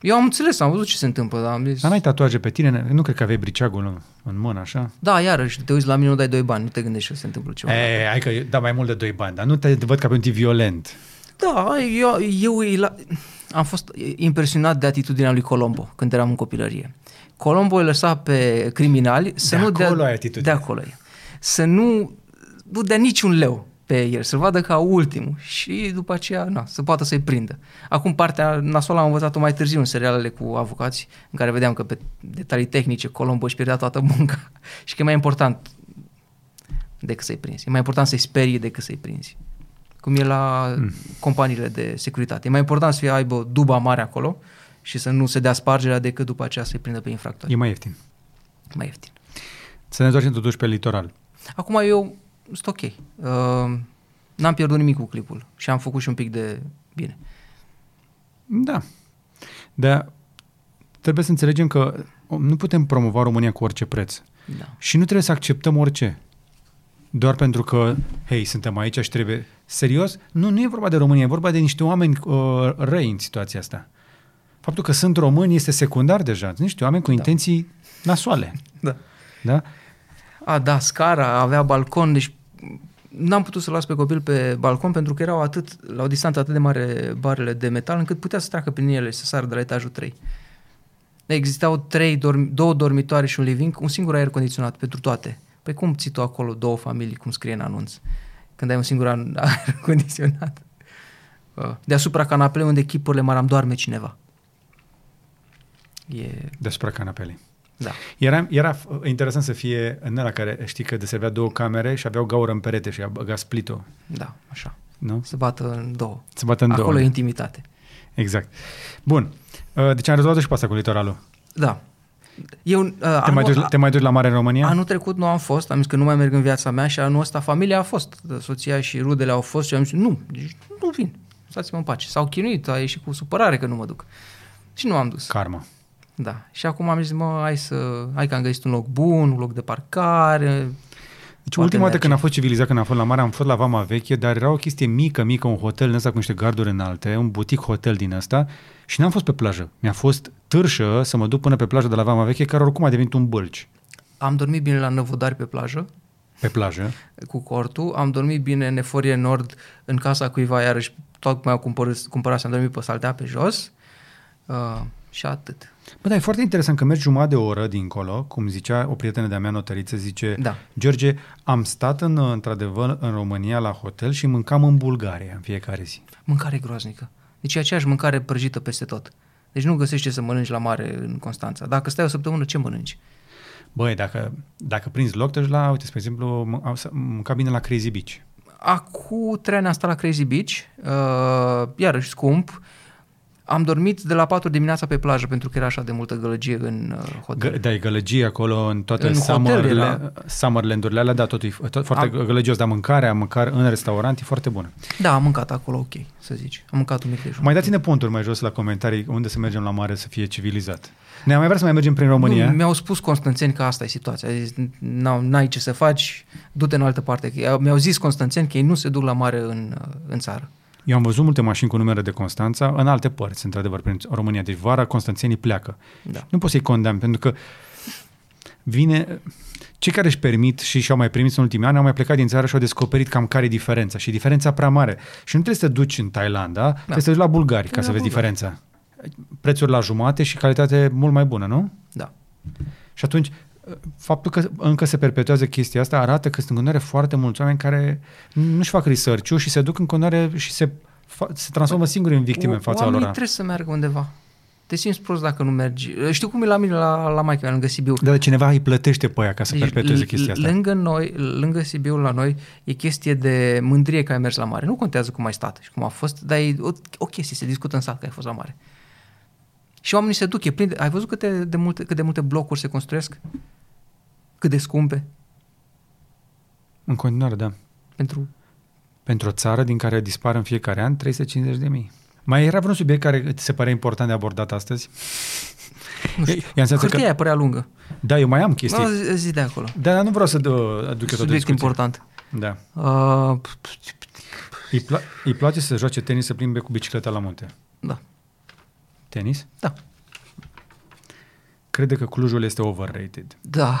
Eu am înțeles, am văzut ce se întâmplă, dar am zis...
Dar n-ai tatuaje pe tine? Nu cred că aveai briceagul în, în mână, așa?
Da, iarăși, te uiți la mine, nu dai doi bani, nu te gândești că se întâmplă ceva. E.
E, hai că eu- da mai mult de doi bani, dar nu te văd ca pe un tip violent.
Da, eu, eu îi la... am fost impresionat de atitudinea lui Colombo când eram în copilărie. Colombo îi lăsa pe criminali să
De
nu
acolo ai
dea...
atitudinea.
De acolo e. Să nu, nu dea niciun leu pe el, să-l vadă ca ultimul și după aceea, na, să poată să-i prindă. Acum partea nasoală am învățat-o mai târziu în serialele cu avocați, în care vedeam că pe detalii tehnice Colombo își pierdea toată munca <laughs> și că e mai important decât să-i prinzi. E mai important să-i sperii decât să-i prinzi. Cum e la mm. companiile de securitate. E mai important să fie aibă duba mare acolo și să nu se dea spargerea decât după aceea să-i prindă pe infractori.
E mai ieftin.
Mai ieftin.
Să ne întoarcem totuși pe litoral.
Acum eu sunt ok. Uh, n-am pierdut nimic cu clipul și am făcut și un pic de bine.
Da. Dar trebuie să înțelegem că nu putem promova România cu orice preț.
Da.
Și nu trebuie să acceptăm orice. Doar pentru că, hei, suntem aici și trebuie... Serios? Nu, nu e vorba de România, e vorba de niște oameni uh, răi în situația asta. Faptul că sunt români este secundar deja. Sunt niște oameni cu intenții nasoale.
da.
Da?
A, da, scara, avea balcon, deci n-am putut să las pe copil pe balcon pentru că erau atât, la o distanță atât de mare barele de metal încât putea să treacă prin ele și să sară de la etajul 3. Existau trei dormi, două dormitoare și un living, un singur aer condiționat pentru toate. Păi cum ții tu acolo două familii, cum scrie în anunț, când ai un singur an- <laughs> aer condiționat? Uh, Deasupra canapelei unde chipurile mari am doarme cineva. E...
Despre canapele.
Da.
Era, era f- interesant să fie în ăla care știi că deservea două camere și aveau gaură în perete și a băgat split-ul,
Da, așa.
nu?
Se bată în două.
Se bată în
Acolo
două.
e intimitate.
Exact. Bun. Uh, Deci am rezolvat și pe asta cu litoralul.
Da. Eu, uh,
Te mai,
anul,
duci, la- te mai duci la mare în România?
anul trecut nu am fost, am zis că nu mai merg în viața mea și anul ăsta familia a fost, soția și rudele au fost și am zis nu, deci nu vin, stați-mă în pace. S-au chinuit, a ieșit cu supărare că nu mă duc. Și nu am dus.
Karma. Deci
Da. Și acum am zis, mă, hai să, hai că am găsit un loc bun, un loc de parcare.
Deci ultima dată când am fost civilizat, când am fost la mare, am fost la Vama Veche, dar era o chestie mică, mică, un hotel din ăsta cu niște garduri înalte, un butic hotel din ăsta și n-am fost pe plajă. Mi-a fost târșă să mă duc până pe plajă de la Vama Veche, care oricum a devenit un bălci
Am dormit bine la Năvodari pe plajă,
pe plajă.
cu cortul, am dormit bine în Eforie Nord, în casa cuiva, iarăși tocmai au cumpărat, cumpărat am dormit pe saltea pe jos uh, și atât.
Bă, dar e foarte interesant că mergi jumătate de oră dincolo, cum zicea o prietenă de-a mea notăriță, zice,
Da.
George, am stat în, uh, într-adevăr în România la hotel și mâncam în Bulgaria în fiecare zi.
Mâncare groaznică. Deci e aceeași mâncare prăjită peste tot. Deci nu găsești ce să mănânci la mare în Constanța. Dacă stai o săptămână, ce mănânci?
Băi, dacă, dacă prinzi loc, te duci la, uite, spre exemplu, m- am să- mânca bine la Crazy Beach.
Acum trei ani am stat la Crazy Beach, uh, iarăși scump. Am dormit de la 4 dimineața pe plajă pentru că era așa de multă gălăgie în uh, hotel.
Gă, da, e gălăgie acolo în toate
În hotel
summerle-
era.
summerland-urile alea, da, totul e f- tot, foarte
Am-
gălăgios, dar mâncarea, măcar în restaurant, e foarte bună.
Da, am mâncat acolo, ok, să zici. Am mâncat un mic dejun.
Mai dați-ne ponturi mai jos la comentarii unde să mergem la mare să fie civilizat. Ne-am mai vrea să mai mergem prin România.
Nu, mi-au spus constanțeni că asta e situația. Au Zis, "N-au- n-ai ce să faci, du-te în altă parte. Că i-au- Mi-au zis constanțeni că ei nu se duc la mare în, uh, în țară.
Eu am văzut multe mașini cu numere de Constanța în alte părți, într-adevăr, prin România. Deci vara constanțenii pleacă.
Da.
Nu poți să-i condamn, pentru că vine... Cei care își permit și și-au mai primit în ultimii ani au mai plecat din țară și au descoperit cam care e diferența și e diferența prea mare. Și nu trebuie să te duci în Thailanda, da. trebuie să te duci la Bulgari ca
Trebuie
să
la
vezi
Bulgari.
diferența. Prețuri la jumate și calitate mult mai bună, nu?
Da.
Și atunci, faptul că încă se perpetuează chestia asta arată că sunt în continuare foarte mulți oameni care nu-și fac research și se duc în continuare și se, fa- se transformă singuri în victime în fața
Păi, Oamenii
lor.
trebuie să meargă undeva. Te simți prost dacă nu mergi. Știu cum e la mine, la, la maica mea, lângă Sibiu.
Dar de cineva îi plătește pe aia ca să
Deci,
perpetueze
l-
chestia asta.
Lângă noi, lângă Sibiu, la noi, e chestie de mândrie că ai mers la mare. Nu contează cum ai stat și cum a fost, dar e o, o chestie, se discută în sat că ai fost la mare. Și oamenii se duc, e plin de, Ai văzut câte de multe, cât de multe blocuri se construiesc? Cât de scumpe?
În continuare, da.
Pentru...
Pentru o țară din care dispar în fiecare an 350 de mii. Mai era vreun subiect care ți se pare important de abordat astăzi?
Nu
E- i-am
știu.
zis că-
Hârtia aia părea lungă.
Da, eu mai am
Mă,
chestii.
zi- zi de acolo.
Da, dar nu vreau să dă- aduc eu tot
Subiect important.
Da.
Uh,
Îi, pla- îi place să joace tenis, să plimbe cu bicicleta la munte.
da.
Tenis?
Da.
Crede că Clujul este overrated.
Da.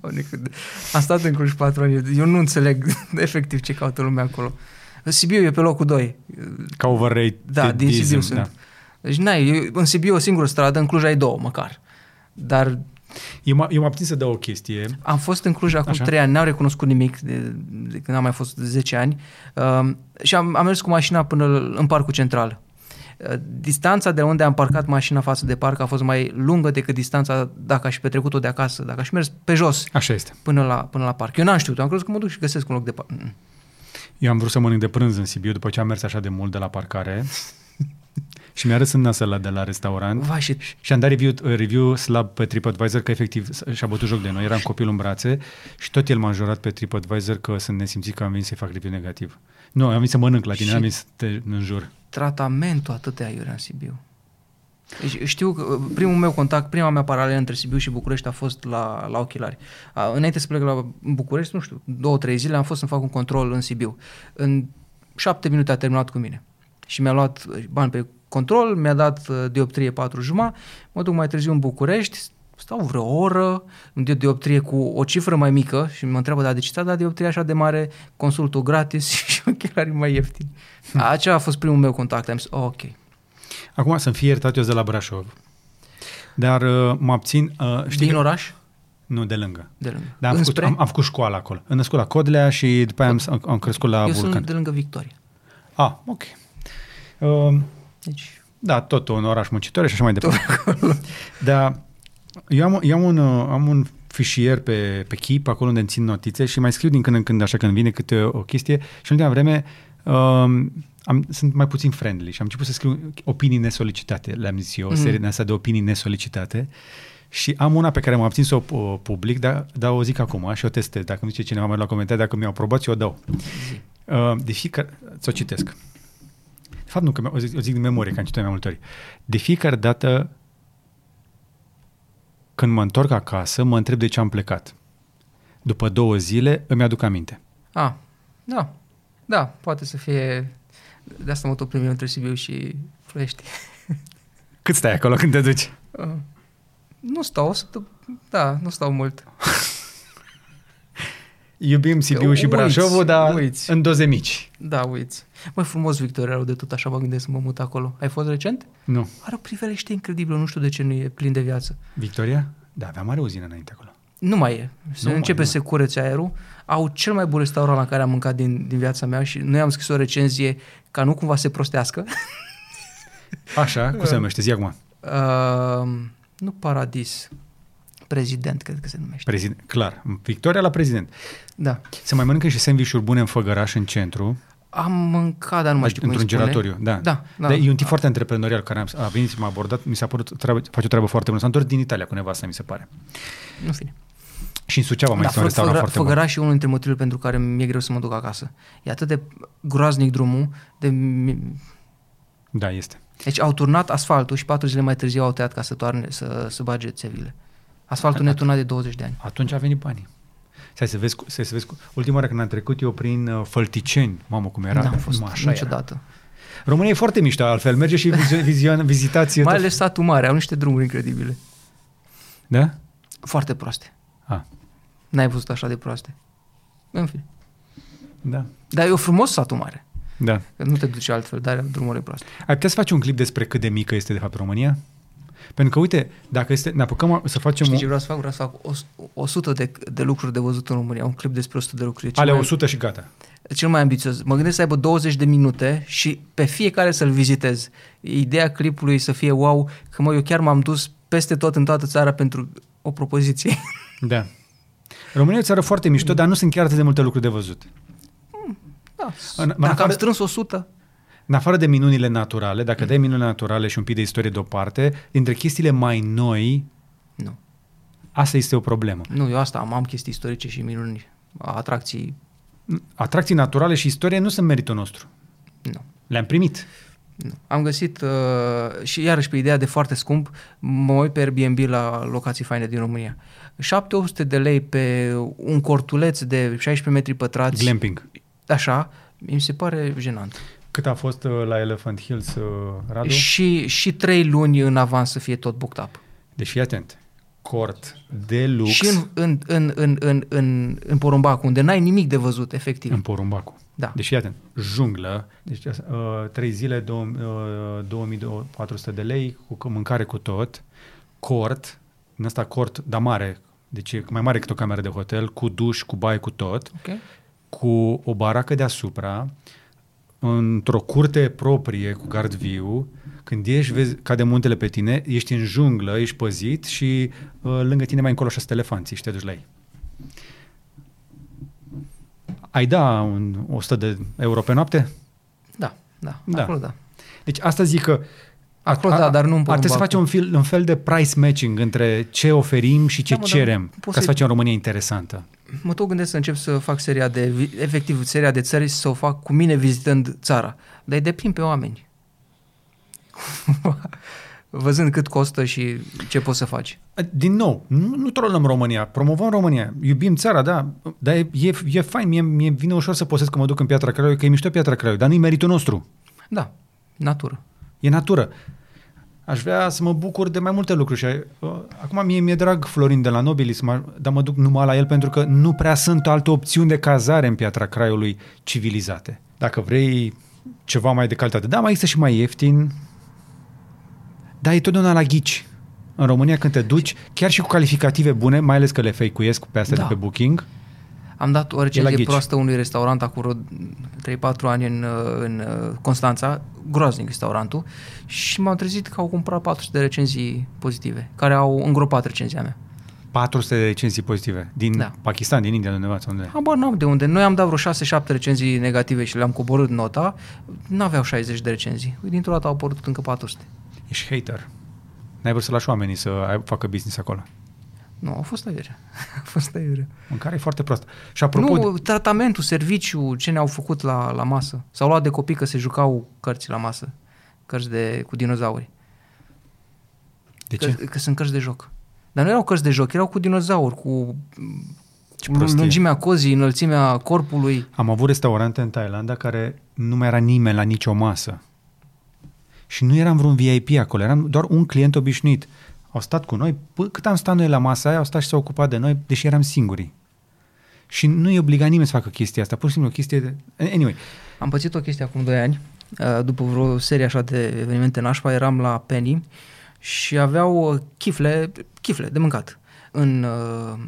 Doamne, cât de- Am stat în Cluj patru ani. Eu nu înțeleg <laughs> efectiv ce caută lumea acolo. Sibiu e pe locul 2.
Ca overrated.
Da, din Sibiu sunt. Deci n-ai, eu- în Sibiu e o singură stradă, în Cluj ai două măcar. Dar
Eu, m- eu mă abțin să dau o chestie.
am fost în Cluj acum
Așa.
trei ani, n-am recunoscut nimic de, de când am mai fost 10 ani um, și am, am mers cu mașina până l- în parcul central. Uh, Distanța de unde am parcat mașina față de parc a fost mai lungă decât distanța dacă aș fi petrecut-o de acasă, dacă aș fi mers pe jos.
Așa este.
până la, până la parc. Eu n-am știut, am crezut că mă duc și găsesc un loc de parc. Mm.
Eu am vrut să mănânc de prânz în Sibiu după ce am mers așa de mult de la
<laughs>
parcare și mi-a râs în nasă la de la restaurant
Vai, și
și am dat review, uh, review slab pe TripAdvisor că efectiv s- și-a bătut joc de noi, eram copil în brațe și tot el m-a jurat pe TripAdvisor că sunt nesimțit că am venit să-i fac review negativ. Nu, am venit să mănânc la tine,
Și-
am venit să te înjur.
tratamentul atâtea iurea în Sibiu. Deci știu că uh, primul meu contact, prima mea paralelă între Sibiu și București a fost la, la ochelari. A, înainte să plec la București, nu știu, două, trei zile am fost să fac un control în Sibiu. În șapte minute a terminat cu mine. Și mi-a luat uh, bani pe control, mi-a dat uh, dioptrie 4 juma, mă duc mai târziu în București, stau vreo oră, îmi dă dioptrie cu o cifră mai mică și mă întreabă, da, de ce ți-a dat dioptrie așa de mare, consultul gratis <laughs> și ochelarii mai <laughs> ieftini. Acela a fost primul meu contact, am zis, oh, ok,
Acum să-mi fie iertat eu de la Brașov. Dar uh, mă abțin, uh, știi,
din
că,
oraș,
nu de lângă.
de lângă.
Da, am, făcut,
Înspre-
am, am făcut școala acolo. Am născut la Codlea și după aia am, s- am crescut la
Eu
Vulcan.
sunt de lângă Victoria.
Ah, ok. Um,
Deci,
da, tot un oraș muncitor și așa mai departe. Dar eu am, eu am, un, uh, am un fișier pe, pe chip, acolo unde îmi țin notițe și mai scriu din când în când, așa când vine câte o chestie și în ultima vreme um, am, sunt mai puțin friendly și am început să scriu opinii nesolicitate, le-am zis eu, o serie din asta de opinii nesolicitate și am una pe care m-am abțin să o, o public, dar, dar o zic acum și o testez. Dacă îmi zice cineva mai la comentarii, dacă mi-au aprobat, eu o dau. Uh, de fiecare... Să o citesc. De fapt, nu, că mi- o zic, o zic din memorie, că am citit mai multe ori. De fiecare dată când mă întorc acasă, mă întreb de ce am plecat. După două zile îmi aduc aminte.
A, da. Da, poate să fie... De asta mă tot primim între Sibiu și Ploiești.
Cât stai acolo când te duci?
Uh, nu stau, o săptăp- da, nu stau mult.
Iubim Sibiu și
Uiți,
Brașovul, dar
uiți.
în doze mici.
Da, uiți. Mai frumos Victoria de tot, așa mă gândesc să mă mut acolo. Ai fost recent?
Nu.
Are o priveliște incredibilă, nu știu de ce nu e plin de viață.
Victoria? Da, aveam mare uzină înainte acolo.
Nu mai e.
Nu
Se
mai
nu începe
e.
să se curețe aerul. Au cel mai bun restaurant la care am mâncat din, din viața mea și noi am scris o recenzie ca nu cumva să se prostească.
Așa, cum se numește? Zi acum.
Uh, nu Paradis. Prezident, cred că se numește.
Prezident. Clar. Victoria la prezident.
Da.
Se mai mănâncă și sandvișuri bune în Făgăraș, în centru.
Am mâncat, dar nu mai știu cum
Deci într-un
îi spune.
gelatoriu, da.
Da, da.
Dar e un tip foarte antreprenorial care am, a venit, m-a abordat, mi s-a părut, treabă, face o treabă foarte bună. S-a întors din Italia cu nevasta, mi se pare.
În fine.
Și în Suceava mai
Da,
este un restaurant foarte bun.
Făgăraș e unul dintre motivele pentru care mi-e greu să mă duc acasă. E atât de groaznic drumul, de... mi-
Da, este.
deci au turnat asfaltul și patru zile mai târziu au tăiat ca să, toarne, să, să bage țevile. Asfaltul neturnat de 20 de ani.
Atunci a venit banii. Stai să vezi, cu- stai să vezi. cu- Ultima oară când am trecut eu prin uh, Fălticeni, mamă cum era.
N-am fost
numai așa era.
niciodată.
România e foarte mișto, altfel merge și vizio- vizio- vizitație.
Mai
tot.
ales satul mare, au niște drumuri incredibile.
Da?
Foarte proaste.
A,
N-ai văzut așa de proaste. În fine.
da.
Dar e o frumos satul mare.
Da.
Că nu te duci altfel, dar drumurile proaste.
Ai putea să faci un clip despre cât de mică este de fapt România? Pentru că, uite, dacă este, ne apucăm a- să facem
Știi ce
un-
vreau să fac? Vreau să fac o- 100 de, de lucruri de văzut în România. Un clip despre 100 de lucruri. E cel
alea
mai-
100 și gata.
cel mai ambițios. Mă gândesc să aibă 20 de minute și pe fiecare să-l vizitez. Ideea clipului să fie wow, că mă, eu chiar m-am dus peste tot în toată țara pentru o propoziție.
Da. România e o țară foarte mișto, dar nu sunt chiar atât de multe lucruri de văzut.
<laughs> Da.
În- în
Dacă
afară-
am strâns 100,
În afară de minunile naturale, dacă dai minunile naturale și un pic de istorie deoparte, dintre chestiile mai noi,
nu.
asta este o problemă.
Nu, eu asta am, am chestii istorice și minuni, atracții,
Atracții naturale și istorie nu sunt meritul nostru.
nu.
Le-am primit.
Nu. Am găsit uh, și iarăși pe ideea de foarte scump, mă uit pe Airbnb la locații faine din România. 700 de lei pe un cortuleț de 16 metri pătrați,
Glamping.
așa, mi se pare jenant.
Cât a fost uh, la Elephant Hills, uh, Radu?
Și, și trei luni în avans să fie tot booked up.
Deci fii atent. Cort de lux
Și în, în, în, în, în, în, în Porumbac, unde n-ai nimic de văzut, efectiv.
în Porumbacu.
Da.
Deci fii atent. Junglă. Deci uh, trei zile, două- uh, 2400 de lei, cu cu mâncare cu tot. Cort. În asta cort, dar mare. Deci e mai mare decât o cameră de hotel, cu duș, cu baie, cu tot.
Ok?
cu o baracă deasupra, într-o curte proprie cu gardviu, când ieși, vezi, cade muntele pe tine, ești în junglă, ești păzit și uh, lângă tine mai încolo așa sunt elefanții și te duci la ei. Ai da un 100 de euro pe noapte?
Da, da,
Da.
da. Acolo da.
Deci asta zic că
Acolo da, dar nu în
ar trebui să
Porumbac.
facem un, fel- un fel de price matching între ce oferim și ce
Da, mă, dar
cerem,
poți
ca să
să-i-
facem România interesantă.
Mă tot gândesc să încep să fac seria de, vi- efectiv, seria de țări și să o fac cu mine vizitând țara. Dar îi depind pe oameni. <laughs> Văzând cât costă și ce poți să faci.
Din nou, nu, nu trolăm România, promovăm România, iubim țara, da, dar e, e, e fain, mie, mie vine ușor să postez că mă duc în Piatra Craiului, că e mișto Piatra Craiului, dar nu-i meritul nostru,
Da, natură.
e natură. Aș vrea să mă bucur de mai multe lucruri și uh, acum mie mi-e drag Florin de la Nobilis, m-a- dar mă duc numai la el pentru că nu prea sunt alte opțiuni de cazare în Piatra Craiului civilizate. Dacă vrei ceva mai de calitate, da, mai există și mai ieftin, dar e totdeauna la ghici. În România când te duci, chiar și cu calificative bune, mai ales că le fake-uiesc pe astea da.
Da.
de pe Booking,
Am dat o recenzie
ghici.
proastă unui restaurant acum vreo 3-4 ani în, uh, în uh, Constanța, groaznic restaurantul, și m-am trezit că au cumpărat 400 de recenzii pozitive, care au îngropat recenzia mea.
400 de recenzii pozitive din da.
Da.
Pakistan, din India, de undeva. sau Unde.
Habar n-am de unde. Noi am dat vreo 6-7 recenzii negative și le-am coborât nota. N-aveau 60 de recenzii. Uite, Dintr-o dată au apărut încă 400.
Ești hater. N-ai vrut să lași oamenii să ai- facă business acolo.
Nu, a fost aiurea. <laughs> A fost aiurea.
Mâncare e foarte proastă. Și apropo, nu,
Nu, tratamentul, serviciu, ce ne-au făcut la, la masă. S-au luat de copii că se jucau cărți la masă. Cărți de, cu dinozauri.
de
că,
ce?
că sunt cărți de joc. Dar nu erau cărți de joc, erau cu dinozauri, cu mm,
Ce prostie.
lungimea cozii, înălțimea corpului.
Am avut restaurante în Thailanda care nu mai era nimeni la nicio masă. Și nu eram vreun VIP acolo, eram doar un client obișnuit. Au stat cu noi, pă, cât am stat noi la masa aia, au stat și s-au ocupat de noi, deși eram singuri. Și nu e obligat nimeni să facă chestia asta, pur și simplu o chestie de... Anyway,
Am pățit o chestie acum 2 ani, uh, după vreo serie așa de evenimente nașpa, eram la Penny și aveau uh, chifle, chifle de mâncat în uh,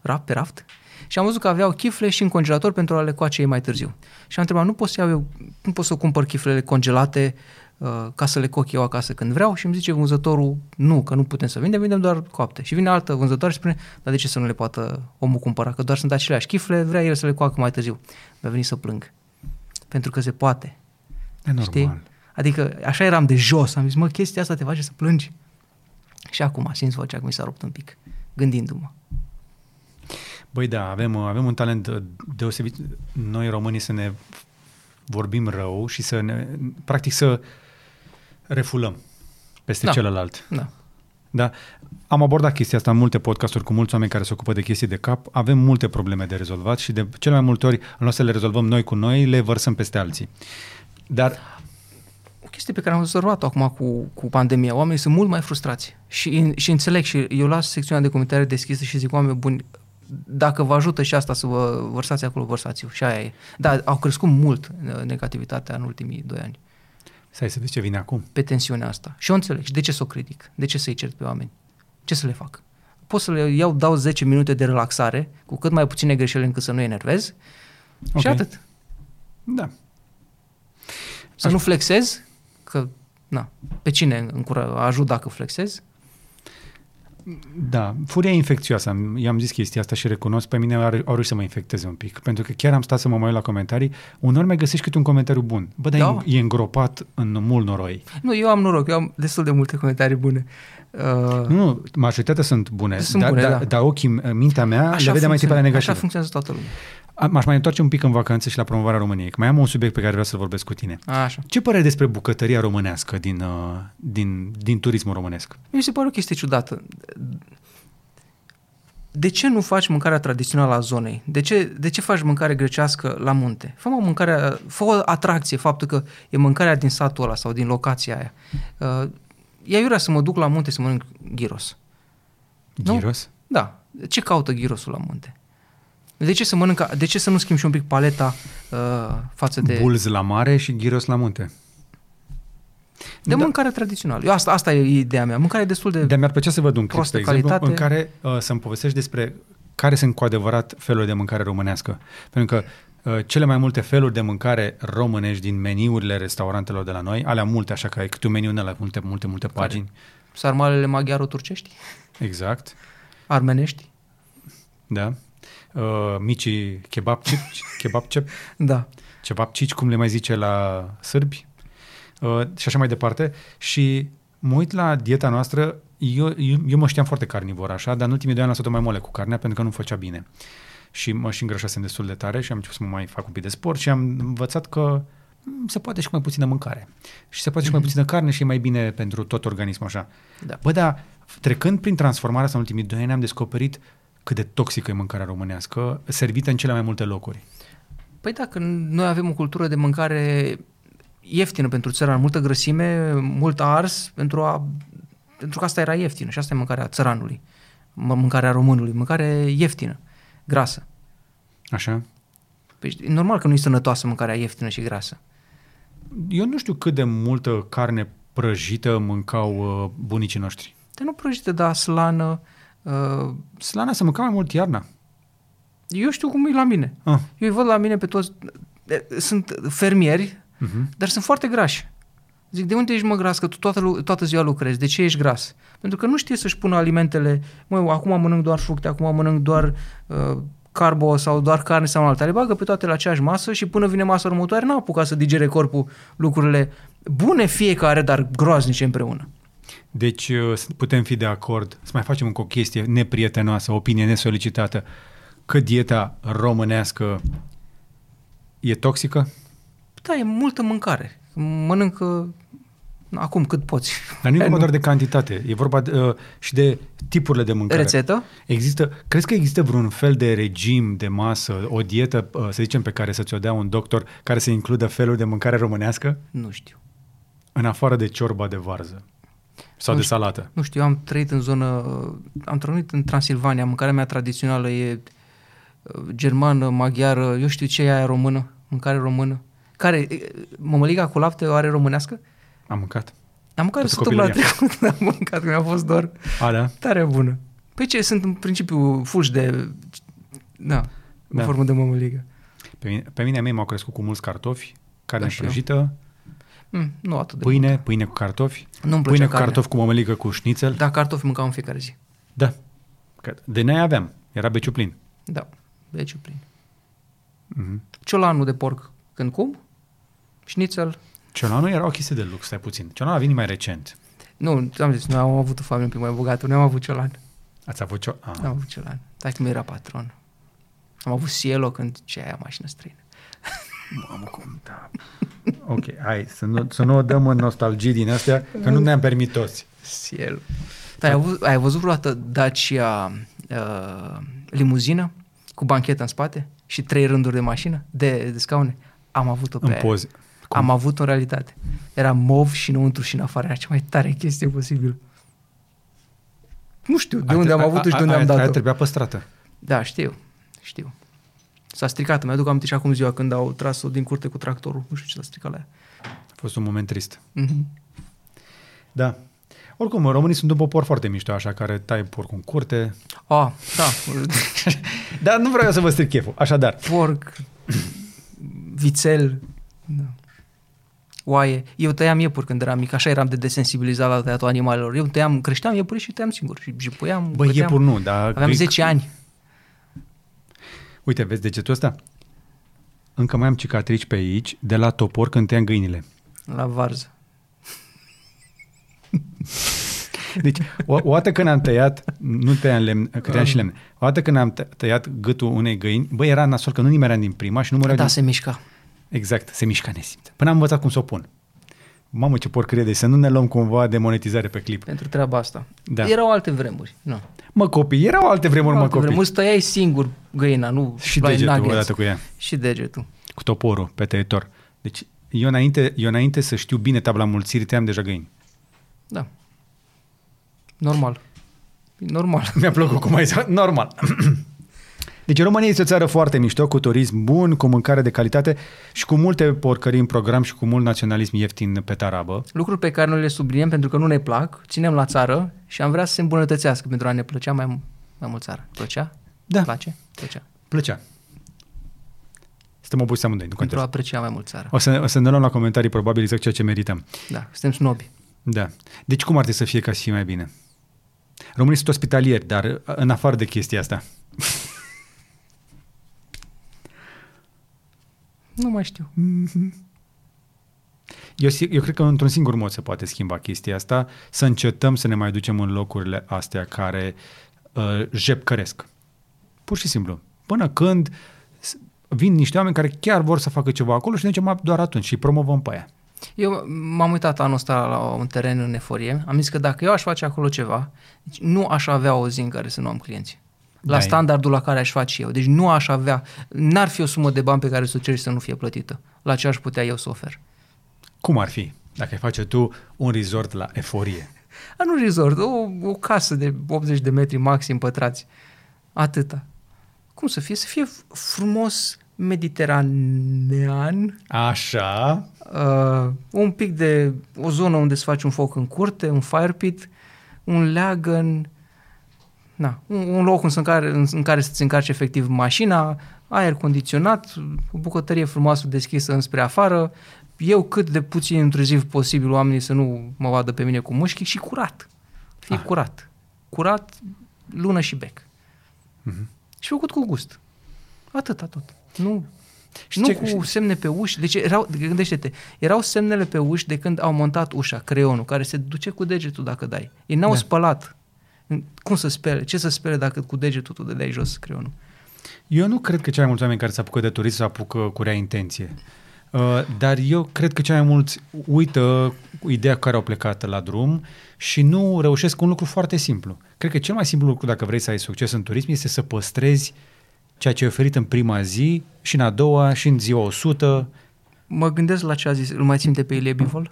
raft, pe raft și am văzut că aveau chifle și în congelator pentru a le coace ei mai târziu. Și am întrebat, nu pot să, iau eu, nu pot să cumpăr chiflele congelate uh, ca să le coc eu acasă când vreau și îmi zice vânzătorul, nu, că nu putem să vindem, vindem doar coapte. Și vine altă vânzătoare și spune, dar de ce să nu le poată omul cumpăra, că doar sunt aceleași chifle, vrea el să le coacă mai târziu. Mi-a venit să plâng pentru că se poate.
e Da, normal.
Știi? Adică așa eram de jos, am zis, mă, chestia asta te face să plângi. Și acum simți vocea că mi s-a rupt un pic, gândindu-mă.
Băi, da, avem, uh, avem un talent uh, deosebit, noi românii, să ne vorbim rău și să ne, practic, să refulăm peste
Da.
da. celălalt.
Da.
Da. Am abordat chestia asta în multe podcasturi cu mulți oameni care se ocupă de chestii de cap. Avem multe probleme de rezolvat și de cele mai multe ori, în loc să le rezolvăm noi cu noi, le vărsăm peste alții. Dar
O chestie pe care am observat-o acum cu, cu pandemia, oamenii sunt mult mai frustrați și, și înțeleg și eu las secțiunea de comentarii deschisă și zic, oameni buni, dacă vă ajută și asta să vă vărsați acolo, vărsați-o și aia e. Da, au crescut mult uh, negativitatea în ultimii doi ani
stai să vezi ce vine acum.
pe tensiunea asta. Și o înțeleg. Și de ce să o critic? De ce să-i cert pe oameni? Ce să le fac? Pot să le iau, dau 10 minute de relaxare, cu cât mai puține greșeli încât să nu enervez okay.
Ok.
și atât.
Da.
Să nu flexez, că na, pe cine încură, ajut dacă flexez?
Da, furia e infecțioasă. Am- I-am zis chestia asta și recunosc, pe mine ar- au reușit să mă infecteze un pic, pentru că chiar am stat să mă mai uit la comentarii. Unor mai găsești câte un comentariu bun. Bă, dar
Da,
da.
mă.
e îngropat în mult noroi.
Nu, eu am noroc, eu am destul de multe comentarii bune. Uh,
Nu, nu, majoritatea sunt bune,
Sunt
dar
bune,
da,
da.
dar ochii, mintea mea le vede mai întâi pe la
funcționează-
negative.
Uh, așa funcționează toată lumea.
A- M-aș mai întoarce un pic în vacanță și la promovarea României, că mai am un subiect pe care vreau să-l vorbesc cu tine.
Așa.
Ce părere ai despre bucătăria românească din, uh, din, din turismul românesc?
Mi se pare o chestie ciudată. De ce nu faci mâncarea tradițională a zonei? De ce, de ce faci mâncare grecească la munte? Fă, o mâncare, fă o atracție, faptul că e mâncarea din satul ăla sau din locația aia. Uh, e iurea să mă duc la munte să mănânc ghiros. Nu.
Gyros?
Da. Ce caută ghirosul la munte? De ce să, mănânc, de ce să nu schimbi și un pic paleta uh, față de,
Bulz la mare și gyros la munte.
de mâncare tradițională? Eu asta, asta e ideea mea. Mâncare destul de...
De mi-ar plăcea să văd un clip,
Prostă
de exemplu,
calitate.
în care uh, să-mi povestești despre care sunt cu adevărat felurile de mâncare românească. Pentru că uh, cele mai multe feluri de mâncare românești din meniurile restaurantelor de la noi, alea multe, așa că ai câte un meniu în ăla, multe, multe, multe pagini.
Sarmalele maghiaro-turcești?
Exact.
Armenești?
Da. Uh, micii kebab chip, kebab chip,
Da.
kebab cici, cum le mai zice la sârbi uh, și așa mai departe. Și mă uit la dieta noastră, eu, eu, eu mă știam foarte carnivor așa, dar în ultimii doi ani am lăsat-o mai mole cu carnea pentru că nu făcea bine. Și mă și îngrășasem destul de tare și am început să mă mai fac un pic de sport și am învățat că mm, se poate și cu mai puțină mâncare. Și se poate și cu mai puțină carne și e mai bine pentru tot organismul așa.
Da.
Bă, dar trecând prin transformarea asta în ultimii doi ani am descoperit cât de toxică e mâncarea românească, servită în cele mai multe locuri.
Păi dacă noi avem o cultură de mâncare ieftină pentru țăran, multă grăsime, mult ars, pentru, a, pentru că asta era ieftină și asta e mâncarea țăranului, mă- mâncarea românului, mâncare ieftină, grasă.
Așa?
Păi e normal că nu e sănătoasă mâncarea ieftină și grasă.
Eu nu știu cât de multă carne prăjită mâncau uh, bunicii noștri.
Te nu prăjite, da, slană, uh,
Slana se mânca mai mult iarna.
eu știu cum e la mine.
Ah,
Eu îi văd la mine pe toți, sunt fermieri,
uh-huh.
dar sunt foarte grași. Zic, de unde ești mă gras, că tu toată, lu- toată ziua lucrezi, de ce ești gras? Pentru că nu știe să-și pună alimentele, mă, eu acum mănânc doar fructe, acum mănânc doar uh, carbo sau doar carne sau alta. Le bagă pe toate la aceeași masă și până vine masa următoare n-a apucat să digere corpul lucrurile bune fiecare, dar groaznice împreună.
Deci uh, s- putem fi de acord să mai facem încă o chestie neprietenoasă, opinie nesolicitată, că dieta românească e toxică?
Da, e multă mâncare. Mănâncă acum cât poți.
Dar nu e vorba doar de cantitate, e vorba de, uh, și de tipurile de mâncare.
Rețetă?
Există, crezi că există vreun fel de regim de masă, o dietă, uh, să zicem, pe care să ți-o dea un doctor, care să includă felul de mâncare românească,
Nu știu.
în afară de ciorba de varză sau
Nu
de
știu.
salată?
Nu știu, eu am trăit în zonă, am trăit în Transilvania, mâncarea mea tradițională e uh, germană, maghiară, eu știu ce e aia română, mâncare română. Care, e, mămăliga cu lapte are românească?
Am mâncat.
Am mâncat
Toată
săptămâna
copilăria.
<laughs> trecută, am mâncat, că mi-a fost doar
A, da?
tare bună. Păi ce, sunt în principiu fulgi de, da, în
Da.
formă de mămăligă.
Pe mine, pe mine mei m-au crescut cu mulți cartofi, carne
Da, și eu.
prăjită,
Mm, nu atât de
pâine, pâine cu cartofi,
Nu-mi plăcea
pâine cu
carnea.
cartofi cu mămăligă cu șnițel.
Da, cartofi mâncam în fiecare zi.
Da. Că De noi aveam. Era beciu plin.
Da, deci plin.
Mhm.
Ciolanul de porc când cum, șnițel,
Ciolanul era o chestie de lux, stai puțin. Ciolanul a venit mai recent.
nu, am zis, noi am avut o familie un pic mai bogată, noi am avut ciolan.
Ați avut cio... Ah.
Am avut ciolan. Dacă mi era patron. Am avut Cielo când ce aia mașină străină.
Mamă, cum, da. Ok, hai, să nu, să nu o dăm în nostalgii din astea, că nu ne-am permit toți.
Cielo. Dar ai, avut, ai văzut vreodată Dacia uh, limuzină cu banchetă în spate și trei rânduri de mașină, de, de scaune? Am avut-o pe
În
aia.
poze. Cum?
Am avut-o în realitate. Era mov și înăuntru și în afară. Era cea mai tare chestie posibilă. Nu știu de unde am avut-o și de unde am
Aia
dat-o.
trebuia păstrată.
Da, știu. Știu. S-a stricat. Mi-aduc aminte și acum ziua când au tras-o din curte cu tractorul. Nu știu ce s-a stricat la ea.
A fost un moment trist.
Mm-hmm.
Da. Oricum, românii sunt un popor foarte mișto, așa, care tai porc în curte.
Ah,
<laughs>
da.
Dar nu vreau eu să vă stric cheful. Așadar,
Porc, vițel, da. oaie. Eu tăiam iepuri când eram mic. Așa eram de desensibilizat la tăiatul animalelor. Eu tăiam, creșteam iepuri și tăiam singur. Și, și puiam,
bă,
căteam.
iepuri nu, da. dar...
Aveam
gri-
10 ani.
Uite, vezi degetul ăsta? Încă mai am cicatrici pe aici, de la topor când tăiam găinile.
La varză.
Deci, o, o dată când am tăiat, nu tăiam lemn, că tăiam și lemn, o dată când am tă- tăiat gâtul unei găini, bă, era nasol că nu nimeream din prima și nu măream
Da,
din...
se mișca.
Exact, se mișca nesimt. Până am învățat cum să o pun. Mamă, ce porcărie, deci să nu ne luăm cumva de monetizare pe clip.
Pentru treaba asta.
Da.
Erau alte vremuri. Nu.
Mă, copii, erau alte vremuri,
Erau
mă,
alte
copii.
vremuri. Îți tăiai singur găina, nu
Și
luai
degetul
nuggets.
odată cu ea.
Și degetul.
Cu toporul, pe tăietor. Deci, eu înainte, eu înainte să știu bine tabla mulțirii, tăiam deja găini. <laughs>
Da. Normal. Normal.
Mi-a plăcut cum ai zis. Normal. <clears throat> Deci România este o țară foarte mișto, cu turism bun, cu mâncare de calitate și cu multe porcării în program și cu mult naționalism ieftin pe tarabă.
Lucruri pe care noi le subliniem pentru că nu ne plac, ținem la țară și am vrea să se îmbunătățească pentru a ne plăcea mai, mai mult țara. Plăcea?
Da.
Place? Plăcea.
Plăcea. Suntem obuși amândoi, nu
Pentru a
contează.
aprecia mai mult țara.
O să, o să ne luăm la comentarii probabil exact ceea ce merităm.
Da. Suntem snobi.
Da. Deci cum ar trebui să fie ca să fie mai bine? Românii sunt ospitalieri, dar în afară de chestia asta.
Nu mai știu.
Eu, si- eu cred că într-un singur mod se poate schimba chestia asta, să încetăm să ne mai ducem în locurile astea care uh, jepcăresc. Pur și simplu. Până când s- vin niște oameni care chiar vor să facă ceva acolo și ne ducem doar atunci și îi promovăm pe aia.
Eu m-am uitat anul ăsta la un teren în eforie. Am zis că dacă eu aș face acolo ceva, deci nu aș avea o zi în care să nu am clienți. La
Da, e-
standardul la care aș face eu. Deci nu aș avea, n-ar fi o sumă de bani pe care să o ceri și să nu fie plătită. La ce aș putea eu să ofer?
Cum ar fi dacă ai face tu un resort la eforie?
A, nu resort, o, o casă de 80 de metri maxim pătrați. Atâta. Cum să fie? Să fie frumos mediteranean,
Așa.
uh, un pic de o zonă unde să faci un foc în curte, un fire pit, un leagăn, na, un, un loc în, în, care, în, în care să-ți încarci efectiv mașina, aer condiționat, o bucătărie frumoasă deschisă înspre afară, eu cât de puțin intruziv posibil oamenii să nu mă vadă pe mine cu mușchi și curat. Fii ah. curat. Curat, lună și bec. Mm-hmm. Și făcut cu gust. Atâta tot. Nu,
Și
nu
ce-
cu semne pe uși. Deci erau, gândește-te, erau semnele pe uși de când au montat ușa, creionul, care se duce cu degetul dacă dai. Ei n-au
Da.
da. spălat. Cum să spele? Ce să spele dacă cu degetul tu dai jos creionul?
Eu nu cred că cei mai mulți oameni care se apucă de turism se apucă cu rea intenție. Uh, dar eu cred că cei mai mulți uită cu ideea cu care au plecat la drum și nu reușesc un lucru foarte simplu. Cred că cel mai simplu lucru dacă vrei să ai succes în turism este să păstrezi ceea ce e oferit în prima zi și în a doua și în ziua 100.
Mă gândesc la ce a zis, îl mai ținte pe Ilie Bivol?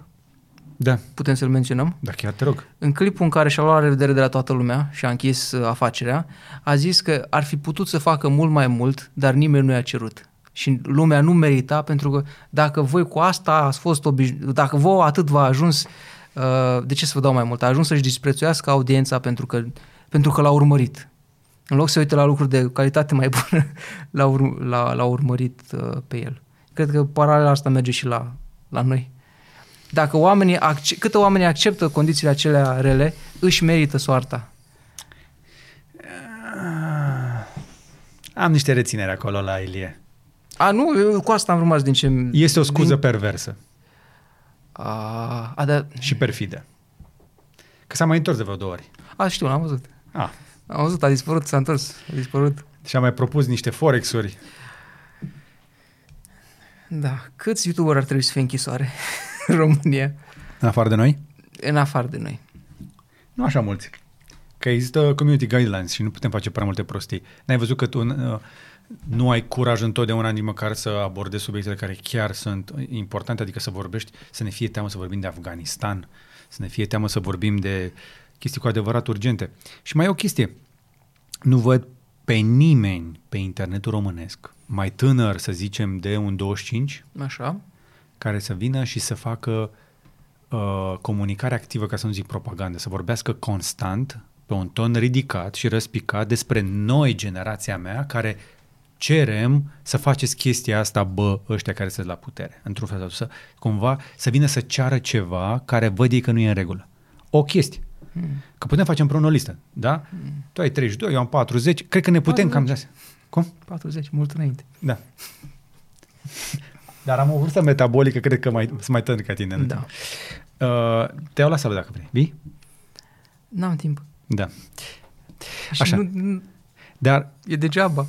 Da,
Putem să-l menționăm?
da, chiar te rog.
În clipul în care și-a luat la revedere de la toată lumea și a închis uh, afacerea, a zis că ar fi putut să facă mult mai mult, dar nimeni nu i-a cerut. Și lumea nu merita pentru că dacă voi cu asta ați fost obiș- dacă vouă atât v-a ajuns, uh, de ce să vă dau mai mult? A ajuns să-și disprețuiască audiența pentru că, pentru că l-a urmărit. În loc să uite la lucruri de calitate mai bună, <laughs> l-a, ur- l-a, l-a urmărit uh, pe el. Cred că paralela asta merge și la, la noi dacă oamenii acce- câtă oamenii acceptă condițiile acelea rele, își merită soarta.
Am niște reținere acolo la Ilie.
A, nu, eu cu asta am rămas din ce...
Este o scuză
Din...
perversă
A, a, da,
și perfidă. Că s-a mai întors de vreo două ori.
a, știu, l-am văzut.
Ah,
Am văzut, a dispărut, s-a întors, a dispărut.
și a mai propus niște forexuri.
Da, câți youtuberi ar trebui să fie închisoare <laughs> în România,
În afară de noi?
în afară de noi?
Nu așa mulți. Că există community guidelines și nu putem face prea multe prostii. N-ai văzut că tu uh, nu ai curaj întotdeauna nici măcar să abordezi subiectele care chiar sunt importante, adică să vorbești, să ne fie teamă să vorbim de Afganistan, să ne fie teamă să vorbim de chestii cu adevărat urgente. Și mai e o chestie. Nu văd pe nimeni pe internetul românesc, mai tânăr, să zicem, de un 25,
Așa,
care să vină și să facă uh, comunicare activă, ca să nu zic propagandă, să vorbească constant, pe un ton ridicat și răspicat despre noi, generația mea, care cerem să faceți chestia asta, bă, ăștia care sunt la putere. Într-un fel, sau să, cumva, să vină să ceară ceva care văd ei că nu e în regulă. O chestie. Că putem face împreună o listă, da? Tu ai 32, eu am 40, cred că ne putem cam... da Cum?
40, mult înainte.
Da. Dar am o vârstă metabolică, cred că mai, sunt mai tânăr ca tine. nu?
Da.
Uh, te iau la salut dacă vrei. Vii?
N-am timp.
Da.
Și
Așa.
Nu, nu,
Dar,
e degeaba.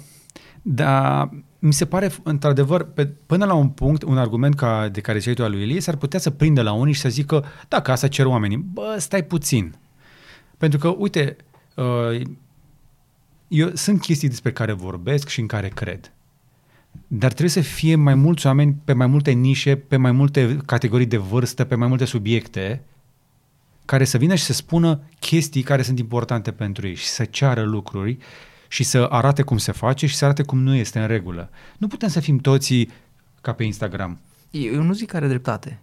da, mi se pare, într-adevăr, pe, până la un punct, un argument ca, de care ziceai tu al lui Ilie, s-ar putea să prindă la unii și să zică, da, că asta cer oamenii. Bă, stai puțin. Pentru că, uite, uh, eu sunt chestii despre care vorbesc și în care cred. Dar trebuie să fie mai mulți oameni pe mai multe nișe, pe mai multe categorii de vârstă, pe mai multe subiecte, care să vină și să spună chestii care sunt importante pentru ei și să ceară lucruri și să arate cum se face și să arate cum nu este în regulă. Nu putem să fim toți ca pe Instagram.
Eu nu zic că are dreptate.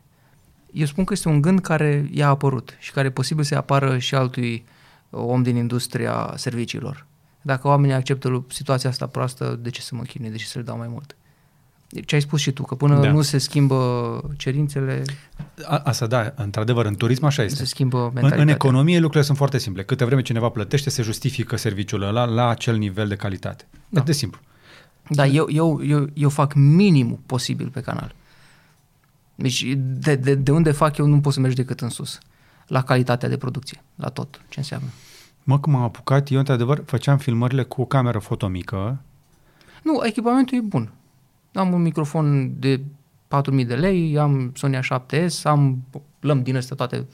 Eu spun că este un gând care i-a apărut și care e posibil să apară și altui uh, om din industria serviciilor. Dacă oamenii acceptă lu- situația asta proastă, de ce să mă chinuie, de ce să le dau mai mult? Deci, Ce ai spus și tu, că până
Da.
da. nu se schimbă cerințele,
A, asta da, într-adevăr, în turism așa
nu
este.
se schimbă
În,
mentalitatea.
în economie lucrurile sunt foarte simple. Câte vreme cineva plătește, se justifică serviciul ăla la acel nivel de calitate. Da.
Da.
de simplu.
Da, eu, eu, eu, eu fac minimul posibil pe canal. Deci de, de, de unde fac eu nu pot să mergi decât în sus. La calitatea de producție, la tot ce înseamnă.
Mă, cum am apucat, eu într-adevăr făceam filmările cu o cameră fotomică.
Nu, echipamentul e bun. Am un microfon de 4000 de lei, am Sony 7S, am lăm din astea toate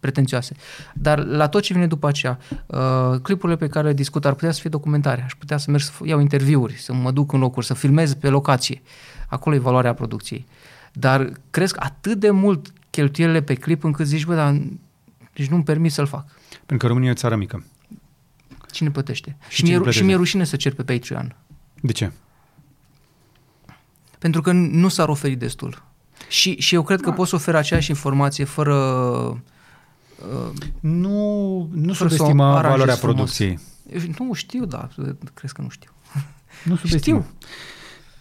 pretențioase. Dar la tot ce vine după aceea, uh, clipurile pe care le discut ar putea să fie documentare, aș putea să merg să f- iau interviuri, să mă duc în locuri, să filmez pe locație. Acolo e valoarea producției. Dar cresc atât de mult cheltuielile pe clip încât zici, bă, dar deci nu-mi permit să-l fac.
Pentru că România e o țară mică.
Cine plătește?
Și
Și, și, mie,
cine
ru- și
plătește?
mie e rușine să cer pe Patreon.
De ce?
Pentru că nu s-ar oferi destul. Și, și eu cred că poți să oferi aceeași informație fără... uh,
Nu, nu
Fără să o
subestima
aranjezi
valoarea
frumos.
producției.
Eu Nu știu, da, crezi că nu știu.
Nu subestima.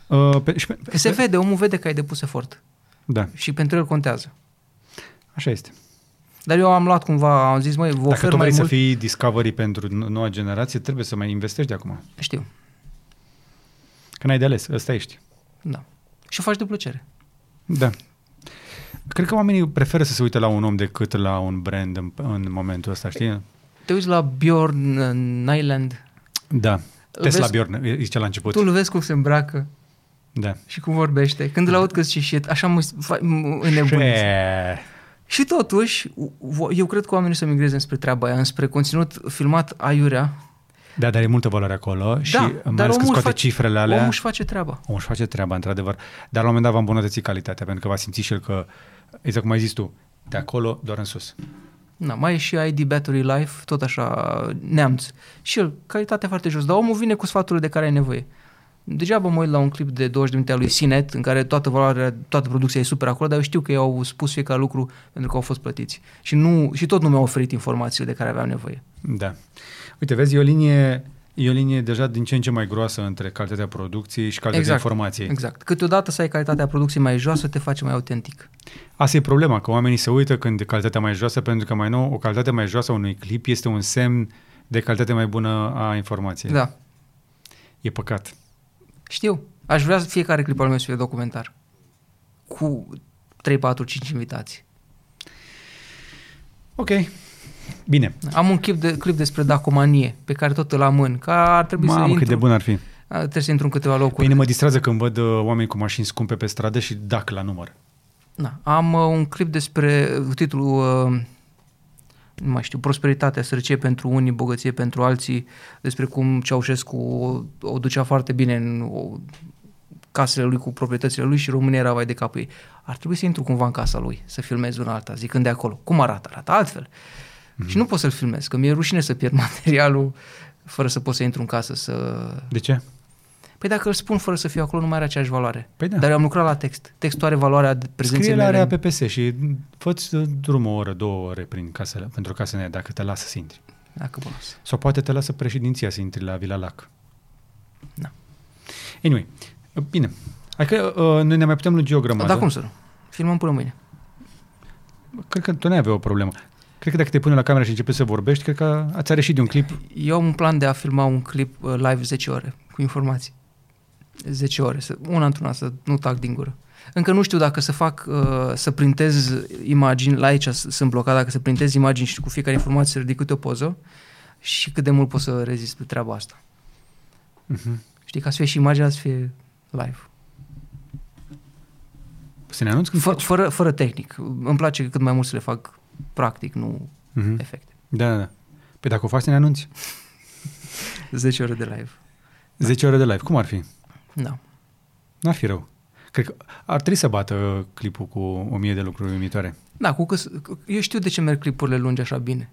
Uh, pe, și pe,
Că se vede, omul vede că ai depus efort
Da,
și pentru el contează.
așa este.
Dar eu am luat cumva, am zis, măi, vă
Dacă
ofer
tu
mai
vrei să
mult.
fii Discovery pentru n- noua generație, trebuie să mai investești de acum.
Știu,
Că n-ai de ales, ăsta ești.
da. Și o faci de plăcere.
Da. Cred că oamenii preferă să se uite la un om decât la un brand în, în momentul ăsta, știi?
Te uiți la Bjorn în Island,
Da. Tesla
vezi-
Bjorn, e- zice la început.
tu îl vezi cum se îmbracă
Da.
și cum vorbește. Când îl aud că zice shit, așa mă, fa- mă înnebunesc.
Ce-
Și totuși, vo- eu cred că oamenii se migreze spre treaba aia, spre conținut filmat aiurea.
Da, dar e multă valoare acolo și mai ales că
își
scoate cifrele alea.
omul își Da, face treaba.
Omul își face treaba, într-adevăr. Dar la un moment dat va îmbunătăți calitatea, pentru că va simți și el că, exact cum ai zis tu, de acolo doar în sus.
Na, mai e și ID Battery Life, tot așa, neamț. Și el, calitatea foarte jos, dar omul vine cu sfaturile de care ai nevoie. Degeaba mă uit la un clip de 20 de minute al lui Sinet, în care toată valoarea, toată producția e super acolo, dar eu știu că ei au spus fiecare lucru pentru că au fost plătiți. Și, nu, și tot nu mi-au oferit informațiile de care aveam nevoie.
Da. Uite, vezi, e o linie, e o linie deja din ce în ce mai groasă între calitatea producției și calitatea informației.
Exact. Câteodată să ai calitatea producției mai joasă, te face mai autentic.
Asta e problema, că oamenii se uită când e calitatea mai joasă, pentru că mai nou, o calitate mai joasă a unui clip este un semn de calitate mai bună a informației.
Da.
E păcat.
Știu. Aș vrea să fiecare clip al meu să fie documentar. Cu 3, 4, 5 invitații.
Ok. Bine.
Am un clip, de, clip despre dacomanie, pe care tot îl am în, că ar trebui să
Mamă,
intru.
cât de bun ar fi.
A, Trebuie să intru în câteva locuri.
Păi ne mă distrează când văd uh, oameni cu mașini scumpe pe stradă și dac la număr.
Na, am uh, un clip despre uh, titlul, uh, nu mai știu, Prosperitatea, sărăcie pentru unii, bogăție pentru alții, despre cum Ceaușescu o, o ducea foarte bine în o, casele lui cu proprietățile lui și România era vai de capul ei. Ar trebui să intru cumva în casa lui, să filmez una alta, zicând de acolo. Cum arată? Arată altfel. Mm-hmm. Și nu pot să-l filmez, că mi-e rușine să pierd <laughs> materialul fără să pot să intru în casă să...
De ce?
Păi dacă îl spun fără să fiu acolo, nu mai are aceeași valoare.
Păi da.
Dar eu am lucrat la text. Textul are valoarea de prezenței
Scrie la
mele
rea
în-
pe PS și fă-ți uh, drum o oră, două ore prin casă, pentru casă nea, dacă te lasă să intri.
Dacă bolos.
Sau poate te lasă președinția să intri la Vila Lac.
Da.
Anyway, uh, bine. Hai că uh, noi ne mai putem lungi o grămadă.
Dar Da, cum să nu? Filmăm până mâine.
Cred că tu nu ai avea o problemă. Cred că dacă te pune la cameră și începi să vorbești, cred că ați reșit de un clip.
Eu am un plan de a filma un clip uh, live 10 ore, cu informații. 10 ore, să, una într-una, să nu tac din gură. Încă nu știu dacă să fac, uh, să printez imagini, la aici s- sunt blocat, dacă să printez imagini și cu fiecare informație să ridic câte o poză și cât de mult pot să rezist pe treaba asta.
Uh-huh.
Știi, ca să fie și imaginea să fie live.
Să ne anunți când
Fă, fără, fără tehnic. Îmi place cât mai mult să le fac practic, nu
Mhm.
efecte.
Da, da, da. Păi dacă o faci, să ne anunți.
10 ore de live.
10 ore de live. Cum ar fi?
Da.
N-ar fi rău. Cred că ar trebui să bată uh, clipul cu o mie de lucruri uimitoare.
Da, cu că, eu știu de ce merg clipurile lungi așa bine.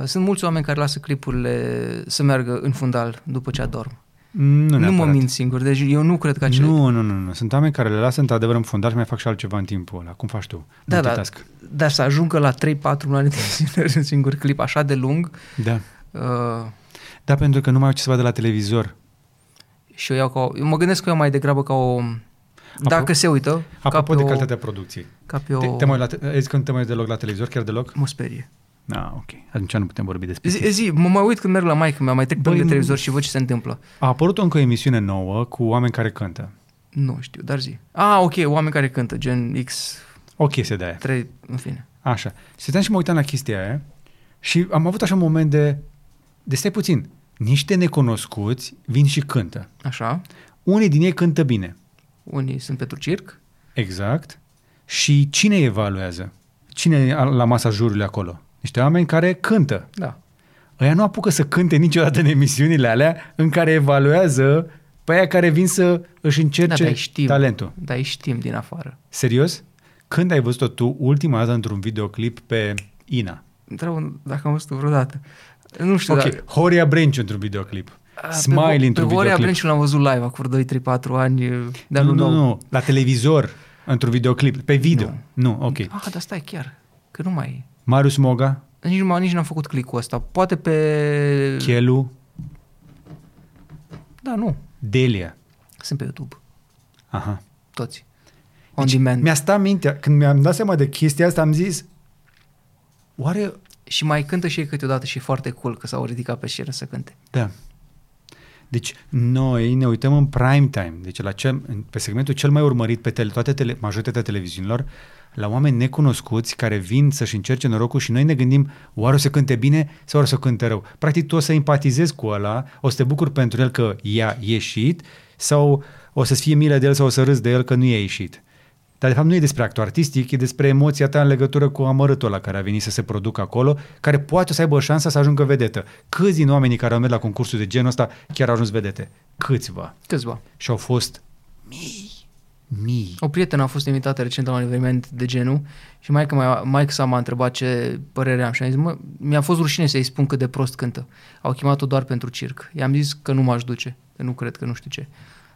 Uh, Sunt mulți oameni care lasă clipurile să meargă în fundal după ce adorm.
Nu,
Nu, nu mă
neapărat.
mint singur, deci eu nu cred că acel...
Nu, nu, nu, nu. Sunt oameni care le lasă într-adevăr în fundal și mai fac și altceva în timpul ăla. Cum faci tu?
da, da,
Multitask.
dar să ajungă la 3-4 ani de zile în singur clip așa de lung
da.
uh,
Da, pentru că nu mai au ce să vadă la televizor.
și eu iau ca o, eu mă gândesc că eu mai degrabă ca o... Dacă se uită, ca
Apropo
pe,
de
o,
calitatea producției.
ca pe
Eu... Te,
o
te mai la, te- ai zis că nu te mai uiți deloc la televizor, chiar deloc?
mă sperie.
Da, ok. Atunci nu putem vorbi despre
Mm. Zi, zi, mă mai uit când merg la maică mea, mai trec pe
Băi,
lângă
nu-
televizor și văd ce se întâmplă.
A apărut încă o emisiune nouă cu oameni care cântă.
Nu știu, dar zi. Ah, ok, oameni care cântă, gen X3,
O chestie de aia.
în fine.
Așa. Stăteam și mă uitam la chestia aia și am avut așa un moment de... De stai puțin. Niște necunoscuți vin și cântă.
Așa.
Unii din ei cântă bine.
Unii sunt pentru circ.
Exact. Și cine evaluează? Cine e la masa jurului acolo? Niște oameni care cântă.
Da.
Ăia nu apucă să cânte niciodată în emisiunile alea în care evaluează pe aia care vin să își
da,
încerce
dar îi știm.
Deci, talentul.
Dar îi știm din afară.
Serios? Când ai văzut-o tu ultima dată într-un videoclip pe Ina?
Întreabă dacă am văzut vreodată. Nu știu,
Ok,
dar...
Horia Brenciu într-un videoclip.
Da. A,
Smile
pe,
într-un
pe Horia
videoclip.
Brenciu l-am văzut live acum 2-3-4 ani uh, de
nu,
anul
nu,
nou.
nu, la televizor, într-un videoclip, pe video. Nu, ok.
Ah, dar stai chiar, că nu mai
Marius Moga,
nici, nu m- nici n-am făcut clicul ăsta. Poate pe...
Chelu,
Da, nu.
Delia.
Sunt pe YouTube.
Aha.
Toți. On demand.
Deci, Mi-a stat mintea, când mi-am dat seama de chestia asta, am zis, oare...
Și mai cântă și ei câteodată și e foarte cool că s-au ridicat pe scenă să cânte.
Da. Deci noi ne uităm în prime time, deci la cel, în- pe segmentul cel mai urmărit pe tele, toate tele, majoritatea televiziunilor, la oameni necunoscuți care vin să-și încerce norocul și noi ne gândim oare o să cânte bine sau oare o să cânte rău. Practic tu o să empatizezi cu ăla, o să te bucuri pentru el că i-a ieșit sau o să-ți fie milă de el sau o să râzi de el că nu i-a ieșit. Dar de fapt nu e despre actul artistic, e despre emoția ta în legătură cu amărâtul la care a venit să se producă acolo, care poate o să aibă șansa să ajungă vedetă. Câți din oamenii care au mers la concursul de genul ăsta chiar au ajuns vedete? Câțiva.
Câțiva.
Și au fost mii. Mii.
O prietenă a fost invitată recent la un eveniment de genul și mai că mai sa m-a întrebat ce părere am și am zis, mă, mi-a fost rușine să-i spun cât de prost cântă. Au chemat-o doar pentru circ. I-am zis că nu m-aș duce, că nu cred că nu știu ce.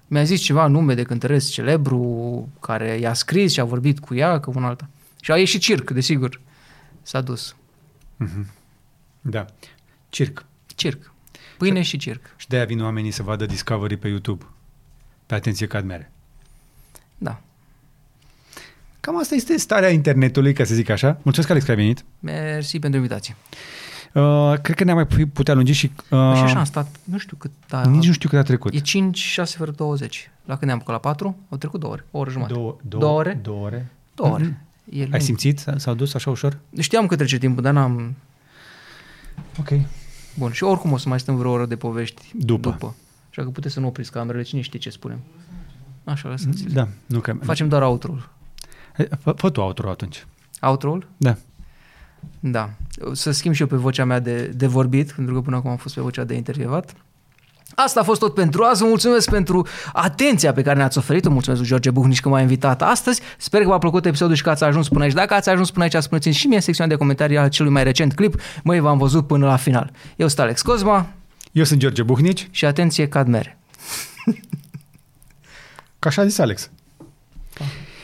Mi-a zis ceva nume de cântăresc celebru care i-a scris și a vorbit cu ea, că un alta. Și a ieșit circ, desigur. S-a dus.
Mhm. Da. Circ.
Circ. Pâine și circ.
Și de-aia vin oamenii să vadă Discovery pe YouTube. Pe atenție că admere.
Da.
Cam asta este starea internetului, ca să zic așa. Mulțumesc, Alex, că ai venit.
Mersi pentru invitație.
Uh, cred că ne-am mai pu- putea lungi și...
Uh,
Uh,
și așa am stat, nu știu cât, da,
nici nu știu cât a trecut.
e 5, 6 fără 20. La când ne-am apucat la 4, au trecut două ore, o oră jumătate.
Două, două, Mm-hmm.
Două ore?
Două ore.
Două ore. E
Ai
lung.
simțit? S-a, s-a dus așa ușor?
Știam că trece timpul, dar n-am...
Ok.
Bun, și oricum o să mai stăm vreo oră de povești
După.
după. Așa că puteți să nu opriți camerele, cine știe ce spunem. Așa, lăsați
Da, nu că...
Facem doar outro-ul.
Hai, Fă, fă tu outro atunci.
Outro-ul?
Da.
Da. Să schimb și eu pe vocea mea de, de vorbit, pentru că până acum am fost pe vocea de intervievat. Asta a fost tot pentru azi. Vă mulțumesc pentru atenția pe care ne-ați oferit-o. Mulțumesc lui George Buhnici că m-a invitat astăzi. Sper că v-a plăcut episodul și că ați ajuns până aici. Dacă ați ajuns până aici, spuneți-mi și mie în secțiunea de comentarii al celui mai recent clip. Măi, v-am văzut până la final. Eu sunt Alex Cozma
Eu sunt George Buhnici,
și atenție, cad mere.
ca așa a zis Alex.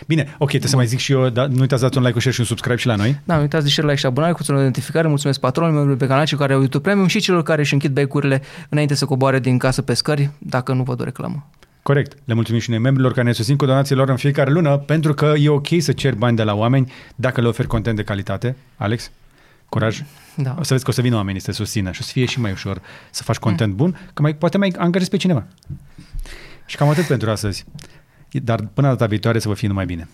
Bine, ok, trebuie să mai zic și eu, dar nu uitați să dați un like, un share și un subscribe și la noi.
Da, nu uitați de share, like și abonare cu ținul de notificare. Mulțumesc patronilor membrilor pe canal, celor care au YouTube Premium și celor care își închid becurile înainte să coboare din casă pe scări, dacă nu vă dă reclamă.
Corect. Le mulțumim și noi membrilor care ne susțin cu donațiile lor în fiecare lună, pentru că e ok să ceri bani de la oameni dacă le oferi content de calitate. Alex, curaj.
Da.
O să vezi că o să vină oamenii să te susțină și o să fie și mai ușor să faci content bun, că mai, poate mai angajezi pe cineva. Și cam atât pentru astăzi. Dar până data viitoare să vă fie numai bine.